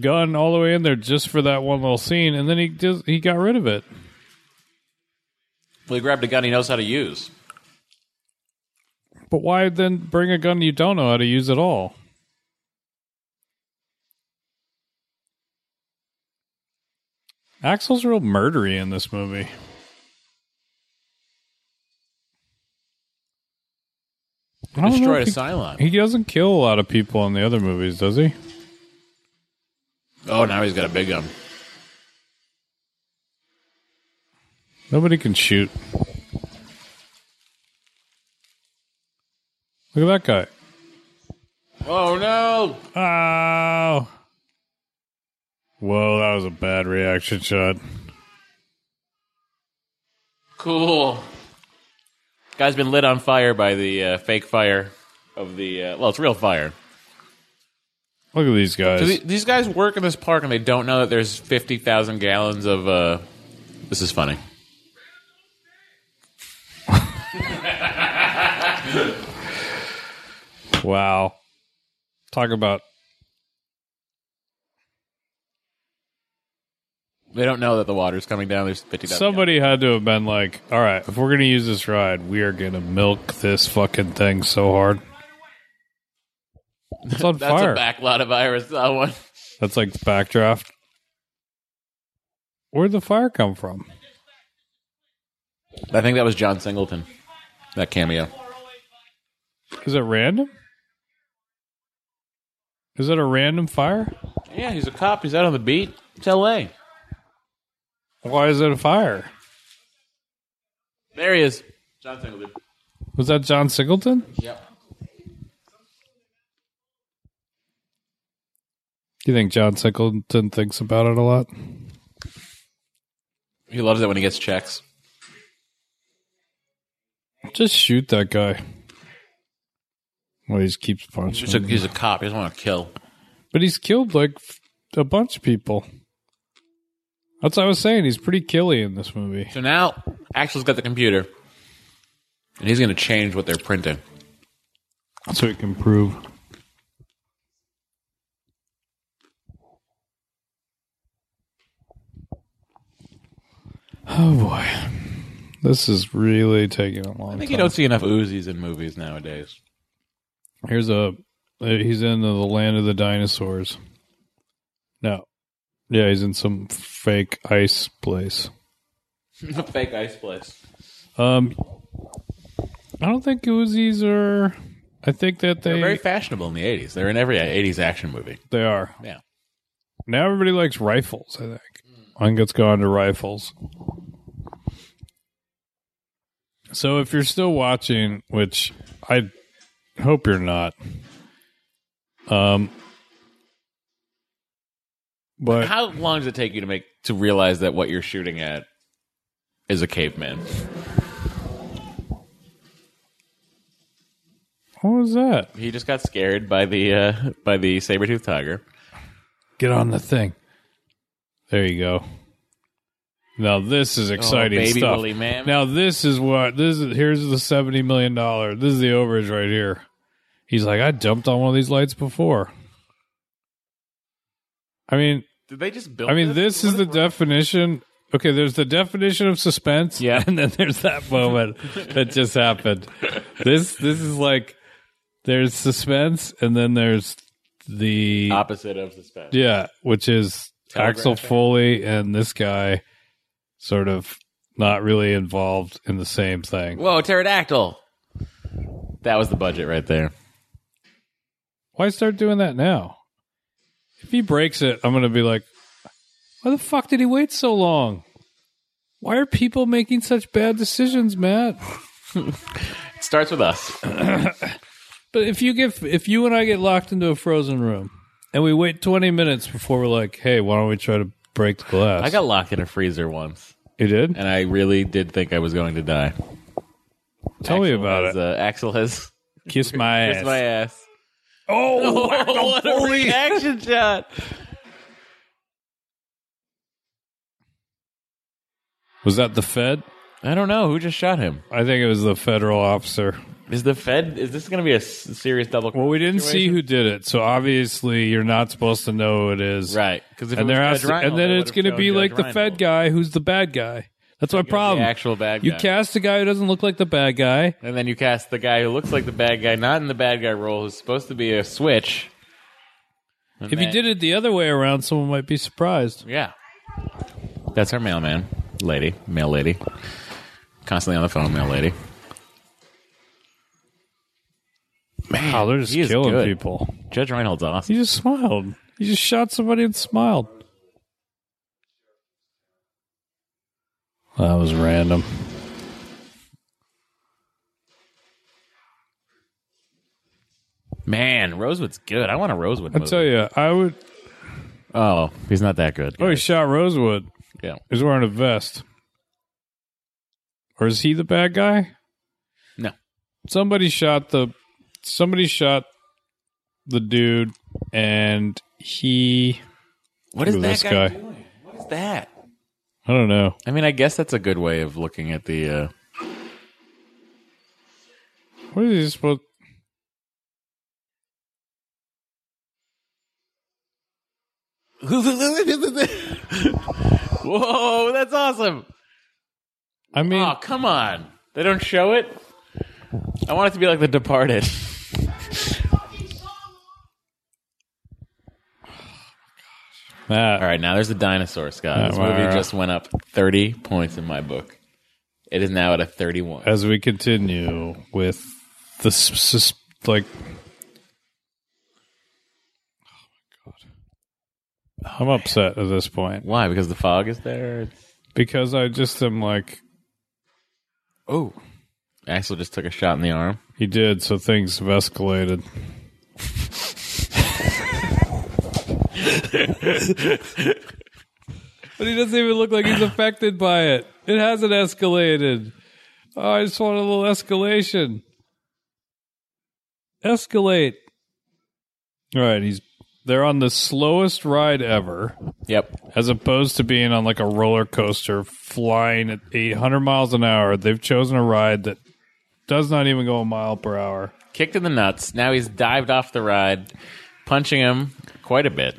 Speaker 1: gun all the way in there just for that one little scene, and then he just he got rid of it.
Speaker 4: Well, he grabbed a gun he knows how to use.
Speaker 1: But why then bring a gun you don't know how to use at all? Axel's real murdery in this movie. I don't know
Speaker 4: Destroyed
Speaker 1: if
Speaker 4: a
Speaker 1: he-
Speaker 4: Cylon.
Speaker 1: He doesn't kill a lot of people in the other movies, does he?
Speaker 4: oh, now he's got a big gun.
Speaker 1: Nobody can shoot. Look at that guy.
Speaker 4: Oh no!
Speaker 1: Oh. Whoa, that was a bad reaction shot.
Speaker 4: Cool. Guy's been lit on fire by the uh, fake fire of the. Uh, well, it's real fire.
Speaker 1: Look at these guys.
Speaker 4: So the- these guys work in this park and they don't know that there's 50,000 gallons of. Uh, this is funny.
Speaker 1: wow. Talk about
Speaker 4: They don't know that the water's coming down. There's 50,000.
Speaker 1: somebody had to have been like, all right, if we're going to use this ride, we are going to milk this fucking thing so hard. It's on
Speaker 4: gallons. That's
Speaker 1: fire.
Speaker 4: a backlot of virus, that one.
Speaker 1: That's like backdraft. Where'd the fire come from?
Speaker 4: I think that was John Singleton, that cameo.
Speaker 1: Is it random? Is it a random fire?
Speaker 4: Yeah, he's a cop. He's out on the beat. It's L.A.
Speaker 1: Why is it a fire?
Speaker 4: There he is. John Singleton.
Speaker 1: Was that John Singleton?
Speaker 4: Yep.
Speaker 1: Do you think John Singleton thinks about it a lot?
Speaker 4: He loves it when he gets checks.
Speaker 1: Just shoot that guy. Well, he just keeps punching.
Speaker 4: He's a, he's a cop. He doesn't want to kill.
Speaker 1: but he's killed like f- a bunch of people. That's what I was saying. He's pretty killy in this movie.
Speaker 4: So now, Axel's got the computer, and he's going to change what they're printing.
Speaker 1: So it can prove. Oh boy. This is really taking a long
Speaker 4: I think
Speaker 1: time.
Speaker 4: you don't see enough Uzis in movies nowadays.
Speaker 1: Here's a. uh, He's in the land of the dinosaurs. No. Yeah, he's in some fake ice place.
Speaker 4: Fake ice place.
Speaker 1: Um, I don't think Uzis are. I think that they
Speaker 4: They're very fashionable in the 80s. They're in every 80s action movie.
Speaker 1: they are.
Speaker 4: Yeah.
Speaker 1: Now everybody likes rifles. I think. I think it's gone to rifles. So if you're still watching, which I hope you're not, um, but
Speaker 4: How long does it take you to make to realize that what you're shooting at is a caveman?
Speaker 1: what was that?
Speaker 4: He just got scared by the uh, by the saber tooth tiger.
Speaker 1: Oh, Get on the thing. There you go. Now this is exciting
Speaker 4: baby
Speaker 1: stuff.
Speaker 4: Willy man.
Speaker 1: Now this is what this is. Here's the seventy million dollar. This is the overage right here. He's like, I jumped on one of these lights before. I mean,
Speaker 4: Did they just build?
Speaker 1: I mean, this is the definition. Okay, there's the definition of suspense,
Speaker 4: Yeah.
Speaker 1: and then there's that moment that just happened. This this is like there's suspense, and then there's the
Speaker 4: opposite of suspense.
Speaker 1: yeah, which is Axel
Speaker 4: Telegraphing.
Speaker 1: Foley and this guy sort of not really involved in the same thing.
Speaker 4: Whoa, pterodactyl! That was the budget right there.
Speaker 1: Why start doing that now? If he breaks it, I'm going to be like, why the fuck did he wait so long? Why are people making such bad decisions, Matt?
Speaker 4: It starts with us.
Speaker 1: But if you get if you and I get locked into a frozen room and we wait 20 minutes before we're like, "Hey, why don't we try to break the glass?"
Speaker 4: I got locked in a freezer once,
Speaker 1: You did?
Speaker 4: and I really did think I was going to die.
Speaker 1: Tell me
Speaker 4: Axel
Speaker 1: about
Speaker 4: has,
Speaker 1: it.
Speaker 4: Uh, Axel has
Speaker 1: Kiss my ass.
Speaker 4: kissed my ass.
Speaker 1: Oh,
Speaker 4: what a reaction shot!
Speaker 1: was that the Fed?
Speaker 4: I don't know who just shot him.
Speaker 1: I think it was the federal officer.
Speaker 4: Is the Fed? Is this going to be a s- serious double?
Speaker 1: Well, we didn't see who did it, so obviously you're not supposed to know who it is,
Speaker 4: right? Because
Speaker 1: And there has to, and then it's going to be like the Fed guy who's the bad guy. That's my
Speaker 4: the
Speaker 1: problem.
Speaker 4: actual bad guy.
Speaker 1: You cast a guy who doesn't look like the bad guy.
Speaker 4: and then you cast the guy who looks like the bad guy, not in the bad guy role, who's supposed to be a switch.
Speaker 1: If you did it the other way around, someone might be surprised.
Speaker 4: yeah, that's our mailman lady, mail lady, constantly on the phone, mail lady.
Speaker 1: Wow, they're just
Speaker 4: he is
Speaker 1: killing
Speaker 4: good.
Speaker 1: people.
Speaker 4: Judge Reinhold's awesome.
Speaker 1: He just smiled. He just shot somebody and smiled. That was random.
Speaker 4: Man, Rosewood's good. I want a Rosewood.
Speaker 1: I
Speaker 4: movie.
Speaker 1: tell you, I would.
Speaker 4: Oh, he's not that good.
Speaker 1: Oh, he shot Rosewood.
Speaker 4: yeah.
Speaker 1: He's wearing a vest. Or is he the bad guy?
Speaker 4: No.
Speaker 1: Somebody shot the somebody shot the dude and he
Speaker 4: What is
Speaker 1: Look at
Speaker 4: that
Speaker 1: this
Speaker 4: guy,
Speaker 1: guy.
Speaker 4: doing? What is that?
Speaker 1: I don't know.
Speaker 4: I mean, I guess that's a good way of looking at the. Uh,
Speaker 1: What is he supposed
Speaker 4: Whoa, that's awesome!
Speaker 1: I mean
Speaker 4: Oh, come on! They don't show it. I want it to be like The Departed.
Speaker 1: that
Speaker 4: All right, now there's a dinosaur, Scott. this
Speaker 1: wow.
Speaker 4: movie just went up 30 points in my book. It is now at a 31.
Speaker 1: as we continue with the s- sus- like oh my god i'm upset at this point
Speaker 4: Why? Because the fog is there. It's...
Speaker 1: because i just am like
Speaker 4: Oh, Axel just took a shot in the arm.
Speaker 1: he did so things have escalated but he doesn't even look like he's affected by it it hasn't escalated oh, i just want a little escalation escalate all right he's they're on the slowest ride ever
Speaker 4: Yep.
Speaker 1: as opposed to being on like a roller coaster flying at 800 miles an hour they've chosen a ride that does not even go a mile per hour
Speaker 4: Kicked in the nuts. Now he's dived off the ride, punching him quite a bit.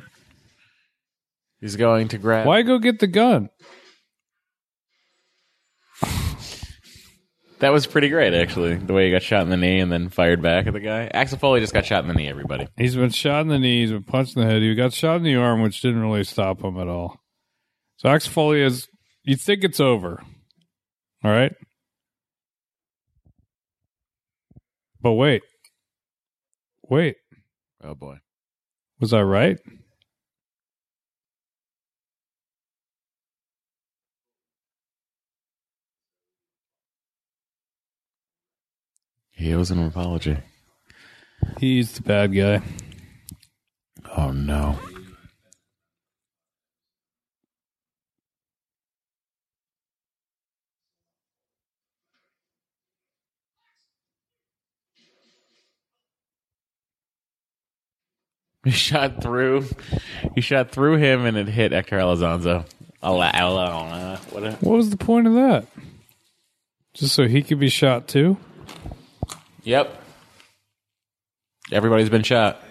Speaker 4: He's going to grab.
Speaker 1: why go get the gun
Speaker 4: That was pretty great, actually. The way he got shot in the knee and then fired back at the guy. Axel Foley just got shot in the knee. Everybody.
Speaker 1: he's been shot in the knee he's been punched in the head he got shot in the arm which didn't really stop him at all so Axfolia is you think it's over all right but wait wait
Speaker 4: Oh boy.
Speaker 1: was i right
Speaker 4: He owes an apology.
Speaker 1: he's the bad guy
Speaker 4: Oh no. He shot through. He shot through him, and it hit Hector Elizondo. Ala- ala- ala- What a-
Speaker 1: What was the point of that? Just so he could be shot too?
Speaker 4: Yep. Everybody's been shot.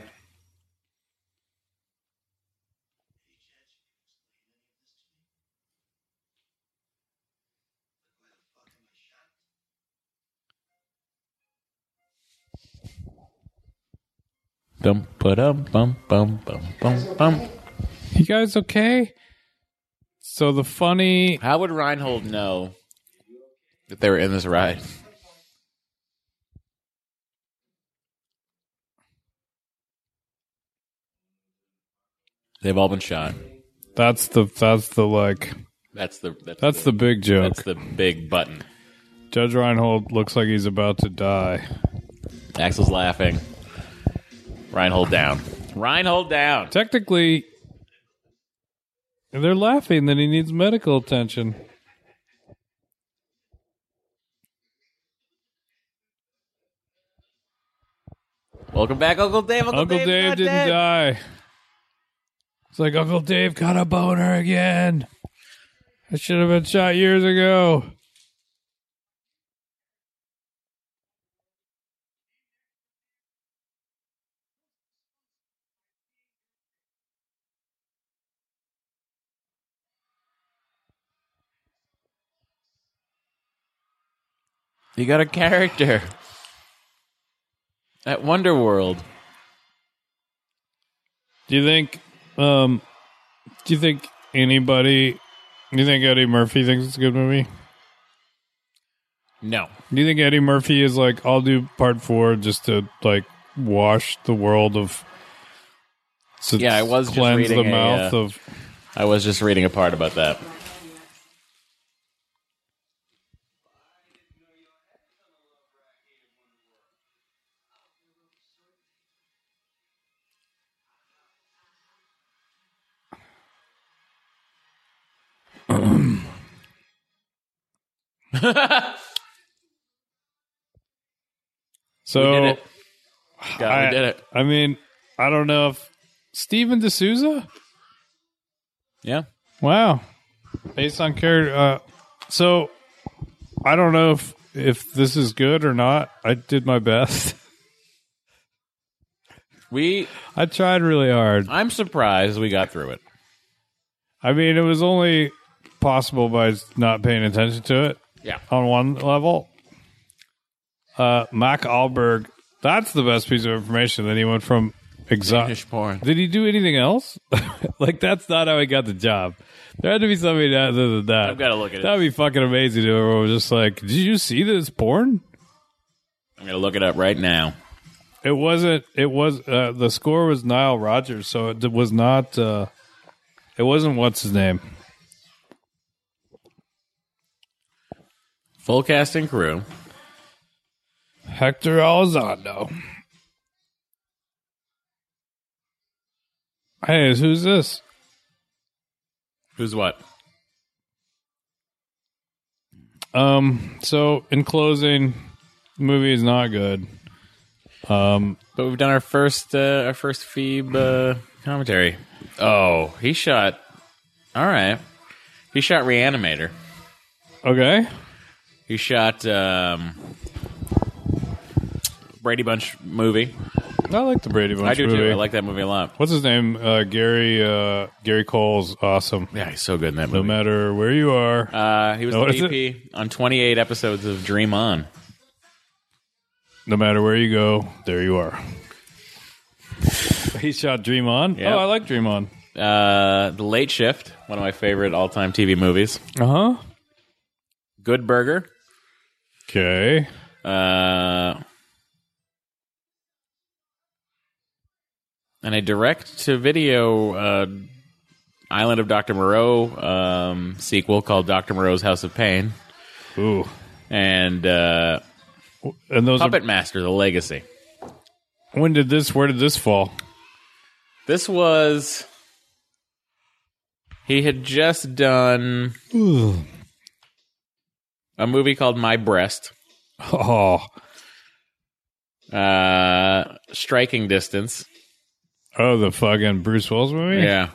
Speaker 4: Dum ba dum bum bum bum bum bum.
Speaker 1: You guys okay? So the funny
Speaker 4: How would Reinhold know that they were in this ride? They've all been shot.
Speaker 1: that's the that's the like
Speaker 4: That's the that's,
Speaker 1: that's the big joke.
Speaker 4: that's the big button.
Speaker 1: Judge Reinhold looks like he's about to die.
Speaker 4: Axel's laughing. Reinhold down. Reinhold down.
Speaker 1: Technically, they're laughing that he needs medical attention.
Speaker 4: Welcome back, Uncle Dave. Uncle,
Speaker 1: Uncle Dave,
Speaker 4: Dave's not
Speaker 1: didn't
Speaker 4: dead.
Speaker 1: die. It's like Uncle Dave got a boner again. I should have been shot years ago.
Speaker 4: You got a character at Wonderworld.
Speaker 1: Do you think? Um, do you think anybody? Do you think Eddie Murphy thinks it's a good movie?
Speaker 4: No,
Speaker 1: Do you think Eddie Murphy is like, I'll do part four just to like wash the world of? to
Speaker 4: Yeah, I was just
Speaker 1: cleanse the
Speaker 4: reading a,
Speaker 1: mouth
Speaker 4: uh,
Speaker 1: of.
Speaker 4: I was just reading a part about that.
Speaker 1: So
Speaker 4: We did it. God,
Speaker 1: I
Speaker 4: we did it.
Speaker 1: I mean, I don't know if Steven D'Souza.
Speaker 4: Yeah.
Speaker 1: Wow, based on character. Uh, so I don't know if if this is good or not. I did my best.
Speaker 4: We
Speaker 1: I tried really hard.
Speaker 4: I'm surprised we got through it.
Speaker 1: I mean, it was only possible by not paying attention to it.
Speaker 4: Yeah.
Speaker 1: on one level. Uh, Mac Alberg, that's the best piece of information that he went from exotic.
Speaker 4: Danish porn.
Speaker 1: Did he do anything else? like that's not how he got the job. There had to be somebody other than that.
Speaker 4: I've gotta look at it.
Speaker 1: That'd be fucking amazing. If everyone was just like, "Did you see this porn?"
Speaker 4: I'm gonna look it up right now.
Speaker 1: It wasn't. It was uh, the score was Nile Rodgers, so it was not. Uh, it wasn't what's his name.
Speaker 4: Full cast and crew.
Speaker 1: Hector Elizondo. Hey, who's this?
Speaker 4: Who's what?
Speaker 1: Um. So, in closing, the movie is not good.
Speaker 4: But we've done our first uh, our first Phoebe uh, commentary. Oh, he shot. All right, he shot Reanimator.
Speaker 1: Okay.
Speaker 4: He shot um, Brady Bunch movie.
Speaker 1: I like the Brady Bunch
Speaker 4: I do
Speaker 1: movie.
Speaker 4: too. I like that movie a lot.
Speaker 1: What's his name? Uh, Gary. Uh, Gary Cole's awesome.
Speaker 4: Yeah, he's so good in that
Speaker 1: No
Speaker 4: movie.
Speaker 1: matter where you are.
Speaker 4: Uh, he was
Speaker 1: No,
Speaker 4: the
Speaker 1: is it?
Speaker 4: DP on 28 episodes of Dream On.
Speaker 1: No matter where you go, there you are. He shot Dream On.
Speaker 4: Yeah.
Speaker 1: Oh, I like Dream On.
Speaker 4: Uh, the Late Shift, one of my favorite all time TV movies.
Speaker 1: Uh huh.
Speaker 4: Uh-huh. Good Burger.
Speaker 1: Okay.
Speaker 4: Uh, and a direct to video uh, Island of Dr. Moreau um, sequel called Dr. Moreau's House of Pain.
Speaker 1: Ooh.
Speaker 4: And uh,
Speaker 1: And those.
Speaker 4: Puppet Master, The Legacy.
Speaker 1: Are, when did this? Where did this fall?
Speaker 4: This was. He had just done a movie called My Breast,
Speaker 1: Oh.
Speaker 4: uh, Striking Distance.
Speaker 1: Oh, the fucking Bruce Willis movie.
Speaker 4: Yeah.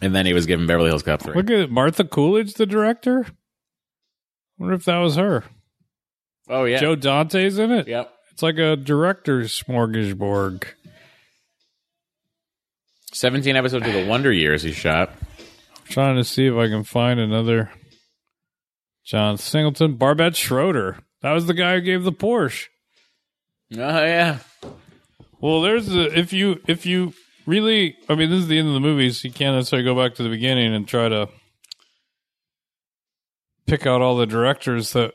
Speaker 4: And then he was given Beverly Hills Cop 3.
Speaker 1: Look at Martha Coolidge, the director. Wonder if that was her.
Speaker 4: Oh, yeah.
Speaker 1: Joe Dante's in it.
Speaker 4: Yep.
Speaker 1: It's like a director's smorgasbord.
Speaker 4: 17 episodes of The Wonder Years he shot.
Speaker 1: trying to see if I can find another John Singleton. Barbette Schroeder. That was the guy who gave the Porsche.
Speaker 4: Oh, yeah.
Speaker 1: Well, there's a, if you if you really, I mean, this is the end of the movie, so you can't necessarily go back to the beginning and try to pick out all the directors that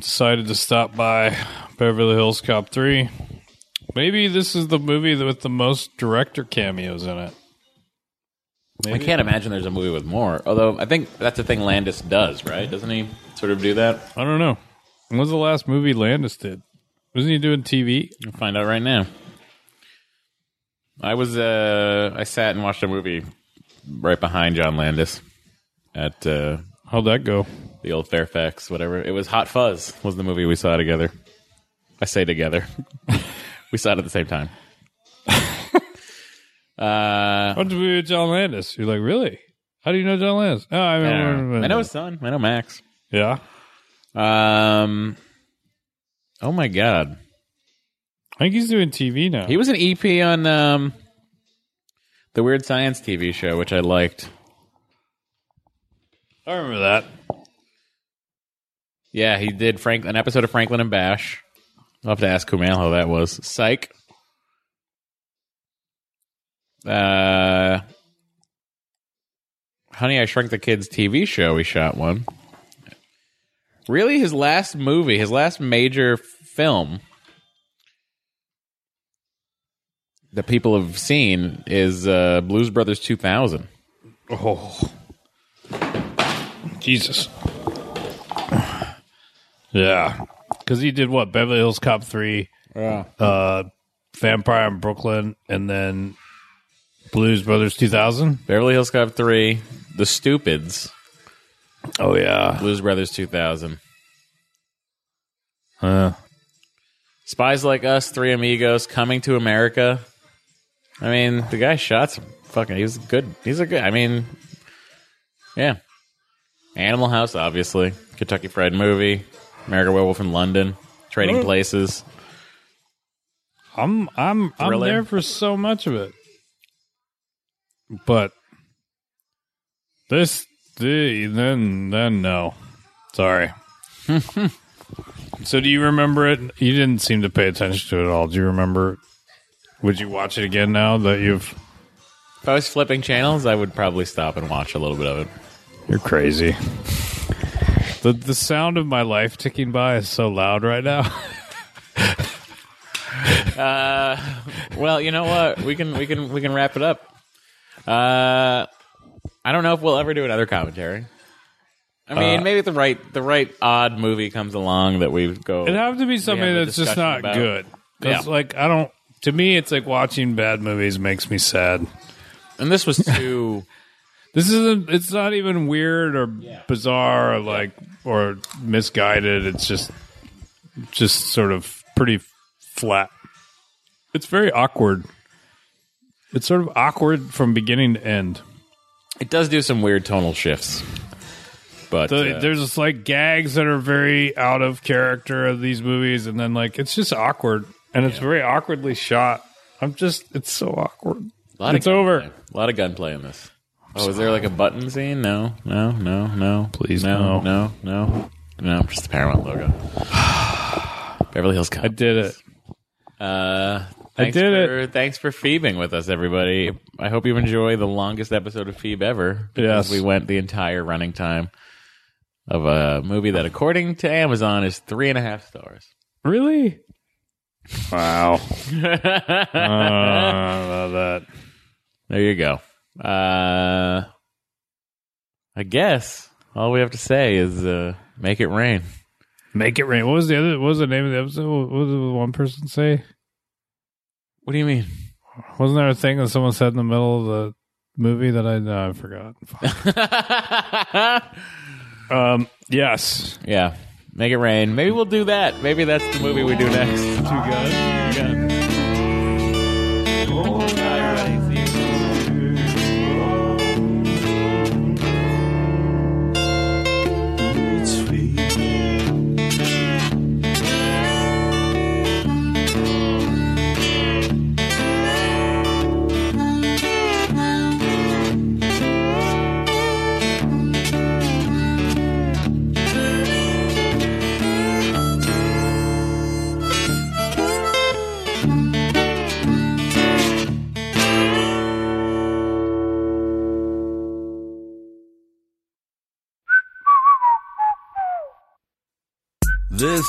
Speaker 1: decided to stop by Beverly Hills Cop Three. Maybe this is the movie that- with the most director cameos in it.
Speaker 4: I can't imagine there's a movie with more. Although, I think that's the thing Landis does, right? Doesn't he sort of do that?
Speaker 1: I don't know. When was the last movie Landis did? Wasn't he doing TV?
Speaker 4: We'll find out right now. I was uh I sat and watched a movie right behind John Landis at uh
Speaker 1: How'd that go?
Speaker 4: the old Fairfax, whatever. It was Hot Fuzz was the movie we saw together. I say together. we saw it at the same time. uh
Speaker 1: How did we with John Landis? You're like, really? How do you know John Landis? Oh, I,
Speaker 4: I
Speaker 1: remember.
Speaker 4: know, I know his son. I know Max.
Speaker 1: Yeah.
Speaker 4: Um Oh my god.
Speaker 1: I think he's doing TV now.
Speaker 4: He was an EP on um, the Weird Science TV show, which I liked.
Speaker 1: I remember that.
Speaker 4: Yeah, he did Frank an episode of Franklin and Bash. I'll have to ask Kumail how that was. Psych. Uh, Honey, I Shrunk the Kids TV show. He shot one. Really, his last movie, his last major film that people have seen is uh, Blues Brothers 2000.
Speaker 1: Oh. Jesus. Yeah. Because he did what? Beverly Hills Cop 3,
Speaker 4: Yeah.
Speaker 1: uh, Vampire in Brooklyn, and then Blues Brothers 2000.
Speaker 4: Beverly Hills Cop 3, The Stupids,
Speaker 1: Oh, yeah.
Speaker 4: Blues Brothers 2000.
Speaker 1: Uh,
Speaker 4: Spies Like Us, Three Amigos, Coming to America. I mean, the guy shot some fucking. He was good. He's a good. I mean, yeah. Animal House, obviously. Kentucky Fried Movie. American Werewolf in London. Trading Places.
Speaker 1: I'm I'm I'm
Speaker 4: Thriller.
Speaker 1: there for so much of it. But this the then then no. Sorry. so do you remember it? You didn't seem to pay attention to it at all. Do you remember would you watch it again now that you've
Speaker 4: If I was flipping channels, I would probably stop and watch a little bit of it.
Speaker 1: You're crazy. The the sound of my life ticking by is so loud right now.
Speaker 4: Well, you know what? We can we can we can wrap it up. Uh, I don't know if we'll ever do another commentary. I mean, maybe the right the right odd movie comes along that we go.
Speaker 1: It'd have to be something
Speaker 4: a
Speaker 1: that's just
Speaker 4: discussion
Speaker 1: not
Speaker 4: about-
Speaker 1: good. 'Cause,
Speaker 4: Yeah.
Speaker 1: like I don't. To me, it's like watching bad movies makes me sad.
Speaker 4: and this was too.
Speaker 1: This isn't. It's not even weird or bizarre or like or misguided. It's just, just sort of pretty flat. It's very awkward. It's sort of awkward from beginning to end.
Speaker 4: it does do some weird tonal shifts, but
Speaker 1: The,
Speaker 4: uh,
Speaker 1: There's just like gags that are very out of character of these movies, and then like it's just awkward, and it's very awkwardly shot. I'm just, it's so awkward.
Speaker 4: a lot of
Speaker 1: it's over.
Speaker 4: gunplay. A lot of gunplay in this. Oh, is there like a button scene? No, no, no, no.
Speaker 1: Please,
Speaker 4: no, no, no, no. Just the Paramount logo. Beverly Hills Cop.
Speaker 1: I did it.
Speaker 4: Uh, thanks
Speaker 1: did it.
Speaker 4: for, Thanks for phoebing with us, everybody. I hope you enjoy the longest episode of Phoebe ever.
Speaker 1: Yes.
Speaker 4: because we went the entire running time of a movie that, according to Amazon, is three and a half stars.
Speaker 1: Really? Wow. I don't know about that.
Speaker 4: There you go. Uh, I guess all we have to say is uh, make it rain.
Speaker 1: Make it rain. What was the other? What was the name of the episode? What what did the one person say?
Speaker 4: What do you mean?
Speaker 1: Wasn't there a thing that someone said in the middle of the movie that I no, I forgot? Fuck. um. Yes.
Speaker 4: Yeah, make it rain. Maybe we'll do that. Maybe that's the movie we do next. You got it. You got it.
Speaker 7: This